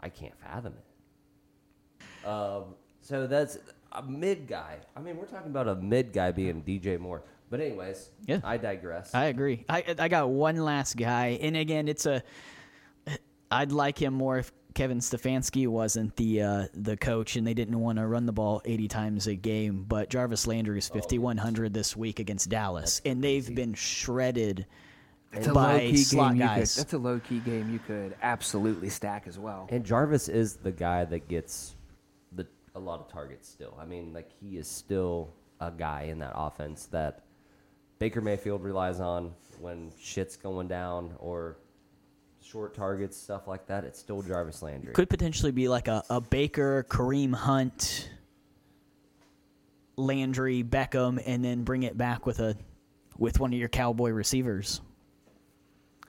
Speaker 2: I can't fathom it. Um, so that's a mid guy. I mean, we're talking about a mid guy being DJ Moore. But anyways,
Speaker 4: Yeah.
Speaker 2: I digress.
Speaker 4: I agree. I I got one last guy, and again, it's a. I'd like him more if Kevin Stefanski wasn't the uh, the coach, and they didn't want to run the ball eighty times a game. But Jarvis Landry is fifty one hundred this week against Dallas, and they've been shredded
Speaker 3: it's a low
Speaker 4: by
Speaker 3: key
Speaker 4: slot
Speaker 3: game. You could,
Speaker 4: guys.
Speaker 3: that's a low key game you could absolutely stack as well.
Speaker 2: and Jarvis is the guy that gets the a lot of targets still. I mean, like he is still a guy in that offense that Baker Mayfield relies on when shit's going down or short targets stuff like that. It's still Jarvis Landry.
Speaker 4: Could potentially be like a, a Baker, Kareem Hunt, Landry, Beckham, and then bring it back with a with one of your cowboy receivers.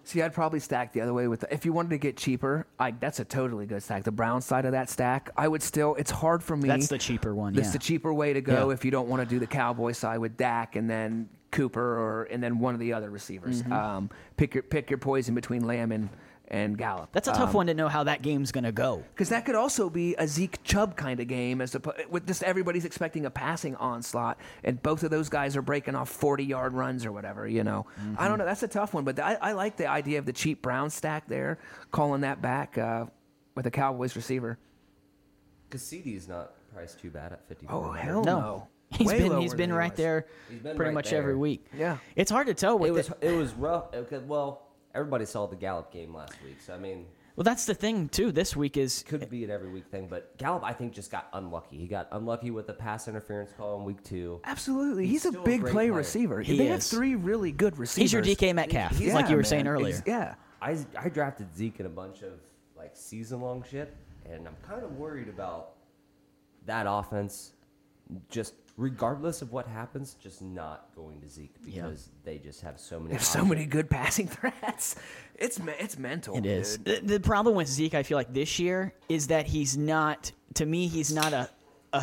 Speaker 3: See, I'd probably stack the other way with. if you wanted to get cheaper, I, that's a totally good stack. The brown side of that stack, I would still. It's hard for me.
Speaker 4: That's the cheaper one,
Speaker 3: That's
Speaker 4: yeah.
Speaker 3: the cheaper way to go
Speaker 4: Yeah.
Speaker 3: if you don't want to do the cowboy side with Dak and then Cooper or and then one of the other receivers.
Speaker 4: Mm-hmm.
Speaker 3: Um, pick your pick your poison between Lamb and and Gallup.
Speaker 4: That's a tough one to know how that game's going to go.
Speaker 3: because that could also be a Zeke Chubb kind of game, as opposed with just everybody's expecting a passing onslaught, and both of those guys are breaking off forty yard runs or whatever. You know, I
Speaker 4: Mm-hmm.
Speaker 3: don't know. That's a tough one, but I, I like the idea of the cheap Brown stack there, calling that back uh, with a Cowboys receiver.
Speaker 2: Cassidy's not priced too bad at fifty.
Speaker 3: Oh hell no,
Speaker 4: No. He's
Speaker 3: Way
Speaker 4: been
Speaker 3: lower
Speaker 4: he's
Speaker 3: than
Speaker 4: been
Speaker 3: he
Speaker 4: right
Speaker 3: was.
Speaker 4: there
Speaker 2: He's been
Speaker 4: pretty
Speaker 2: right
Speaker 4: much
Speaker 2: there.
Speaker 4: every week.
Speaker 3: Yeah.
Speaker 4: It's hard to tell with
Speaker 2: It was
Speaker 4: the-
Speaker 2: it was rough. Okay, well, everybody saw the Gallup game last week, so I mean,
Speaker 4: Well, that's the thing too this week is
Speaker 2: could be an every week thing. But Gallup, I think, just got unlucky. He got unlucky with the pass interference call in week two.
Speaker 3: Absolutely, he's, a
Speaker 2: still a
Speaker 3: big
Speaker 2: great
Speaker 3: play
Speaker 2: player.
Speaker 3: receiver.
Speaker 4: He
Speaker 3: they have
Speaker 4: is.
Speaker 3: three really good receivers.
Speaker 4: he's your DK Metcalf
Speaker 3: Yeah,
Speaker 4: like you were
Speaker 3: man.
Speaker 4: saying earlier.
Speaker 3: Ex- yeah.
Speaker 2: I, I drafted Zeke in a bunch of like season long shit, and I'm kind of worried about that offense. Just regardless of what happens, just not going to Zeke
Speaker 4: Yeah.
Speaker 2: because they just have so many.
Speaker 3: They have so
Speaker 2: options.
Speaker 3: many good passing threats. It's me- it's mental.
Speaker 4: It is.
Speaker 3: dude.
Speaker 4: The, the problem with Zeke, I feel like this year, is that he's not, to me, he's not a, a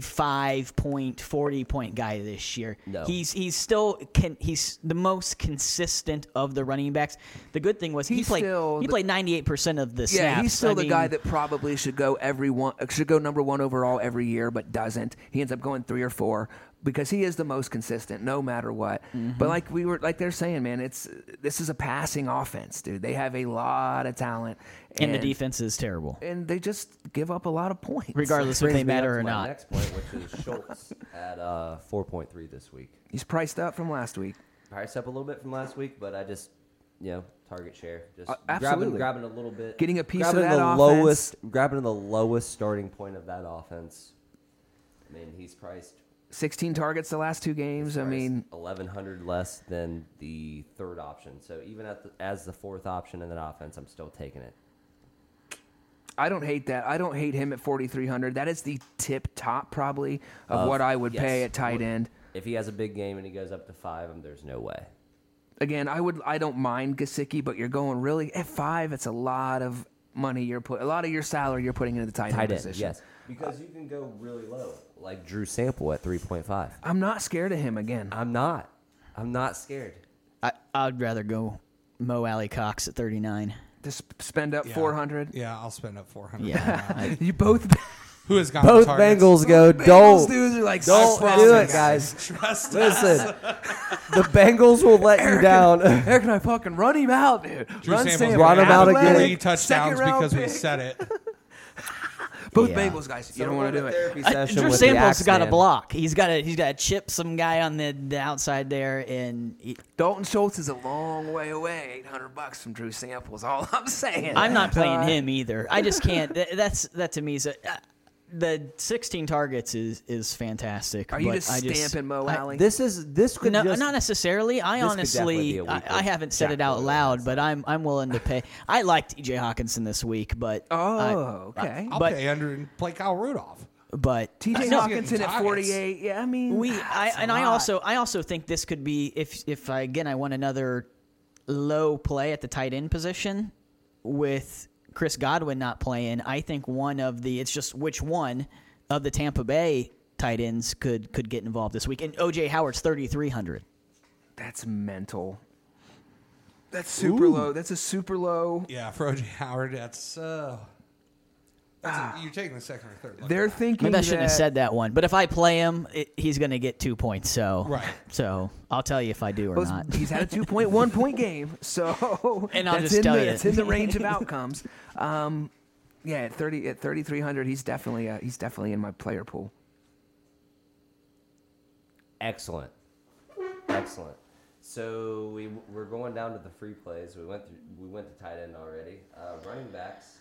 Speaker 4: 35 point, 40 point guy this year.
Speaker 2: No.
Speaker 4: He's he's still can he's the most consistent of the running backs. The good thing was he
Speaker 3: He's
Speaker 4: played
Speaker 3: still
Speaker 4: he
Speaker 3: the-
Speaker 4: played 98% of the snaps.
Speaker 3: Yeah, he's still
Speaker 4: I
Speaker 3: the
Speaker 4: mean,
Speaker 3: guy that probably should go every one should go number one overall every year, but doesn't. He ends up going three or four because he is the most consistent, no matter what.
Speaker 4: Mm-hmm.
Speaker 3: But like we were, like they're saying, man, it's this is a passing offense, dude. They have a lot of talent,
Speaker 4: and the defense is terrible.
Speaker 3: and they just give up a lot of points,
Speaker 4: Regardless if they
Speaker 2: Brings me up
Speaker 4: matter
Speaker 2: to
Speaker 4: or
Speaker 2: my
Speaker 4: not.
Speaker 2: Next point, which is Schultz at uh, 4.3 this week.
Speaker 3: He's priced up from last week.
Speaker 2: Priced up a little bit from last week, but I just, you know, target share. Just
Speaker 3: Uh,
Speaker 2: grabbing,
Speaker 3: absolutely.
Speaker 2: grabbing a little bit.
Speaker 3: Getting a piece of
Speaker 2: grabbing
Speaker 3: that
Speaker 2: the
Speaker 3: offense.
Speaker 2: lowest, grabbing the lowest starting point of that offense. I mean, he's priced
Speaker 3: 16 targets the last two games. I mean,
Speaker 2: eleven hundred less than the third option. So even at the, as the fourth option in that offense, I'm still taking it.
Speaker 3: I don't hate that. I don't hate him at 4,300. That is the tip top probably of
Speaker 2: Of-
Speaker 3: what I would pay
Speaker 2: yes.
Speaker 3: at tight end.
Speaker 2: If he has a big game and he goes up to five, um, there's no way.
Speaker 3: Again, I would. I don't mind Gasicki, but you're going really at five. It's a lot of money you're put. A lot of your salary you're putting into the tight,
Speaker 2: Tight
Speaker 3: end
Speaker 2: end,
Speaker 3: position.
Speaker 2: yes, because you can go really low, like Drew Sample at three point five.
Speaker 3: I'm not scared of him again.
Speaker 2: I'm not. I'm not scared.
Speaker 4: I, I'd rather go Mo Alley Cox at 39.
Speaker 3: Just spend up
Speaker 1: Yeah.
Speaker 3: 400.
Speaker 1: Yeah, I'll spend up 400.
Speaker 4: Yeah. I-
Speaker 3: You both.
Speaker 1: Who has gone
Speaker 2: Both
Speaker 1: targets?
Speaker 2: Bengals go.
Speaker 3: Those
Speaker 2: Don't
Speaker 3: dudes are like.
Speaker 2: don't
Speaker 3: "I
Speaker 2: do
Speaker 3: promise."
Speaker 2: it, guys.
Speaker 1: Trust
Speaker 2: Listen, the Bengals will let you down.
Speaker 3: Eric and I fucking run him out, dude.
Speaker 1: Drew
Speaker 3: run
Speaker 1: Sample's
Speaker 3: Sam
Speaker 1: gonna
Speaker 2: Run him
Speaker 1: have
Speaker 2: out again.
Speaker 1: Three
Speaker 3: athletic,
Speaker 1: touchdowns
Speaker 3: second-round
Speaker 1: because we
Speaker 3: pick.
Speaker 1: said it.
Speaker 3: Both
Speaker 4: Yeah.
Speaker 3: Bengals guys. You don't want to do it.
Speaker 2: Therapy
Speaker 4: Uh,
Speaker 2: session
Speaker 4: Drew
Speaker 2: with the
Speaker 4: Sample's got to
Speaker 2: Axeman.
Speaker 4: block. He's got to he's got to chip some guy on the, the outside there, and he-
Speaker 3: Dalton Schultz is a long way away. 800 bucks from Drew Sample is all I'm saying.
Speaker 4: I'm not playing
Speaker 3: Uh,
Speaker 4: him either. I just can't. Th- That's that to me is a. uh, the 16 targets is is fantastic.
Speaker 3: Are you
Speaker 4: but
Speaker 3: just
Speaker 4: I
Speaker 3: stamping Mo
Speaker 4: I-
Speaker 3: Alley?
Speaker 2: This is this could
Speaker 4: No,
Speaker 2: just
Speaker 4: not necessarily. I
Speaker 2: this could definitely be
Speaker 4: honestly,
Speaker 2: a
Speaker 4: I,
Speaker 2: week
Speaker 4: I
Speaker 2: of
Speaker 4: haven't said
Speaker 2: Jack
Speaker 4: it out
Speaker 2: Doyle
Speaker 4: loud,
Speaker 2: offense.
Speaker 4: but I'm I'm willing to pay. I liked EJ Hawkinson this week, but I-
Speaker 3: oh, okay.
Speaker 1: I'll
Speaker 4: But-
Speaker 1: pay under and play Kyle Rudolph.
Speaker 4: but
Speaker 3: TJ
Speaker 1: no,
Speaker 3: Hawkinson at
Speaker 1: targets.
Speaker 3: 48. Yeah, I mean,
Speaker 4: We I
Speaker 3: that's a
Speaker 4: and I
Speaker 3: lot.
Speaker 4: also I also think this could be if if I, again I want another low play at the tight end position with Chris Godwin not playing. I think one of the it's just which one of the Tampa Bay tight ends could could get involved this week. And OJ Howard's thirty three hundred.
Speaker 3: That's mental. That's super low. That's a super low.
Speaker 1: Yeah, for OJ Howard, that's uh, that's a- you're taking the second or third. look
Speaker 3: They're
Speaker 1: at that.
Speaker 3: thinking.
Speaker 4: Maybe I shouldn't have
Speaker 3: that-
Speaker 4: said that one. But if I play him, it, he's going to get two points. So
Speaker 1: Right.
Speaker 4: So I'll tell you if I do or
Speaker 3: Well,
Speaker 4: not.
Speaker 3: He's had a 2.1 point game, so
Speaker 4: And I'll
Speaker 3: that's
Speaker 4: just
Speaker 3: in
Speaker 4: tell
Speaker 3: the,
Speaker 4: you.
Speaker 3: it's in the range of outcomes. Um, yeah, at 30 at 3300, he's definitely uh, he's definitely in my player pool.
Speaker 2: excellent, excellent. So we we're going down to the free plays. We went through, we went to tight end already. Uh, running backs.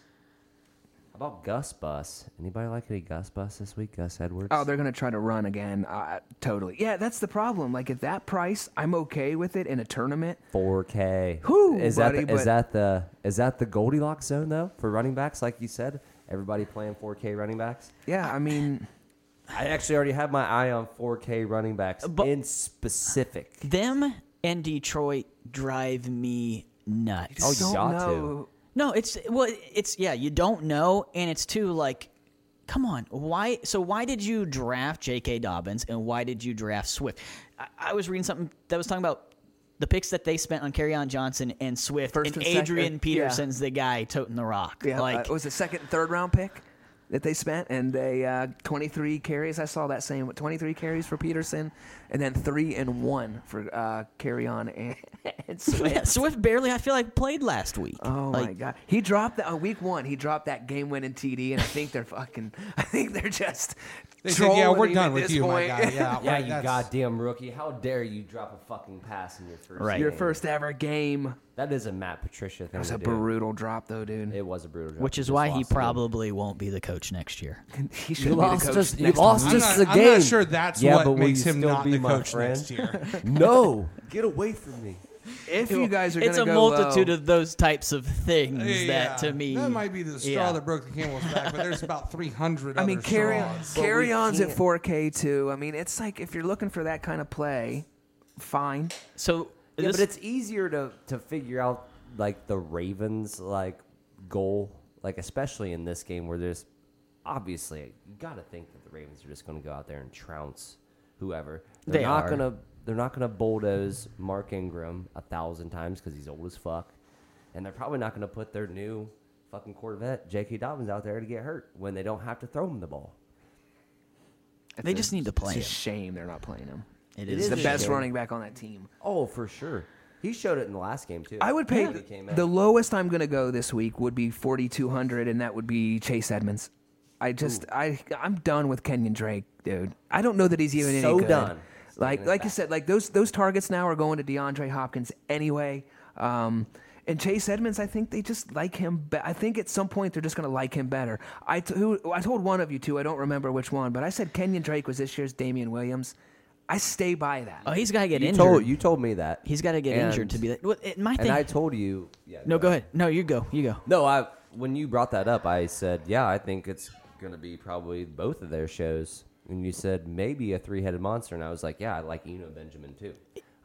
Speaker 2: How about Gus Bus? Anybody like any Gus Bus this week? Gus Edwards.
Speaker 3: Oh, they're gonna try to run again. Uh, totally. Yeah, that's the problem. Like at that price, I'm okay with it in a tournament.
Speaker 2: 4K.
Speaker 3: Whew,
Speaker 2: is
Speaker 3: buddy,
Speaker 2: that the, is
Speaker 3: but-
Speaker 2: that the is that the Goldilocks zone though for running backs? Like you said, everybody playing 4K running backs.
Speaker 3: Yeah, I mean,
Speaker 2: I actually already have my eye on 4K running backs
Speaker 4: But-
Speaker 2: in specific.
Speaker 4: Them and Detroit drive me nuts.
Speaker 2: Oh, you
Speaker 3: don't
Speaker 2: got to.
Speaker 3: know.
Speaker 4: No, it's well, it's yeah, you don't know, and it's too like, come on, why? So why did you draft J.K. Dobbins and why did you draft Swift? I, I was reading something that was talking about the picks that they spent on Carryon Johnson and Swift,
Speaker 3: First
Speaker 4: and,
Speaker 3: and second,
Speaker 4: Adrian
Speaker 3: yeah.
Speaker 4: Peterson's the guy toting the rock.
Speaker 3: Yeah, uh,
Speaker 4: like
Speaker 3: it was a second, and third round pick that they spent, and they uh, 23 carries. I saw that same 23 carries for Peterson, and then three and one for uh, carry on and, and Swift.
Speaker 4: Yeah, Swift barely, I feel like, played last week.
Speaker 3: Oh my
Speaker 4: like,
Speaker 3: god, he dropped that on week one. He dropped that game winning TD, and I think they're fucking. I think they're just.
Speaker 1: They said, "Yeah,
Speaker 3: trolling
Speaker 1: we're
Speaker 3: him
Speaker 1: done
Speaker 3: at
Speaker 1: with
Speaker 3: this
Speaker 1: you,
Speaker 3: point.
Speaker 1: my guy." Yeah,
Speaker 2: Yeah,
Speaker 1: right,
Speaker 2: you
Speaker 1: that's-
Speaker 2: goddamn rookie! How dare you drop a fucking pass in your first?
Speaker 4: Right.
Speaker 3: Your
Speaker 2: game.
Speaker 3: first ever game.
Speaker 2: That is a Matt Patricia thing.
Speaker 3: That was
Speaker 2: to
Speaker 3: a
Speaker 2: do.
Speaker 3: brutal drop, though, dude.
Speaker 2: It was a brutal. drop.
Speaker 4: which
Speaker 2: You
Speaker 4: is
Speaker 2: just
Speaker 4: why he
Speaker 2: lost the game.
Speaker 4: probably won't be the coach next year.
Speaker 3: he should
Speaker 2: You
Speaker 3: be
Speaker 2: lost
Speaker 3: the coach
Speaker 2: us. You
Speaker 3: next
Speaker 2: lost
Speaker 3: month.
Speaker 1: I'm
Speaker 2: us
Speaker 1: not,
Speaker 2: the
Speaker 1: I'm
Speaker 2: game.
Speaker 1: not sure that's
Speaker 2: yeah, but
Speaker 1: what
Speaker 2: will
Speaker 1: makes
Speaker 2: you
Speaker 1: him
Speaker 2: still
Speaker 1: not
Speaker 2: be
Speaker 1: the
Speaker 2: my
Speaker 1: coach
Speaker 2: friend?
Speaker 1: next year.
Speaker 2: no, get away from me.
Speaker 3: If you guys are
Speaker 4: it's
Speaker 3: gonna
Speaker 4: a
Speaker 3: go
Speaker 4: multitude
Speaker 3: low-
Speaker 4: of those types of things
Speaker 1: Yeah,
Speaker 4: that to me
Speaker 1: that might be the straw
Speaker 4: yeah.
Speaker 1: that broke the camel's back. But there's about 300.
Speaker 3: I mean,
Speaker 1: other
Speaker 3: carry on,
Speaker 1: straws.
Speaker 3: carry on's at
Speaker 2: can't.
Speaker 3: 4K too. I mean, it's like if you're looking for that kind of play, fine.
Speaker 4: So
Speaker 2: Yeah,
Speaker 4: this-
Speaker 2: but it's easier to to figure out like the Ravens like goal, like especially in this game where there's obviously you got to think that the Ravens are just going to go out there and trounce whoever. They're
Speaker 4: They
Speaker 2: not
Speaker 4: are.
Speaker 2: going to they're not going to bulldoze Mark Ingram a thousand times because he's old as fuck, and they're probably not going to put their new fucking Corvette J.K. Dobbins out there to get hurt when they don't have to throw him the ball.
Speaker 3: It's
Speaker 4: They
Speaker 3: a-
Speaker 4: just need to play
Speaker 3: It's a
Speaker 4: him.
Speaker 3: shame they're not playing him.
Speaker 4: It
Speaker 3: He's
Speaker 4: is
Speaker 3: the
Speaker 2: a
Speaker 3: best
Speaker 2: shame.
Speaker 3: running back on that team.
Speaker 2: Oh, for sure. He showed it in the last game too.
Speaker 3: I would pay
Speaker 2: When he came in.
Speaker 3: the lowest I'm going to go this week would be 4200 and that would be Chase Edmonds. I just I I'm done with Kenyon Drake, dude. I don't know that he's even
Speaker 2: So
Speaker 3: any good.
Speaker 2: done.
Speaker 3: Like
Speaker 2: Taking it
Speaker 3: like you
Speaker 2: back.
Speaker 3: said, like those those targets now are going to DeAndre Hopkins anyway. Um and Chase Edmonds, I think they just like him. Be- I think at some point they're just going to like him better. I, t- who, I told one of you two, I don't remember which one, but I said Kenyon Drake was this year's Damian Williams. I stay by that.
Speaker 4: Oh, he's got to get
Speaker 2: You
Speaker 4: injured.
Speaker 2: told, you told me that.
Speaker 4: He's got to get
Speaker 2: And-
Speaker 4: injured to be that. Well, it, my
Speaker 2: And
Speaker 4: thing.
Speaker 2: I told you. Yeah,
Speaker 4: no, go ahead. No, you go. You go.
Speaker 2: No, I when you brought that up, I said, yeah, I think it's gonna be probably both of their shows. And you said maybe a three-headed monster, and I was like, yeah, I like Eno Benjamin too.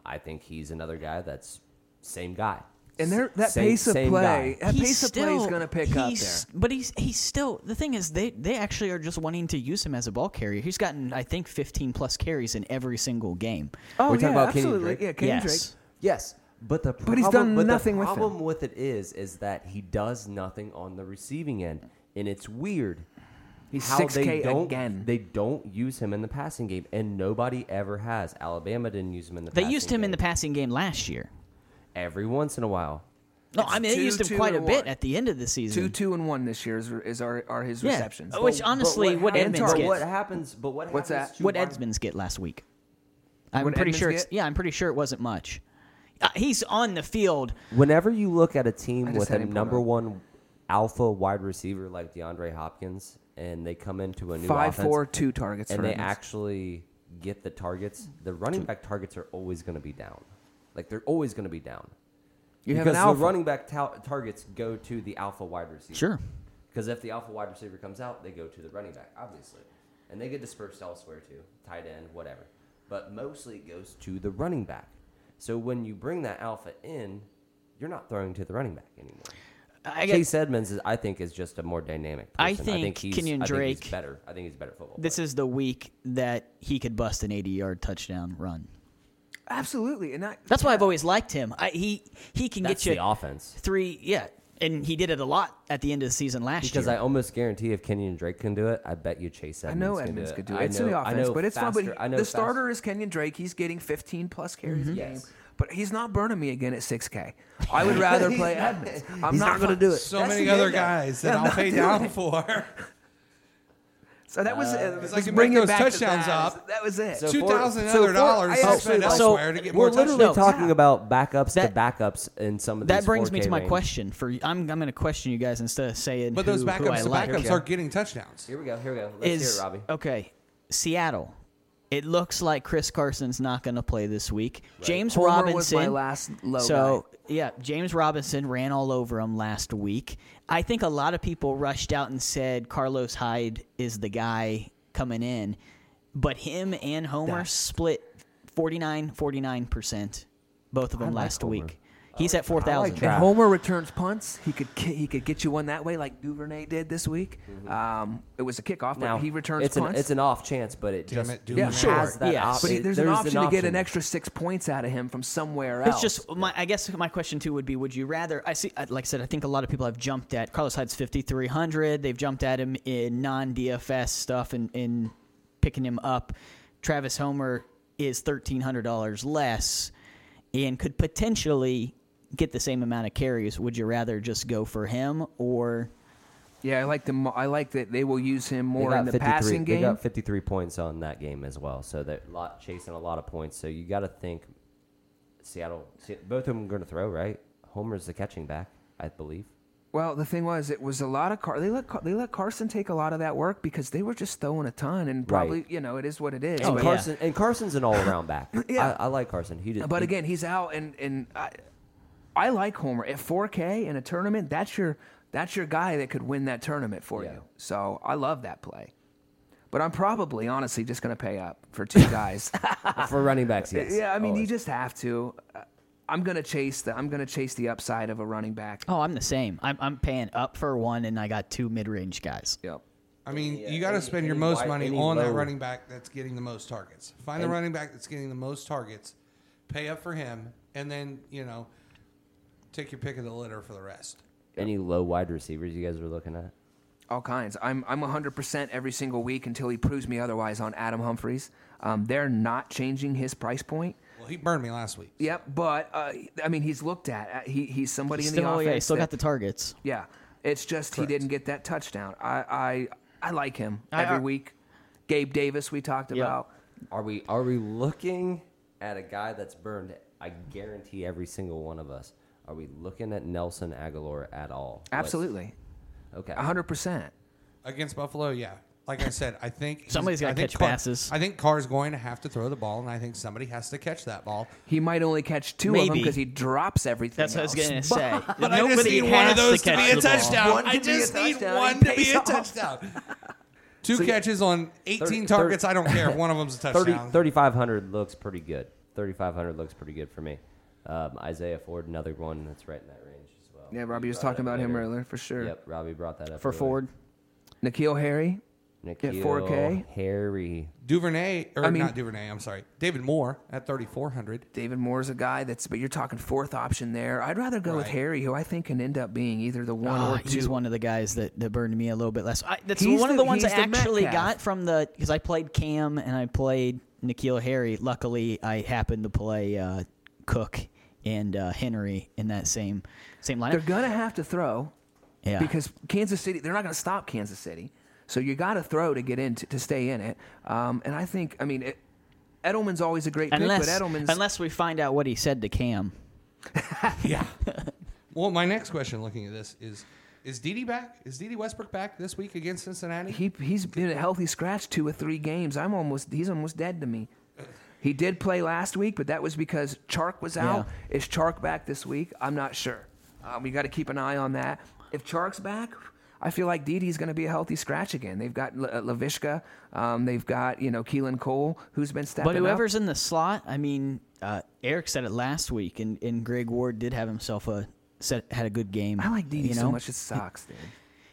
Speaker 2: I think he's another guy that's same guy.
Speaker 3: and
Speaker 2: there
Speaker 3: they're, that pace of play, that
Speaker 4: He's
Speaker 3: pace of play is
Speaker 4: still-
Speaker 3: going to pick up there.
Speaker 4: he's- But he's he's still the thing is they they actually are just wanting to use him as a ball carrier. He's gotten I think 15 plus carries in every single game.
Speaker 3: Oh,
Speaker 2: We're talking
Speaker 3: yeah,
Speaker 2: about Kenyon
Speaker 3: absolutely.
Speaker 2: Drake?
Speaker 3: Yeah, Kenyon
Speaker 4: yes.
Speaker 2: Yes, but the problem,
Speaker 3: But he's done
Speaker 2: but
Speaker 3: nothing
Speaker 2: The
Speaker 3: with it.
Speaker 2: problem with it is, is that he does nothing on the receiving end, and it's weird.
Speaker 3: He's
Speaker 2: how
Speaker 3: 6K
Speaker 2: they don't
Speaker 3: again.
Speaker 2: they don't use him in the passing game, and nobody ever has. Alabama didn't use him in the.
Speaker 4: They
Speaker 2: passing
Speaker 4: used him in the
Speaker 2: game.
Speaker 4: passing game last year.
Speaker 2: every once in a while.
Speaker 4: No,
Speaker 3: It's
Speaker 4: I mean
Speaker 3: two,
Speaker 4: they used
Speaker 3: two,
Speaker 4: him quite a
Speaker 3: and
Speaker 4: bit
Speaker 3: one.
Speaker 4: at the end of the season.
Speaker 3: Two, two, and one this year is, is our are his
Speaker 4: Yeah.
Speaker 3: receptions.
Speaker 4: Oh, Which honestly,
Speaker 2: but
Speaker 4: what
Speaker 2: happens-
Speaker 4: Edmonds
Speaker 2: but
Speaker 4: gets-
Speaker 2: what happens? But what
Speaker 3: What's
Speaker 2: happens
Speaker 3: that?
Speaker 2: to
Speaker 4: what
Speaker 2: Mark-
Speaker 4: Edmonds get last week. I'm
Speaker 3: What
Speaker 4: pretty
Speaker 3: Edmonds
Speaker 4: sure. It's,
Speaker 3: get?
Speaker 4: yeah, I'm pretty sure it wasn't much. Uh, he's on the field.
Speaker 2: Whenever you look at a team
Speaker 3: I just
Speaker 2: with
Speaker 3: had
Speaker 2: a
Speaker 3: him pulled
Speaker 2: number
Speaker 3: up.
Speaker 2: one alpha wide receiver like DeAndre Hopkins, and they come into a new
Speaker 3: Five,
Speaker 2: offense,
Speaker 3: four, two targets
Speaker 2: and
Speaker 3: for
Speaker 2: they
Speaker 3: Edmonds.
Speaker 2: actually get the targets. The running back targets are always going to be down. Like they're always going to be down.
Speaker 3: You have
Speaker 2: because
Speaker 3: an alpha.
Speaker 2: the running back ta- targets go to the alpha wide receiver.
Speaker 4: Sure.
Speaker 2: Because if the alpha wide receiver comes out, they go to the running back, obviously. And they get dispersed elsewhere too, tight end, whatever. But mostly it goes to the running back. So when you bring that alpha in, you're not throwing to the running back anymore.
Speaker 4: I guess
Speaker 2: Chase Edmonds, is, I think, is just a more dynamic person.
Speaker 4: I think
Speaker 2: he's,
Speaker 4: Kenyon
Speaker 2: I think he's
Speaker 4: Drake-
Speaker 2: better. I think he's a better football.
Speaker 4: this
Speaker 2: player.
Speaker 4: is the week that he could bust an 80 yard touchdown run.
Speaker 3: Absolutely, and that,
Speaker 4: That's why I've always liked him. I, he he can
Speaker 2: That's
Speaker 4: get you
Speaker 2: the offense.
Speaker 4: three, yeah, and he did it a lot at the end of the season last
Speaker 2: Because
Speaker 4: year.
Speaker 2: I almost guarantee if Kenyon Drake can do it, I bet you Chase
Speaker 3: I
Speaker 2: Edmonds.
Speaker 3: know
Speaker 2: can
Speaker 3: Edmonds
Speaker 2: do it.
Speaker 3: could do it.
Speaker 2: I
Speaker 3: it's
Speaker 2: know-
Speaker 3: in the
Speaker 2: I
Speaker 3: offense,
Speaker 2: know
Speaker 3: but it's
Speaker 2: faster,
Speaker 3: not. But he-
Speaker 2: I know
Speaker 3: the
Speaker 2: faster. Mm-hmm.
Speaker 3: starter is Kenyon Drake. He's getting 15 plus carries a game,
Speaker 2: Yes.
Speaker 3: but he's not burning me again at 6K. I would rather play Edmonds. I'm
Speaker 2: He's not gonna do it.
Speaker 1: So
Speaker 3: That's
Speaker 1: many
Speaker 3: the
Speaker 1: other
Speaker 3: end of-
Speaker 1: guys that
Speaker 3: Yeah, I'm
Speaker 1: I'll
Speaker 3: not
Speaker 1: pay
Speaker 3: doing
Speaker 1: down
Speaker 3: it.
Speaker 1: for.
Speaker 3: So that was it.
Speaker 1: It's
Speaker 3: Let's
Speaker 1: like you
Speaker 3: bring
Speaker 1: bring
Speaker 3: it
Speaker 1: those
Speaker 3: back to
Speaker 1: touchdowns
Speaker 3: that.
Speaker 1: up.
Speaker 3: That was it.
Speaker 2: Uh, So
Speaker 1: Two thousand
Speaker 2: so
Speaker 1: other
Speaker 2: for-
Speaker 1: dollars
Speaker 3: I
Speaker 1: to spend
Speaker 3: actually-
Speaker 1: elsewhere to get more
Speaker 2: We're literally
Speaker 1: touchdowns.
Speaker 2: talking
Speaker 3: Yeah.
Speaker 2: about backups
Speaker 4: That-
Speaker 2: to backups in some of these
Speaker 4: that brings me
Speaker 2: 4K
Speaker 4: to my
Speaker 2: range.
Speaker 4: question. For I'm I'm going to question you guys instead of saying
Speaker 1: But those
Speaker 4: who- who I
Speaker 1: backups to
Speaker 4: like.
Speaker 1: backups
Speaker 2: Yeah.
Speaker 1: are getting touchdowns.
Speaker 2: Here we go. Here we go. Let's
Speaker 4: is
Speaker 2: hear it,
Speaker 3: uh,
Speaker 2: Robbie.
Speaker 4: okay. Seattle. It looks like Chris Carson's not going to play this week. James
Speaker 3: Homer
Speaker 4: Robinson
Speaker 3: was my last low
Speaker 4: so yeah, James Robinson ran all over him last week. I think a lot of people rushed out and said Carlos Hyde is the guy coming in, but him and Homer split 49 49 percent, both of them
Speaker 2: like
Speaker 4: last
Speaker 2: Homer.
Speaker 4: week. He's at four
Speaker 2: like
Speaker 4: thousand.
Speaker 2: that.
Speaker 3: If Homer returns punts, he could ki- he could get you one that way, like Duvernay did this week. Um, it was a kickoff, but
Speaker 2: Mm-hmm. Now
Speaker 3: he returns
Speaker 2: it's
Speaker 3: punts.
Speaker 2: An, it's an off chance, but it
Speaker 1: Damn
Speaker 2: just
Speaker 1: it, dude.
Speaker 2: it
Speaker 1: Yeah,
Speaker 2: has
Speaker 1: sure.
Speaker 2: that
Speaker 4: Yes.
Speaker 2: option.
Speaker 3: but he, there's, an option to get an extra six points out of him from somewhere else.
Speaker 4: It's just my. I guess my question too would be: Would you rather? I see. I- Like I said, I think a lot of people have jumped at Carlos Hyde's fifty three hundred. They've jumped at him in non DFS stuff and in picking him up. Travis Homer is thirteen hundred dollars less, and could potentially get the same amount of carries. Would you rather just go for him or?
Speaker 3: yeah, I like the mo- I like that they will use him
Speaker 2: They
Speaker 3: more
Speaker 2: got
Speaker 3: in the
Speaker 2: 53
Speaker 3: passing
Speaker 2: They
Speaker 3: game.
Speaker 2: got 53 points on that game as well, so they're lot, chasing a lot of points. So you got to think Seattle. Se- Both of them going to throw, right? Homer's the catching back, I believe.
Speaker 3: Well, the thing was, it was a lot of car. They let Car- they let Carson take a lot of that work because they were just throwing a ton, and probably
Speaker 2: Right.
Speaker 3: you know it is what it is.
Speaker 4: Oh,
Speaker 2: And
Speaker 3: but,
Speaker 4: yeah.
Speaker 2: Carson and Carson's an all around back.
Speaker 3: Yeah.
Speaker 2: I, I like Carson. He did,
Speaker 3: but
Speaker 2: he-
Speaker 3: again, he's out, and and I, I like Homer at 4K in a tournament. That's your that's your guy that could win that tournament for
Speaker 2: Yeah.
Speaker 3: you. So I love that play. But I'm probably honestly just going to pay up for two guys.
Speaker 2: for running backs, yes.
Speaker 3: yeah, I mean you
Speaker 2: Always.
Speaker 3: just have to. Uh, I'm going to chase the I'm going to chase the upside of a running back.
Speaker 4: Oh, I'm the same. I'm, I'm paying up for one, and I got two mid range guys.
Speaker 3: Yep.
Speaker 1: I mean,
Speaker 2: Yeah,
Speaker 1: you
Speaker 3: uh,
Speaker 1: got to
Speaker 2: any-
Speaker 1: spend your
Speaker 2: any
Speaker 1: most
Speaker 2: wide-
Speaker 1: money
Speaker 2: any
Speaker 1: on that
Speaker 2: low-
Speaker 1: running back that's getting the most targets. Find the running back that's getting the most targets, pay up for him, and then you know, take your pick of the litter for the rest.
Speaker 2: any low wide receivers you guys were looking at.
Speaker 3: all kinds. I'm I'm 100% every single week until he proves me otherwise on Adam Humphreys. Um, they're not changing his price point.
Speaker 1: Well, he burned me last week.
Speaker 3: Yep, but uh, I mean he's looked at. Uh, He he's somebody in the
Speaker 4: Still, oh,
Speaker 3: offense.
Speaker 4: yeah, he still
Speaker 3: that-
Speaker 4: got the targets.
Speaker 3: yeah, it's just
Speaker 1: Correct.
Speaker 3: he didn't get that touchdown. I I, I like him
Speaker 4: I-
Speaker 3: every
Speaker 4: I-
Speaker 3: week. Gabe Davis we talked
Speaker 4: Yeah.
Speaker 3: about.
Speaker 2: Are we are we looking at a guy that's burned? I guarantee every single one of us. Are we looking at Nelson Aguilar at all? Like,
Speaker 3: Absolutely,
Speaker 2: okay.
Speaker 3: 100%.
Speaker 1: Against Buffalo, yeah. Like I said, I think he's-
Speaker 4: Somebody's gotta
Speaker 1: I think
Speaker 4: catch
Speaker 1: Carr-
Speaker 4: passes.
Speaker 1: I think Carr's going to have to throw the ball, and I think somebody has to catch that ball.
Speaker 3: He might only catch two of them
Speaker 4: Maybe.
Speaker 3: because he drops everything.
Speaker 4: That's what I was
Speaker 3: else.
Speaker 4: going to say.
Speaker 1: But I just need one
Speaker 4: has
Speaker 1: of those to,
Speaker 4: catch
Speaker 1: be a
Speaker 4: the ball.
Speaker 1: touchdown.
Speaker 3: One
Speaker 1: I
Speaker 3: could be a
Speaker 1: just need
Speaker 3: touchdown.
Speaker 1: one
Speaker 3: It
Speaker 1: to be
Speaker 3: pays
Speaker 1: a
Speaker 3: off.
Speaker 1: touchdown. Two
Speaker 3: So, yeah.
Speaker 1: catches on 18
Speaker 2: Thirty-
Speaker 1: targets. I don't care if one of them's a
Speaker 2: 30
Speaker 1: touchdown.
Speaker 2: 3,500 looks pretty good. 3,500 looks pretty good for me. Um, Isaiah Ford, another one that's right in that range as well.
Speaker 3: Yeah,
Speaker 2: You
Speaker 3: Robbie was
Speaker 2: brought
Speaker 3: talking
Speaker 2: it up
Speaker 3: about him
Speaker 2: later.
Speaker 3: earlier for sure.
Speaker 2: Yep, Robbie brought that up
Speaker 4: for
Speaker 2: earlier.
Speaker 4: Ford.
Speaker 3: Nikhil Harry,
Speaker 2: Nikhil
Speaker 3: 4K.
Speaker 2: Harry.
Speaker 1: Duvernay, or
Speaker 3: I mean-
Speaker 1: not Duvernay, I'm sorry. David Moore at 3,400.
Speaker 3: David Moore's a guy that's, but you're talking fourth option there. I'd rather go with
Speaker 1: Right.
Speaker 3: Harry, who I think can end up being either the one
Speaker 4: Oh,
Speaker 3: or
Speaker 4: he's
Speaker 3: two.
Speaker 4: one of the guys that, that burned me a little bit less. I, that's
Speaker 3: Ah, He's
Speaker 4: one of
Speaker 3: the-
Speaker 4: the ones I
Speaker 3: he's the
Speaker 4: actually
Speaker 3: Metcalf.
Speaker 4: got from the because I played Cam and I played Nikhil Harry. Luckily, I happened to play uh, Cook and uh, Henry in that same same lineup.
Speaker 3: They're gonna have to throw
Speaker 4: yeah,
Speaker 3: because Kansas City. They're not gonna stop Kansas City, so you got to throw to get in to, to stay in it. Um, and I think, I mean, it, Edelman's always a great
Speaker 4: unless
Speaker 3: pick, but Edelman's
Speaker 4: unless we find out what he said to Cam.
Speaker 1: Yeah. well, my next question looking at this is Is Didi back? Is Didi Westbrook back this week against Cincinnati?
Speaker 3: He he's been a healthy scratch two or three games. I'm almost he's almost dead to me. He did play last week, but that was because Chark was out. Is Chark back this week? I'm not sure. Um, we got to keep an eye on that. If Chark's back, I feel like Didi's going to be a healthy scratch again. They've got L- uh, Lavishka. Um, they've got you know Keelan Cole, who's been stepping
Speaker 4: But
Speaker 3: up.
Speaker 4: whoever's in the slot, I mean, uh, Eric said it last week, and, and Greg Ward did have himself a said had a good game.
Speaker 3: I like Didi
Speaker 4: you
Speaker 3: so
Speaker 4: know?
Speaker 3: much it sucks, dude.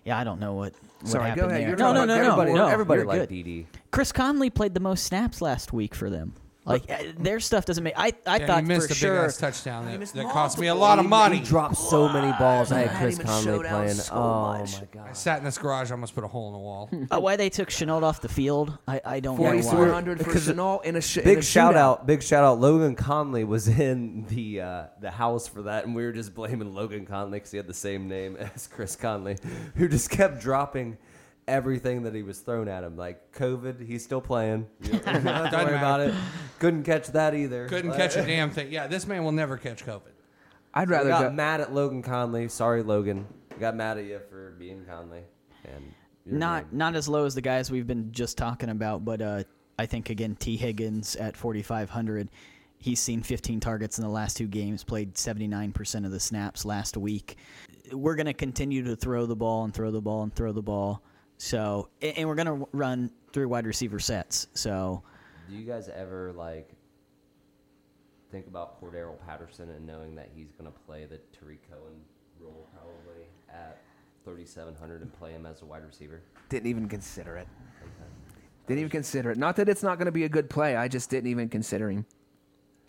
Speaker 4: Yeah, I don't know what. what
Speaker 3: Sorry, go
Speaker 4: happened
Speaker 3: ahead.
Speaker 4: there.
Speaker 3: You're
Speaker 4: no,
Speaker 3: talking
Speaker 4: no, no,
Speaker 3: about
Speaker 4: no,
Speaker 2: everybody,
Speaker 4: no.
Speaker 2: everybody
Speaker 4: you're
Speaker 2: liked
Speaker 4: good.
Speaker 2: DD.
Speaker 4: Chris Conley played the most snaps last week for them. Like uh, their stuff doesn't make. I I
Speaker 1: Yeah,
Speaker 4: thought
Speaker 1: he missed
Speaker 4: for
Speaker 1: a
Speaker 4: sure.
Speaker 1: big ass touchdown that,
Speaker 3: missed
Speaker 1: that cost me a
Speaker 3: multiple.
Speaker 1: lot of
Speaker 2: He-
Speaker 1: money.
Speaker 2: He dropped so many balls. I
Speaker 3: I
Speaker 2: had
Speaker 3: had
Speaker 2: Chris
Speaker 3: him in
Speaker 2: Conley
Speaker 3: showdown
Speaker 2: playing.
Speaker 3: so
Speaker 2: oh
Speaker 3: much.
Speaker 2: my god.
Speaker 1: I sat in this garage, I almost put a hole in the wall.
Speaker 4: Uh, why they took Chenault off the field? I I don't know
Speaker 2: we're-
Speaker 4: why.
Speaker 3: 4,400 for
Speaker 2: because
Speaker 3: Chenault in a sh- in a
Speaker 2: Big shout
Speaker 3: shootout.
Speaker 2: out, big shout out. Logan Conley was in the uh, the house for that, and we were just blaming Logan Conley because he had the same name as Chris Conley, who just kept dropping everything that he was thrown at him. Like COVID, he's still playing. You don't have to
Speaker 1: Doesn't
Speaker 2: worry about it. Couldn't catch that either.
Speaker 1: Couldn't
Speaker 2: Like,
Speaker 1: catch a damn thing. Yeah, this man will never catch COVID.
Speaker 3: I'd
Speaker 2: I
Speaker 3: rather
Speaker 2: got
Speaker 3: go.
Speaker 2: mad at Logan Conley. Sorry, Logan. I got mad at you for being Conley. And you're
Speaker 4: Not not as low as the guys we've been just talking about, but uh, I think again T Higgins at 4500. He's seen 15 targets in the last two games, played 79% of the snaps last week. We're going to continue to throw the ball and throw the ball and throw the ball. So, a- and we're going to run three wide receiver sets. So,
Speaker 2: Do you guys ever like think about Cordero Patterson and knowing that he's going to play the Tariq Cohen role probably at 3,700 and play him as a wide receiver?
Speaker 3: Didn't even consider it. Didn't even consider it. Not that it's not going to be a good play. I just didn't even consider him.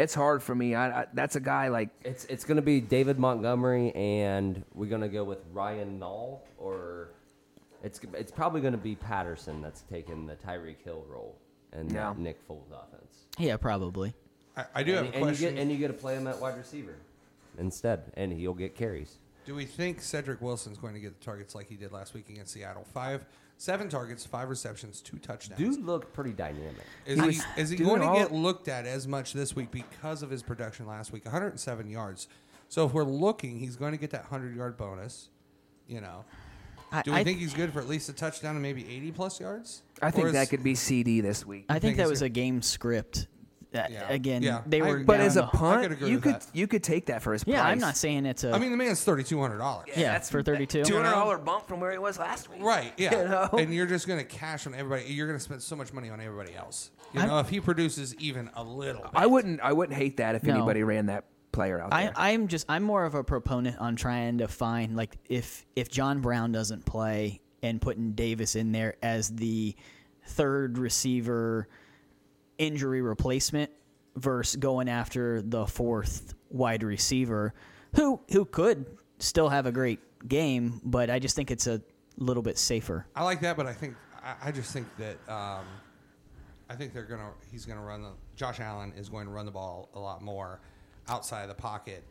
Speaker 3: It's hard for me. I, I that's a guy like
Speaker 2: It's it's going to be David Montgomery and we're going to go with Ryan Nall or it's it's probably going to be Patterson that's taking the Tyreek Hill role and
Speaker 3: Yeah.
Speaker 2: that Nick Foles offense.
Speaker 4: yeah, probably.
Speaker 1: I, I do have
Speaker 2: And,
Speaker 1: a
Speaker 2: and you
Speaker 1: question.
Speaker 2: get and you get to play him at wide receiver instead and he'll get carries.
Speaker 1: do we think Cedric Wilson's going to get the targets like he did last week against Seattle? Five, seven targets, five receptions, two touchdowns.
Speaker 2: Dude looked pretty dynamic.
Speaker 1: Is he,
Speaker 3: was
Speaker 1: is he
Speaker 3: doing
Speaker 1: going to
Speaker 3: all-
Speaker 1: get looked at as much this week because of his production last week? 107 yards. So if we're looking, he's going to get that 100 yard bonus. You know,
Speaker 4: I,
Speaker 1: do we
Speaker 4: I-
Speaker 1: think he's good for at least a touchdown and maybe 80 plus yards?
Speaker 3: I
Speaker 1: Or
Speaker 3: think
Speaker 1: is-
Speaker 3: that could be CD this week.
Speaker 4: I think
Speaker 1: think
Speaker 4: that
Speaker 1: it's
Speaker 4: was
Speaker 1: good.
Speaker 4: a game script. Uh,
Speaker 1: Yeah.
Speaker 4: Again,
Speaker 1: Yeah.
Speaker 4: they
Speaker 1: I-
Speaker 4: were.
Speaker 1: but
Speaker 3: but
Speaker 4: down
Speaker 3: as a
Speaker 4: the-
Speaker 3: punt,
Speaker 1: could agree
Speaker 3: you
Speaker 1: with
Speaker 3: could
Speaker 1: that.
Speaker 3: you could take that for his
Speaker 4: yeah,
Speaker 3: price.
Speaker 4: I'm not saying it's a.
Speaker 1: I mean, the man's $3,200.
Speaker 4: yeah, for 32.
Speaker 3: Two hundred dollar bump from where he was last week.
Speaker 1: Right, yeah.
Speaker 3: You know?
Speaker 1: And you're just going to cash on everybody. You're going to spend so much money on everybody else. You know, if he produces even a little.
Speaker 3: I wouldn't I wouldn't hate that if
Speaker 4: No.
Speaker 3: anybody ran that player out
Speaker 4: I,
Speaker 3: there.
Speaker 4: I'm just I'm more of a proponent on trying to find like if if John Brown doesn't play and putting Davis in there as the third receiver injury replacement versus going after the fourth wide receiver who who could still have a great game, but I just think it's a little bit safer.
Speaker 1: I like that, but I think I, I just think that um, I think they're gonna he's gonna run the Josh Allen is going to run the ball a lot more outside of the pocket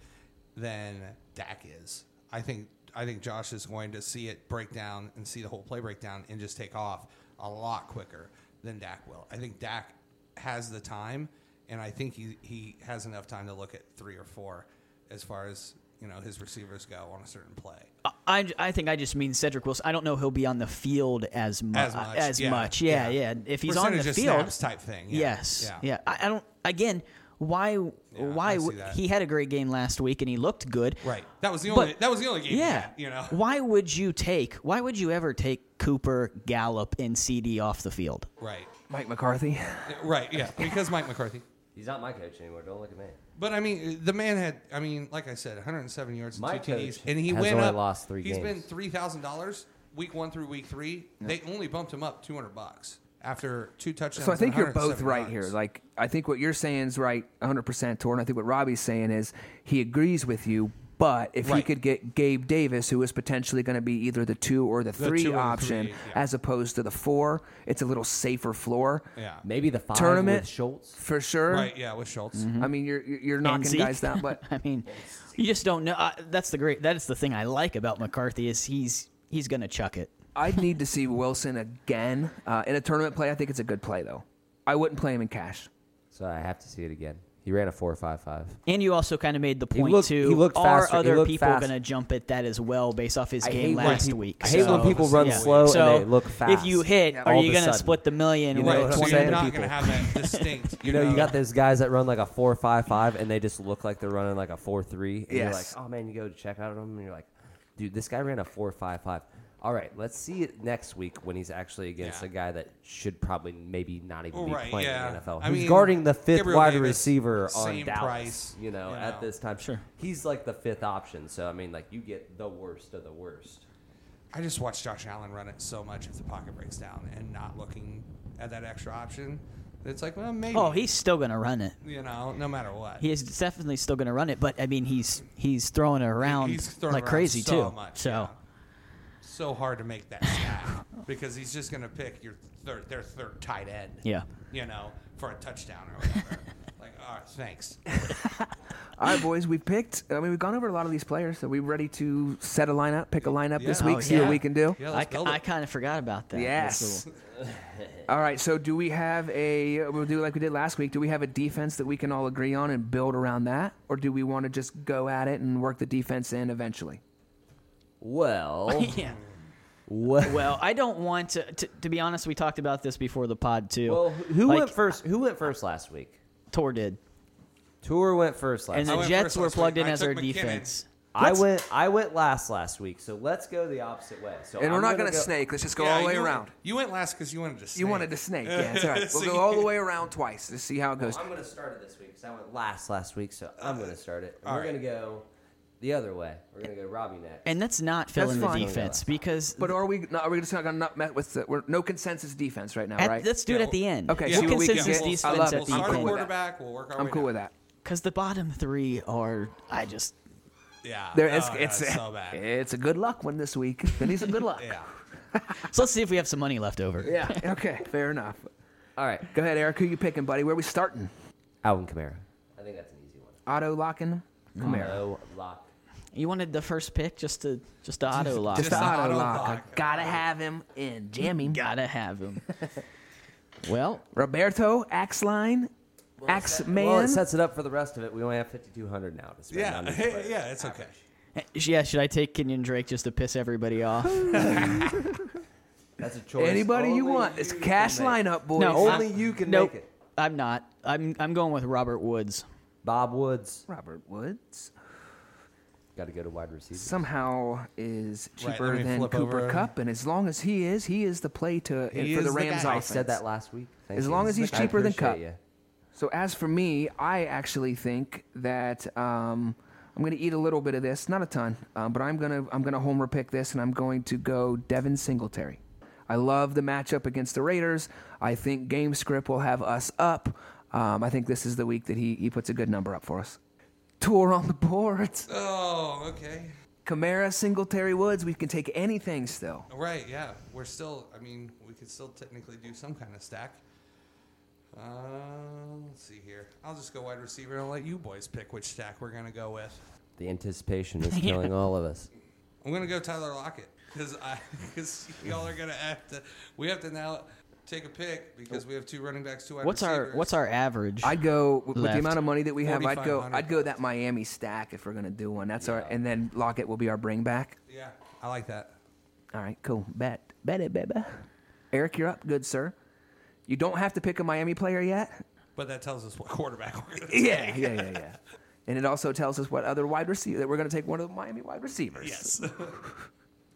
Speaker 1: than Dak is. I think I think Josh is going to see it break down and see the whole play break down and just take off a lot quicker than Dak will. I think Dak has the time, and I think he he has enough time to look at three or four as far as you know his receivers go on a certain play.
Speaker 4: I, I think I just mean Cedric Wilson. I don't know he'll be on the field Uh, as, mu-
Speaker 1: As much, yeah,
Speaker 4: much. Yeah,
Speaker 1: yeah.
Speaker 4: yeah. If he's on the
Speaker 1: Percentage of
Speaker 4: field,
Speaker 1: snaps type thing, yeah,
Speaker 4: Yes.
Speaker 1: yeah.
Speaker 4: Yeah. I, I don't. Again, why?
Speaker 1: I
Speaker 4: why
Speaker 1: see
Speaker 4: w-
Speaker 1: that.
Speaker 4: he had a great game last week and he looked good.
Speaker 1: Right. That was the
Speaker 4: But-
Speaker 1: only. that was the only game. he
Speaker 4: Yeah.
Speaker 1: had, you know.
Speaker 4: Why would you take? Why would you ever take Cooper, Gallup, and CD off the field?
Speaker 1: Right.
Speaker 3: Mike McCarthy.
Speaker 1: Right. Yeah. Because Mike McCarthy.
Speaker 2: He's not my coach anymore. Don't look at me.
Speaker 1: But I mean, the man had. I mean, like I said, 107 yards and
Speaker 2: My
Speaker 1: two TDs,
Speaker 2: coach
Speaker 1: and he
Speaker 2: has
Speaker 1: went
Speaker 2: only
Speaker 1: up.
Speaker 2: lost three
Speaker 1: He's been
Speaker 2: games.
Speaker 1: three thousand dollars week one through week three. They only bumped him up 200 bucks after two touchdowns.
Speaker 3: So I think
Speaker 1: and
Speaker 3: you're both
Speaker 1: 107
Speaker 3: right here.
Speaker 1: yards.
Speaker 3: Like I think what you're saying is right 100% Torn. I think what Robbie's saying is he agrees with you, but if he
Speaker 1: Right.
Speaker 3: could get Gabe Davis who is potentially going to be either the 2 or the 3
Speaker 1: two or the
Speaker 3: option
Speaker 1: three, yeah.
Speaker 3: as opposed to the 4, it's a little safer floor.
Speaker 1: yeah.
Speaker 2: Maybe the five
Speaker 3: Tournament
Speaker 2: with Schultz.
Speaker 3: for sure.
Speaker 1: Right. Yeah. With Schultz.
Speaker 4: Mm-hmm.
Speaker 3: I mean you're you're you're
Speaker 4: And
Speaker 3: knocking
Speaker 4: Zeke?
Speaker 3: guys down, but
Speaker 4: I mean, you just don't know. Uh, that's the great. That is the thing I like about McCarthy is he's he's gonna chuck it.
Speaker 3: I'd need to see Wilson again uh, in a tournament play. I think it's a good play though. I wouldn't play him in cash.
Speaker 2: So I have to see it again. He ran a four five five.
Speaker 4: And you also kind of made the
Speaker 2: He
Speaker 4: point
Speaker 2: looked-
Speaker 4: too.
Speaker 2: he looked
Speaker 4: are
Speaker 2: faster- he
Speaker 4: other
Speaker 2: looked
Speaker 4: people
Speaker 2: fast.
Speaker 4: going to jump at that as well based off his
Speaker 2: I hate
Speaker 4: game
Speaker 2: when
Speaker 4: last
Speaker 2: people-
Speaker 4: week?
Speaker 2: I hate when
Speaker 4: So-
Speaker 2: people run
Speaker 1: Yeah.
Speaker 2: slow
Speaker 4: so
Speaker 2: and they look fast.
Speaker 4: If you hit,
Speaker 3: Yeah.
Speaker 4: are
Speaker 2: all
Speaker 4: you
Speaker 2: of a
Speaker 4: going to
Speaker 2: sudden.
Speaker 4: split the million?
Speaker 2: You
Speaker 4: with
Speaker 2: know what I'm
Speaker 1: so
Speaker 4: 20
Speaker 2: saying?
Speaker 1: you're
Speaker 2: to
Speaker 1: not
Speaker 2: people.
Speaker 1: gonna have that distinct.
Speaker 2: You know, you got those guys that run like a four five five, and they just look like they're running like a four three. And
Speaker 3: Yes.
Speaker 2: You're like, oh man, you go to check out on them, and you're like, dude, this guy ran a four five five. All right, let's see it next week when he's actually against
Speaker 1: Yeah.
Speaker 2: a guy that should probably maybe not even
Speaker 1: Well,
Speaker 2: be
Speaker 1: right,
Speaker 2: playing
Speaker 1: yeah.
Speaker 2: in the NFL.
Speaker 1: I
Speaker 2: Who's
Speaker 1: mean,
Speaker 2: guarding the fifth
Speaker 1: Gabriel
Speaker 2: wide
Speaker 1: Davis,
Speaker 2: receiver on
Speaker 1: same
Speaker 2: Dallas?
Speaker 1: price,
Speaker 2: you know,
Speaker 1: you know.
Speaker 2: at this time,
Speaker 4: Sure.
Speaker 2: He's like the fifth option. So I mean, like you get the worst of the worst.
Speaker 1: I just watch Josh Allen run it so much if the pocket breaks down and not looking at that extra option. It's like, well, maybe.
Speaker 4: Oh, he's still going to run it.
Speaker 1: you know, no matter what.
Speaker 4: He is definitely still going to run it, but I mean, he's he's throwing it around
Speaker 1: He's throwing
Speaker 4: like
Speaker 1: around
Speaker 4: crazy
Speaker 1: so
Speaker 4: too.
Speaker 1: Much,
Speaker 4: so
Speaker 1: yeah. so hard to make that stack because he's just going to pick your third, their third tight end.
Speaker 4: Yeah.
Speaker 1: you know, for a touchdown or whatever. like, all right, thanks.
Speaker 3: All right, boys, we've picked. I mean, we've gone over a lot of these players, so we're ready to set a lineup, pick a lineup this
Speaker 1: Yeah.
Speaker 3: week,
Speaker 1: Oh,
Speaker 3: see
Speaker 4: yeah.
Speaker 3: what we can do.
Speaker 1: Yeah,
Speaker 4: I,
Speaker 1: let's build it.
Speaker 4: kind of forgot about that. That's
Speaker 3: Yes.
Speaker 4: cool.
Speaker 3: all right. So, do we have a? We'll do like we did last week. Do we have a defense that we can all agree on and build around that, or do we want to just go at it and work the defense in eventually?
Speaker 2: Well,
Speaker 4: yeah.
Speaker 2: well,
Speaker 4: Well, I don't want to, to. To be honest, we talked about this before the pod too.
Speaker 2: well, who
Speaker 4: Like,
Speaker 2: went first? Who went first last week?
Speaker 4: Tor did,
Speaker 2: Tour went first last.
Speaker 4: and
Speaker 1: I
Speaker 4: the
Speaker 1: went
Speaker 4: Jets
Speaker 1: first
Speaker 4: were
Speaker 1: last
Speaker 4: plugged
Speaker 1: week.
Speaker 4: in
Speaker 1: I
Speaker 4: as
Speaker 1: took
Speaker 4: our
Speaker 1: McKinnon.
Speaker 4: defense.
Speaker 2: I went I went last last week, so let's go the opposite way. So
Speaker 3: And we're
Speaker 2: I'm
Speaker 3: not
Speaker 2: gonna
Speaker 3: going to
Speaker 2: go-
Speaker 3: snake. Let's just go
Speaker 1: Yeah,
Speaker 3: all the way
Speaker 1: you-
Speaker 3: around.
Speaker 1: You went last because you wanted to. Snake.
Speaker 3: You wanted to snake, yeah. It's all right. We'll
Speaker 1: So
Speaker 3: go
Speaker 1: you-
Speaker 3: all the way around twice to see how it goes.
Speaker 2: I'm going to start it this week because I went last last week, so I'm going to start it. And
Speaker 1: all
Speaker 2: we're
Speaker 1: right.
Speaker 2: going to go the other way. We're going to go Robbie next.
Speaker 4: And that's not filling the
Speaker 3: fine.
Speaker 4: defense because.
Speaker 3: But are we? Not, are we just not going to not met with the? We're no consensus defense right now,
Speaker 4: at-
Speaker 3: right?
Speaker 4: Let's do it
Speaker 1: Yeah,
Speaker 4: at the end.
Speaker 3: okay,
Speaker 4: We'll
Speaker 3: see what we
Speaker 4: consensus
Speaker 3: can get.
Speaker 4: defense
Speaker 3: I love
Speaker 4: at
Speaker 3: it.
Speaker 4: the
Speaker 1: We'll
Speaker 3: I'm
Speaker 1: start at
Speaker 3: cool
Speaker 4: end
Speaker 3: with that.
Speaker 1: quarterback. We'll work our
Speaker 3: I'm
Speaker 1: way
Speaker 3: cool
Speaker 1: down.
Speaker 3: with that.
Speaker 4: because the bottom three are. I just
Speaker 1: Yeah,
Speaker 3: There,
Speaker 1: no,
Speaker 3: it's,
Speaker 1: no,
Speaker 3: Oh, it's,
Speaker 1: so bad.
Speaker 3: it's a good luck one this week. It needs a good luck.
Speaker 1: yeah.
Speaker 4: so. Let's see if we have some money left over.
Speaker 3: Yeah. Okay. Fair enough.
Speaker 2: All right,
Speaker 3: Go ahead, Eric. Who you picking, buddy? Where we starting?
Speaker 2: Alvin Kamara. I think that's an easy one.
Speaker 3: Auto locking. Camaro.
Speaker 2: No lock.
Speaker 4: You wanted the first pick just to just to auto lock.
Speaker 3: Just
Speaker 1: Just
Speaker 3: the
Speaker 1: the
Speaker 3: auto
Speaker 1: auto
Speaker 3: lock.
Speaker 1: lock.
Speaker 3: I gotta have him in. Jam him.
Speaker 4: Gotta have him. well,
Speaker 3: Roberto Axline. Axe man.
Speaker 2: Well, it sets it up for the rest of it. We only have 5,200 now to spend on
Speaker 1: Yeah,
Speaker 2: this player.
Speaker 1: yeah, it's okay.
Speaker 4: Eh, yeah. Should I take Kenyon Drake just to piss everybody off?
Speaker 2: That's a choice.
Speaker 3: Anybody you
Speaker 2: only
Speaker 3: want. It's
Speaker 2: you
Speaker 3: cash
Speaker 2: can make.
Speaker 3: lineup, boys.
Speaker 4: No,
Speaker 2: Only
Speaker 4: I'm-
Speaker 2: you can
Speaker 4: nope,
Speaker 2: make it.
Speaker 4: I'm not. I'm I'm going with Robert Woods.
Speaker 2: Bob Woods
Speaker 3: Robert Woods
Speaker 2: got to go to wide receiver.
Speaker 3: somehow is
Speaker 1: Right,
Speaker 3: cheaper
Speaker 1: let me
Speaker 3: than
Speaker 1: flip
Speaker 3: Cooper
Speaker 1: over.
Speaker 3: Cup, and as long as he is, he is the play to
Speaker 1: He
Speaker 3: for
Speaker 1: is
Speaker 3: the
Speaker 1: the
Speaker 3: Rams
Speaker 1: guy.
Speaker 2: I
Speaker 3: offense.
Speaker 2: said that last week. Thank
Speaker 3: As
Speaker 2: you.
Speaker 3: long as he's
Speaker 2: I
Speaker 3: cheaper than
Speaker 2: appreciate
Speaker 3: Cup.
Speaker 2: you.
Speaker 3: So as for me, I actually think that um, I'm going to eat a little bit of this, not a ton, um, but I'm going to I'm going to homer pick this, and I'm going to go Devin Singletary. I love the matchup against the Raiders. I think game script will have us up. Um, I think this is the week that he he puts a good number up for us. Tour on the boards.
Speaker 1: Oh, okay.
Speaker 3: Kamara, Singletary, Woods. We can take anything still.
Speaker 1: Right, yeah. We're still, I mean, we could still technically do some kind of stack. Uh, let's see here. I'll just go wide receiver and let you boys pick which stack we're going to go with.
Speaker 2: The anticipation is killing all of us.
Speaker 1: I'm going to go Tyler Lockett because because y'all are going to have to, we have to now take a pick because we have two running backs, two wide
Speaker 4: What's our
Speaker 1: receivers.
Speaker 4: What's our average?
Speaker 3: I'd go with
Speaker 4: Left.
Speaker 3: the amount of money that we have. I'd go.
Speaker 1: 4,500
Speaker 3: I'd go that Miami stack if we're gonna do one. That's our. And then Lockett will be our bring back.
Speaker 1: Yeah, I like that.
Speaker 3: All right, cool. Bet. Bet it, baby. Eric, you're up. Good, sir. You don't have to pick a Miami player yet.
Speaker 1: But that tells us what quarterback we're going to
Speaker 3: Yeah, yeah, yeah, yeah. And it also tells us what other wide receiver that we're going to take one of the Miami wide receivers.
Speaker 1: Yes.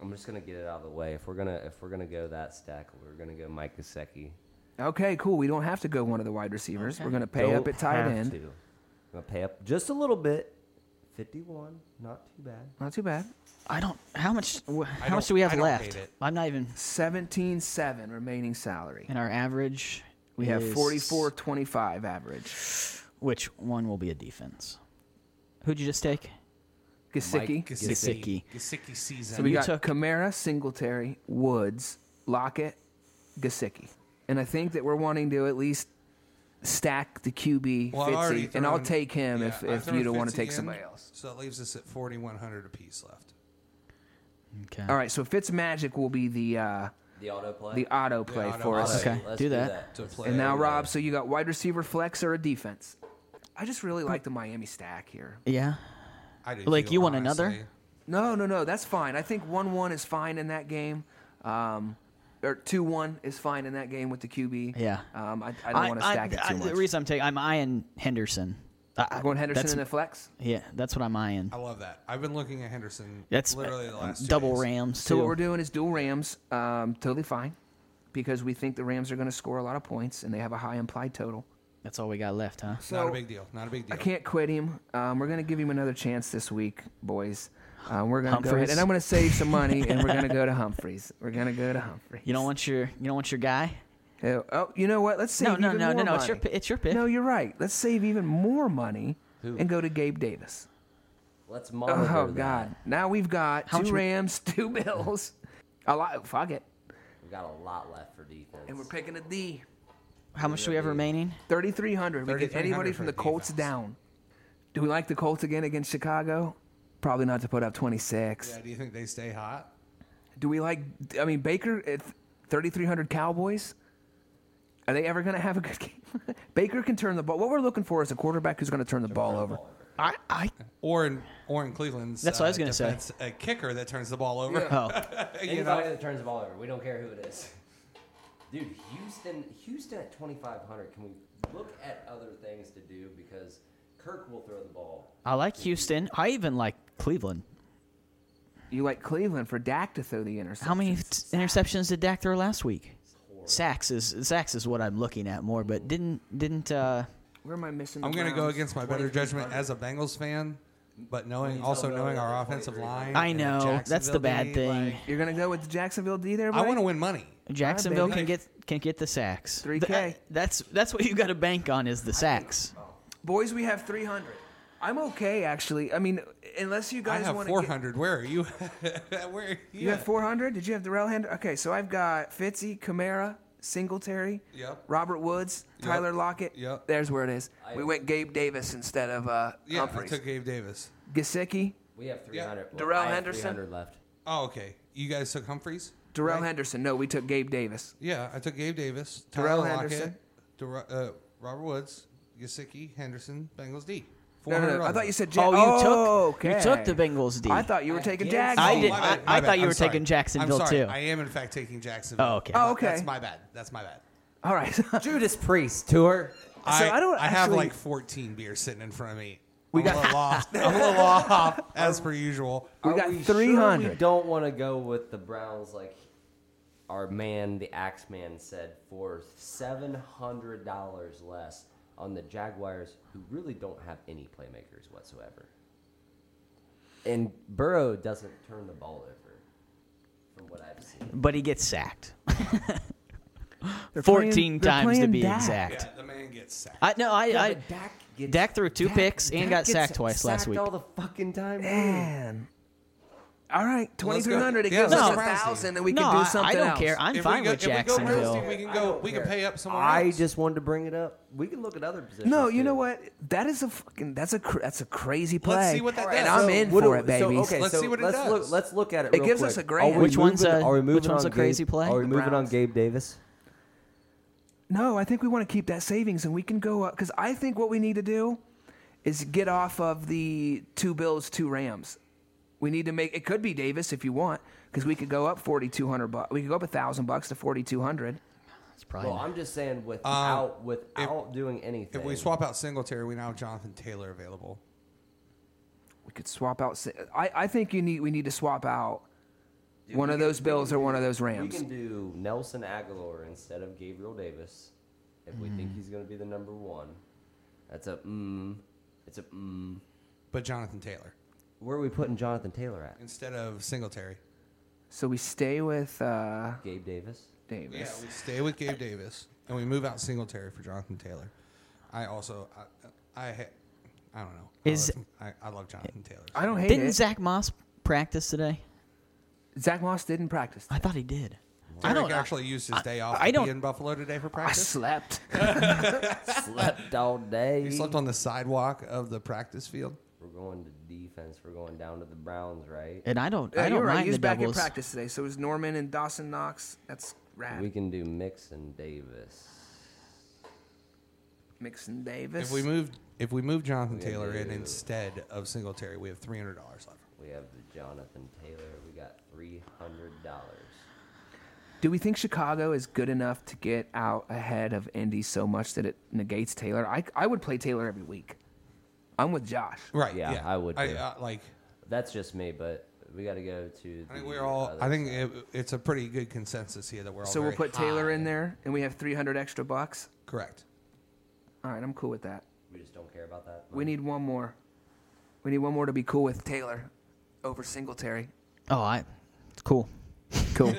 Speaker 2: I'm just gonna get it out of the way. If we're gonna if we're gonna go that stack, we're gonna go Mike Gesicki.
Speaker 3: Okay, cool. We don't have to go one of the wide receivers. We're going to pay up
Speaker 2: Don't
Speaker 3: at tight
Speaker 2: have
Speaker 3: end.
Speaker 2: to. I'm gonna pay up just a little bit. Fifty-one, not too bad.
Speaker 3: Not too bad.
Speaker 4: I don't. How much? wh- How
Speaker 1: don't-
Speaker 4: much do we have
Speaker 1: I don't
Speaker 4: left?
Speaker 1: hate it.
Speaker 4: I'm not even.
Speaker 3: 17-7 remaining salary.
Speaker 4: And our average.
Speaker 3: We have
Speaker 4: is-
Speaker 3: 44-25 average.
Speaker 4: Which one will be a defense? Who'd you just take?
Speaker 3: Gasicki.
Speaker 4: Gesicki.
Speaker 1: Gasicki season.
Speaker 3: So we
Speaker 4: You
Speaker 3: got
Speaker 4: took-
Speaker 3: Kamara, Singletary, Woods, Lockett, Gasicki. And I think that we're wanting to at least stack the QB
Speaker 1: Well, I've already
Speaker 3: Fitzy, and I'll
Speaker 1: thrown-
Speaker 3: take him
Speaker 1: yeah,
Speaker 3: if,
Speaker 1: I've
Speaker 3: if
Speaker 1: thrown
Speaker 3: you don't want to
Speaker 1: Fitzy
Speaker 3: take
Speaker 1: in,
Speaker 3: somebody else.
Speaker 1: So that leaves us at 4,100 apiece left.
Speaker 4: Okay.
Speaker 3: All right, so Fitzmagic will be the uh,
Speaker 2: The auto play.
Speaker 3: the auto play
Speaker 1: auto
Speaker 3: for
Speaker 1: play.
Speaker 3: us.
Speaker 4: Okay, do that.
Speaker 1: To play
Speaker 3: And now,
Speaker 1: everybody.
Speaker 3: Rob, so you got wide receiver flex or a defense? I just really like the Miami stack here.
Speaker 4: Yeah.
Speaker 1: I do
Speaker 4: Like,
Speaker 1: too,
Speaker 4: you want another?
Speaker 1: honestly.
Speaker 3: No, no, no. That's fine. I think one one is fine in that game. Um, or two one is fine in that game with the QB.
Speaker 4: Yeah.
Speaker 3: Um, I, I don't want to stack it
Speaker 4: I-
Speaker 3: too much.
Speaker 4: The reason I'm taking, I'm eyeing Henderson. I, I-
Speaker 3: I'm going Henderson
Speaker 4: that's-
Speaker 3: in the flex.
Speaker 4: Yeah, that's what I'm eyeing.
Speaker 1: I love that. I've been looking at Henderson.
Speaker 4: That's
Speaker 1: literally the last two
Speaker 4: double
Speaker 1: days.
Speaker 4: Rams.
Speaker 3: So
Speaker 4: too.
Speaker 3: what we're doing is dual Rams. Um, totally fine, because we think the Rams are going to score a lot of points and they have a high implied total.
Speaker 4: That's all we got left, huh?
Speaker 1: Not
Speaker 3: So
Speaker 1: a big deal. Not a big deal.
Speaker 3: I can't quit him. Um, we're going to give him another chance this week, boys. Um, we're going to go ahead
Speaker 4: Humphreys.
Speaker 3: and I'm going to save some money and we're going to go to Humphreys. We're going to go to Humphreys.
Speaker 4: You don't want your you don't want your guy.
Speaker 3: Oh, oh, you know what? Let's save
Speaker 4: No, no,
Speaker 3: even
Speaker 4: no,
Speaker 3: more
Speaker 4: no, no.
Speaker 3: Money.
Speaker 4: It's your pi- it's your pick.
Speaker 3: No, you're right. Let's save even more money and go to Gabe Davis.
Speaker 2: Let's
Speaker 3: Oh
Speaker 2: monitor. that.
Speaker 3: God! Now we've got
Speaker 4: How
Speaker 3: two
Speaker 4: much-
Speaker 3: Rams, two Bills. A lot. Fuck it.
Speaker 2: We got a lot left for defense.
Speaker 3: And we're picking a D.
Speaker 4: How much do we have remaining?
Speaker 3: 3,300. We get
Speaker 1: 3,300
Speaker 3: anybody
Speaker 1: for
Speaker 3: from the
Speaker 1: a
Speaker 3: Colts
Speaker 1: defense.
Speaker 3: down. Do we like the Colts again against Chicago? Probably not to put up 26.
Speaker 1: Yeah, do you think they stay hot?
Speaker 3: Do we like? I mean, Baker at 3,300 Cowboys. Are they ever going to have a good game? Baker can turn the ball. What we're looking for is a quarterback who's going to turn the ball over.
Speaker 4: I, I
Speaker 1: Or in or in Cleveland's
Speaker 4: That's what I was
Speaker 1: uh,
Speaker 4: gonna say.
Speaker 1: defense, A kicker that turns the ball over.
Speaker 4: oh
Speaker 1: you
Speaker 2: Anybody
Speaker 1: know,
Speaker 2: that turns the ball over, we don't care who it is. Dude, Houston, Houston at 2,500. Can we look at other things to do because Kirk will throw the ball.
Speaker 4: I like Houston. I even like Cleveland.
Speaker 3: You like Cleveland for Dak to throw the interception.
Speaker 4: How many t- interceptions did Dak throw last week? Sacks is sacks is what I'm looking at more, but didn't didn't uh
Speaker 3: Where am I missing? The
Speaker 1: I'm going to go
Speaker 3: Browns?
Speaker 1: against my better judgment as a Bengals fan, but knowing also knowing our offensive line.
Speaker 4: I
Speaker 1: and the
Speaker 4: know that's
Speaker 1: Jacksonville
Speaker 4: the bad
Speaker 1: game,
Speaker 4: thing.
Speaker 1: like,
Speaker 3: You're going to go with the Jacksonville D there.
Speaker 1: I
Speaker 3: buddy?
Speaker 1: want to win money.
Speaker 4: Jacksonville
Speaker 3: baby.
Speaker 4: can get can get the sacks.
Speaker 3: 3K.
Speaker 4: Th- uh, that's that's what you got to bank on is the sacks.
Speaker 3: Boys, we have 300. I'm okay, actually. I mean, unless you
Speaker 1: I
Speaker 3: guys
Speaker 1: have
Speaker 3: want to.
Speaker 1: 400. Where are you? Where are you?
Speaker 3: You have 400? Did you have Darrell Henderson? Okay, so I've got Fitzy, Kamara, Singletary,
Speaker 1: Yep.
Speaker 3: Robert Woods, Tyler Lockett.
Speaker 1: Yep.
Speaker 3: There's where it is. we went Gabe Davis instead of uh,
Speaker 1: yeah,
Speaker 3: Humphreys.
Speaker 1: I took Gabe Davis.
Speaker 3: Gesicki,
Speaker 2: We have 300. well,
Speaker 3: Darrell
Speaker 2: I have
Speaker 3: Henderson.
Speaker 2: 300 left.
Speaker 1: Oh, okay. You guys took Humphreys?
Speaker 3: Darrell Henderson. No, we took Gabe Davis.
Speaker 1: Yeah, I took Gabe Davis,
Speaker 3: Terrell
Speaker 1: Tyler
Speaker 3: Henderson.
Speaker 1: Lockett, Dur- uh, Robert Woods, Gasicki, Henderson, Bengals D.
Speaker 3: No, no,
Speaker 1: 400
Speaker 3: no. I
Speaker 1: on
Speaker 3: thought
Speaker 1: it.
Speaker 3: you said
Speaker 4: Oh,
Speaker 3: Jack.
Speaker 4: you took
Speaker 3: okay.
Speaker 4: you took the Bengals D.
Speaker 3: I thought you were taking
Speaker 1: Yes.
Speaker 3: Jags.
Speaker 4: I
Speaker 1: Oh,
Speaker 4: did-
Speaker 1: my
Speaker 4: I-
Speaker 1: bad, my
Speaker 4: I
Speaker 1: bad.
Speaker 4: thought you
Speaker 1: I'm
Speaker 4: were
Speaker 1: sorry.
Speaker 4: taking Jacksonville,
Speaker 1: I'm sorry.
Speaker 4: too.
Speaker 1: I am in fact taking Jacksonville.
Speaker 4: Oh, okay.
Speaker 3: Oh, okay.
Speaker 1: That's my bad. That's my bad.
Speaker 3: All right.
Speaker 2: Judas Priest, tour.
Speaker 1: I,
Speaker 3: I don't
Speaker 1: I have
Speaker 3: actually-
Speaker 1: like 14 beers sitting in front of me.
Speaker 3: We
Speaker 1: I'm a little off. I'm a little off as per usual.
Speaker 3: we
Speaker 2: Are
Speaker 3: got
Speaker 2: we sure
Speaker 3: 300.
Speaker 2: we don't want to go with the Browns like our man, the Axeman, said for $700 less on the Jaguars, who really don't have any playmakers whatsoever. And Burrow doesn't turn the ball over, from what I've seen.
Speaker 4: but he gets sacked.
Speaker 3: They're
Speaker 4: 14
Speaker 3: playing- they're
Speaker 4: times to
Speaker 3: playing
Speaker 4: be
Speaker 3: Dak.
Speaker 4: exact.
Speaker 1: Yeah, the man gets sacked.
Speaker 4: I no, I,
Speaker 2: Yeah,
Speaker 4: I
Speaker 2: but Dak, gets,
Speaker 4: Dak threw two picks and got
Speaker 2: gets
Speaker 4: sacked twice last
Speaker 2: sacked
Speaker 4: week.
Speaker 2: all the fucking time.
Speaker 3: Man. All right,
Speaker 1: Let's go.
Speaker 3: 2300 It
Speaker 1: Yeah,
Speaker 3: gives
Speaker 1: let's
Speaker 3: us
Speaker 1: go
Speaker 3: a
Speaker 1: Browns
Speaker 3: thousand,
Speaker 1: team.
Speaker 3: and we
Speaker 4: no,
Speaker 3: can do
Speaker 4: I-
Speaker 3: something
Speaker 4: I, don't
Speaker 3: else.
Speaker 4: care. I'm
Speaker 1: If we
Speaker 4: fine
Speaker 1: go-
Speaker 4: with
Speaker 1: if we go Browns
Speaker 4: Jacksonville.
Speaker 1: team, we can
Speaker 2: I
Speaker 1: go.
Speaker 2: don't
Speaker 1: We can
Speaker 2: care.
Speaker 1: pay up someone
Speaker 2: I
Speaker 1: else.
Speaker 2: just wanted to bring it up. We can look at other positions.
Speaker 3: No, you know
Speaker 2: too.
Speaker 3: what? That is a fucking that's a cr- that's a crazy play.
Speaker 1: Let's see what that
Speaker 3: And
Speaker 1: does.
Speaker 3: I'm
Speaker 1: So
Speaker 3: in
Speaker 2: What
Speaker 3: for
Speaker 2: do-
Speaker 3: it, baby.
Speaker 2: So, okay,
Speaker 1: Let's
Speaker 2: so
Speaker 1: see what it
Speaker 2: let's
Speaker 1: does.
Speaker 2: Look, let's look at it.
Speaker 3: It
Speaker 2: real
Speaker 3: gives
Speaker 2: quick.
Speaker 3: us a grand.
Speaker 2: Are we
Speaker 4: Which one's
Speaker 2: moving-
Speaker 4: a-
Speaker 2: are we
Speaker 4: which
Speaker 2: moving
Speaker 4: one's
Speaker 2: on
Speaker 4: a crazy
Speaker 2: Gabe-
Speaker 4: play?
Speaker 2: Are we
Speaker 4: The
Speaker 2: moving on
Speaker 3: Browns.
Speaker 2: Gabe Davis?
Speaker 3: No, I think we want to keep that savings, and we can go up because I think what we need to do is get off of the two Bills, two Rams. We need to make it could be Davis if you want because we could go up forty two hundred bucks. We could go up a thousand bucks to forty two hundred.
Speaker 4: It's probably
Speaker 2: Well,
Speaker 4: not.
Speaker 2: I'm just saying without without doing anything.
Speaker 1: Um, If we swap out Singletary, we now have Jonathan Taylor available.
Speaker 3: We could swap out. Sa- I I think you need we need to swap out one of those Bills or one of those
Speaker 2: we
Speaker 3: Rams.
Speaker 2: can do Nelson Aguilar instead of Gabriel Davis if we
Speaker 4: Hmm.
Speaker 2: think he's going to be the number one. That's a mm. It's a mm.
Speaker 1: But Jonathan Taylor
Speaker 2: Where are we putting Jonathan Taylor at?
Speaker 1: instead of Singletary.
Speaker 3: So we stay with uh,
Speaker 2: Gabe Davis.
Speaker 3: Davis.
Speaker 1: Yeah, we stay with Gabe Davis and we move out Singletary for Jonathan Taylor. I also, I, I, ha- I don't know. I
Speaker 4: Is-
Speaker 1: love- I, I love Jonathan Taylor.
Speaker 3: I don't hate
Speaker 4: Didn't
Speaker 3: it.
Speaker 4: Zach Moss practice today?
Speaker 3: Zach Moss didn't practice.
Speaker 4: I thought he did.
Speaker 1: Derek
Speaker 4: I don't
Speaker 1: actually used his day off.
Speaker 4: I
Speaker 1: to
Speaker 4: don't-
Speaker 1: be in Buffalo today for
Speaker 3: I
Speaker 1: practice.
Speaker 3: slept.
Speaker 2: Slept all day.
Speaker 1: He slept on the sidewalk of the practice field.
Speaker 2: We're going to defense. We're going down to the Browns, right?
Speaker 4: And I don't.
Speaker 3: Yeah,
Speaker 4: I don't
Speaker 3: you're right.
Speaker 4: mind
Speaker 3: He was
Speaker 4: the
Speaker 3: back
Speaker 4: doubles.
Speaker 3: in practice today. So is Norman and Dawson Knox. That's rad.
Speaker 2: We can do Mix and Davis.
Speaker 3: Mixon Davis.
Speaker 1: If we move, if we move Jonathan
Speaker 2: We
Speaker 1: Taylor in
Speaker 2: do-
Speaker 1: instead of Singletary, we have three hundred dollars left.
Speaker 2: We have the Jonathan Taylor. We got three hundred dollars.
Speaker 3: Do we think Chicago is good enough to get out ahead of Indy so much that it negates Taylor? I, I would play Taylor every week. I'm with Josh.
Speaker 1: Right?
Speaker 2: Yeah, I would
Speaker 1: I,
Speaker 2: do.
Speaker 1: uh, like.
Speaker 2: That's just me, but we got to go to. The
Speaker 1: I think we're all.
Speaker 2: other
Speaker 1: I think
Speaker 2: side.
Speaker 1: it, it's a pretty good consensus here that we're all.
Speaker 3: So we'll
Speaker 1: very
Speaker 3: put Taylor
Speaker 1: high.
Speaker 3: in there, and we have 300 extra bucks.
Speaker 1: Correct.
Speaker 3: All right, I'm cool with that.
Speaker 2: we just don't care about that.
Speaker 3: We need one more. We need one more to be cool with Taylor over Singletary.
Speaker 4: Oh, I. Cool.
Speaker 3: Cool.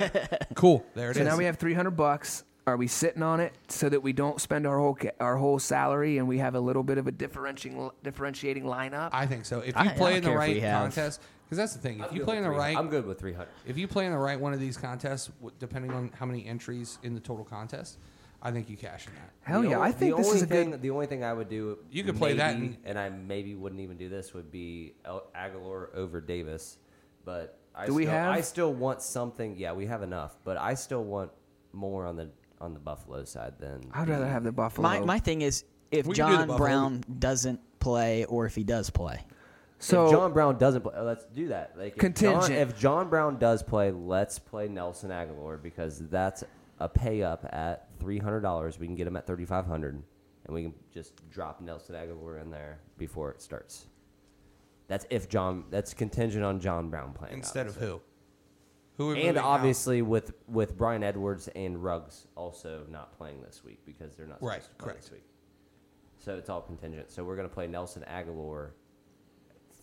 Speaker 1: Cool. There it is.
Speaker 3: so now we have 300 bucks. Are we sitting on it so that we don't spend our whole ca- our whole salary and we have a little bit of a differentiating differentiating lineup?
Speaker 1: I think so. If
Speaker 4: I-
Speaker 1: you
Speaker 4: I
Speaker 1: play
Speaker 4: don't
Speaker 1: in the
Speaker 4: care if
Speaker 1: right
Speaker 4: we have-
Speaker 1: contest, because that's the thing. If
Speaker 2: I'm
Speaker 1: you
Speaker 2: good
Speaker 1: play in
Speaker 2: with
Speaker 1: the
Speaker 2: 300.
Speaker 1: right,
Speaker 2: I'm good with three hundred.
Speaker 1: if you play in the right one of these contests, w- depending on how many entries in the total contest, I think you cash in that.
Speaker 3: Hell
Speaker 2: The
Speaker 3: yeah!
Speaker 2: only-
Speaker 3: I think
Speaker 2: the
Speaker 3: this
Speaker 2: only
Speaker 3: is a
Speaker 2: thing,
Speaker 3: good.
Speaker 2: The only thing I would do,
Speaker 1: You could play that
Speaker 2: maybe,
Speaker 1: and-
Speaker 2: and I maybe wouldn't even do this. Would be El- Aguilar over Davis, but I
Speaker 3: Do we
Speaker 2: still,
Speaker 3: have-
Speaker 2: I still want something. Yeah, we have enough, but I still want more on the on the Buffalo side than.
Speaker 3: I'd
Speaker 2: the-
Speaker 3: rather have the Buffalo.
Speaker 4: My my thing is if
Speaker 1: We can do the
Speaker 4: John
Speaker 1: Buffalo.
Speaker 4: Brown doesn't play or if he does play.
Speaker 3: so
Speaker 2: if John Brown doesn't play, let's do that. Like if
Speaker 3: Contingent.
Speaker 2: John, if John Brown does play, let's play Nelson Aguilar because that's a pay up at three hundred dollars. We can get him at thirty five hundred, and we can just drop Nelson Aguilar in there before it starts. That's if John. That's contingent on John Brown playing
Speaker 1: Instead of
Speaker 2: obviously.
Speaker 1: who? Who would
Speaker 2: And
Speaker 1: really count?
Speaker 2: obviously with with Brian Edwards and Ruggs also not playing this week because they're not supposed
Speaker 1: Right,
Speaker 2: to play
Speaker 1: correct.
Speaker 2: this week. So it's all contingent. So we're going to play Nelson Aguilar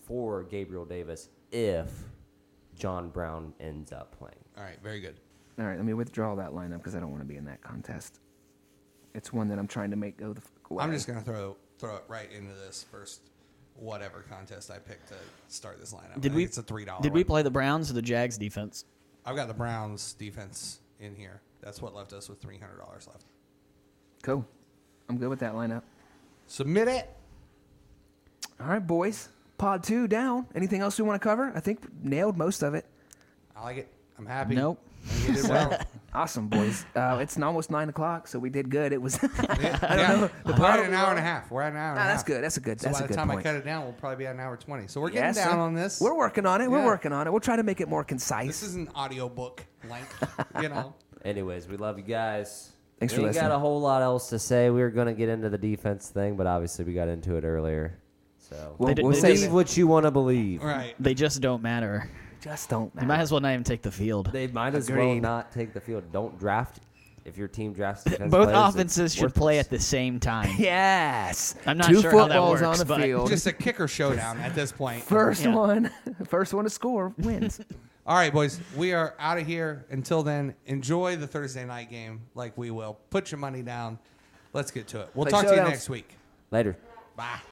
Speaker 2: for Gabriel Davis if John Brown ends up playing.
Speaker 1: All right. Very good.
Speaker 3: All right, let me withdraw that lineup because I don't want to be in that contest. It's one that I'm trying to make go the fuck away.
Speaker 1: I'm just gonna throw throw it right into this first whatever contest I picked to start this lineup.
Speaker 4: Did
Speaker 1: I
Speaker 4: we
Speaker 1: It's a three dollar.
Speaker 4: Did we play the Browns or the Jags defense?
Speaker 1: I've got the Browns defense in here. That's what left us with three hundred dollars left.
Speaker 3: cool. I'm good with that lineup.
Speaker 1: Submit it.
Speaker 3: All right, boys. Pod two down. Anything else we want to cover? I think nailed most of it.
Speaker 1: I like it. I'm happy.
Speaker 4: Nope.
Speaker 1: I did well.
Speaker 3: Awesome, boys. Uh, it's almost nine o'clock, so we did good. It was.
Speaker 1: Yeah. We're at an hour and a half. We're at an hour. and
Speaker 3: Ah,
Speaker 1: a half.
Speaker 3: that's good. That's a good-
Speaker 1: So
Speaker 3: that's
Speaker 1: by
Speaker 3: a
Speaker 1: the
Speaker 3: good
Speaker 1: time I
Speaker 3: point.
Speaker 1: cut it down, we'll probably be at an hour twenty. So we're getting
Speaker 3: Yes,
Speaker 1: down
Speaker 3: sir.
Speaker 1: on this.
Speaker 3: We're working on it.
Speaker 1: Yeah.
Speaker 3: We're working on it. We'll try to make it more
Speaker 1: This
Speaker 3: concise.
Speaker 1: is an audiobook length. you know.
Speaker 2: Anyways, we love you guys.
Speaker 3: Thanks
Speaker 2: we
Speaker 3: for
Speaker 2: ain't got
Speaker 3: listening.
Speaker 2: a whole lot else to say. We were going to get into the defense thing, but obviously we got into it earlier. So
Speaker 3: We'll,
Speaker 4: did-
Speaker 3: we'll
Speaker 4: they
Speaker 3: save
Speaker 2: believe
Speaker 3: it.
Speaker 2: what you want to believe.
Speaker 1: Right.
Speaker 4: They just don't matter.
Speaker 3: Just don't.
Speaker 4: You might as well not even take the field.
Speaker 2: They might as well
Speaker 3: Agreed.
Speaker 2: not take the field. Don't draft if your team drafts. defense
Speaker 4: Both
Speaker 2: players, it's
Speaker 4: offenses should play
Speaker 2: worthless.
Speaker 4: at the same time.
Speaker 3: Yes.
Speaker 4: I'm not
Speaker 3: Two
Speaker 4: sure how that
Speaker 3: footballs
Speaker 4: works,
Speaker 3: on the
Speaker 4: but-
Speaker 3: field.
Speaker 1: Just a kicker showdown at this point.
Speaker 3: first
Speaker 4: Yeah.
Speaker 3: one, first one to score wins.
Speaker 1: All right, boys, we are out of here. Until then, enjoy the Thursday night game like we will. Put your money down. Let's get to it. We'll
Speaker 3: Play
Speaker 1: talk to you
Speaker 3: showdowns.
Speaker 1: next week.
Speaker 2: Later.
Speaker 1: Bye.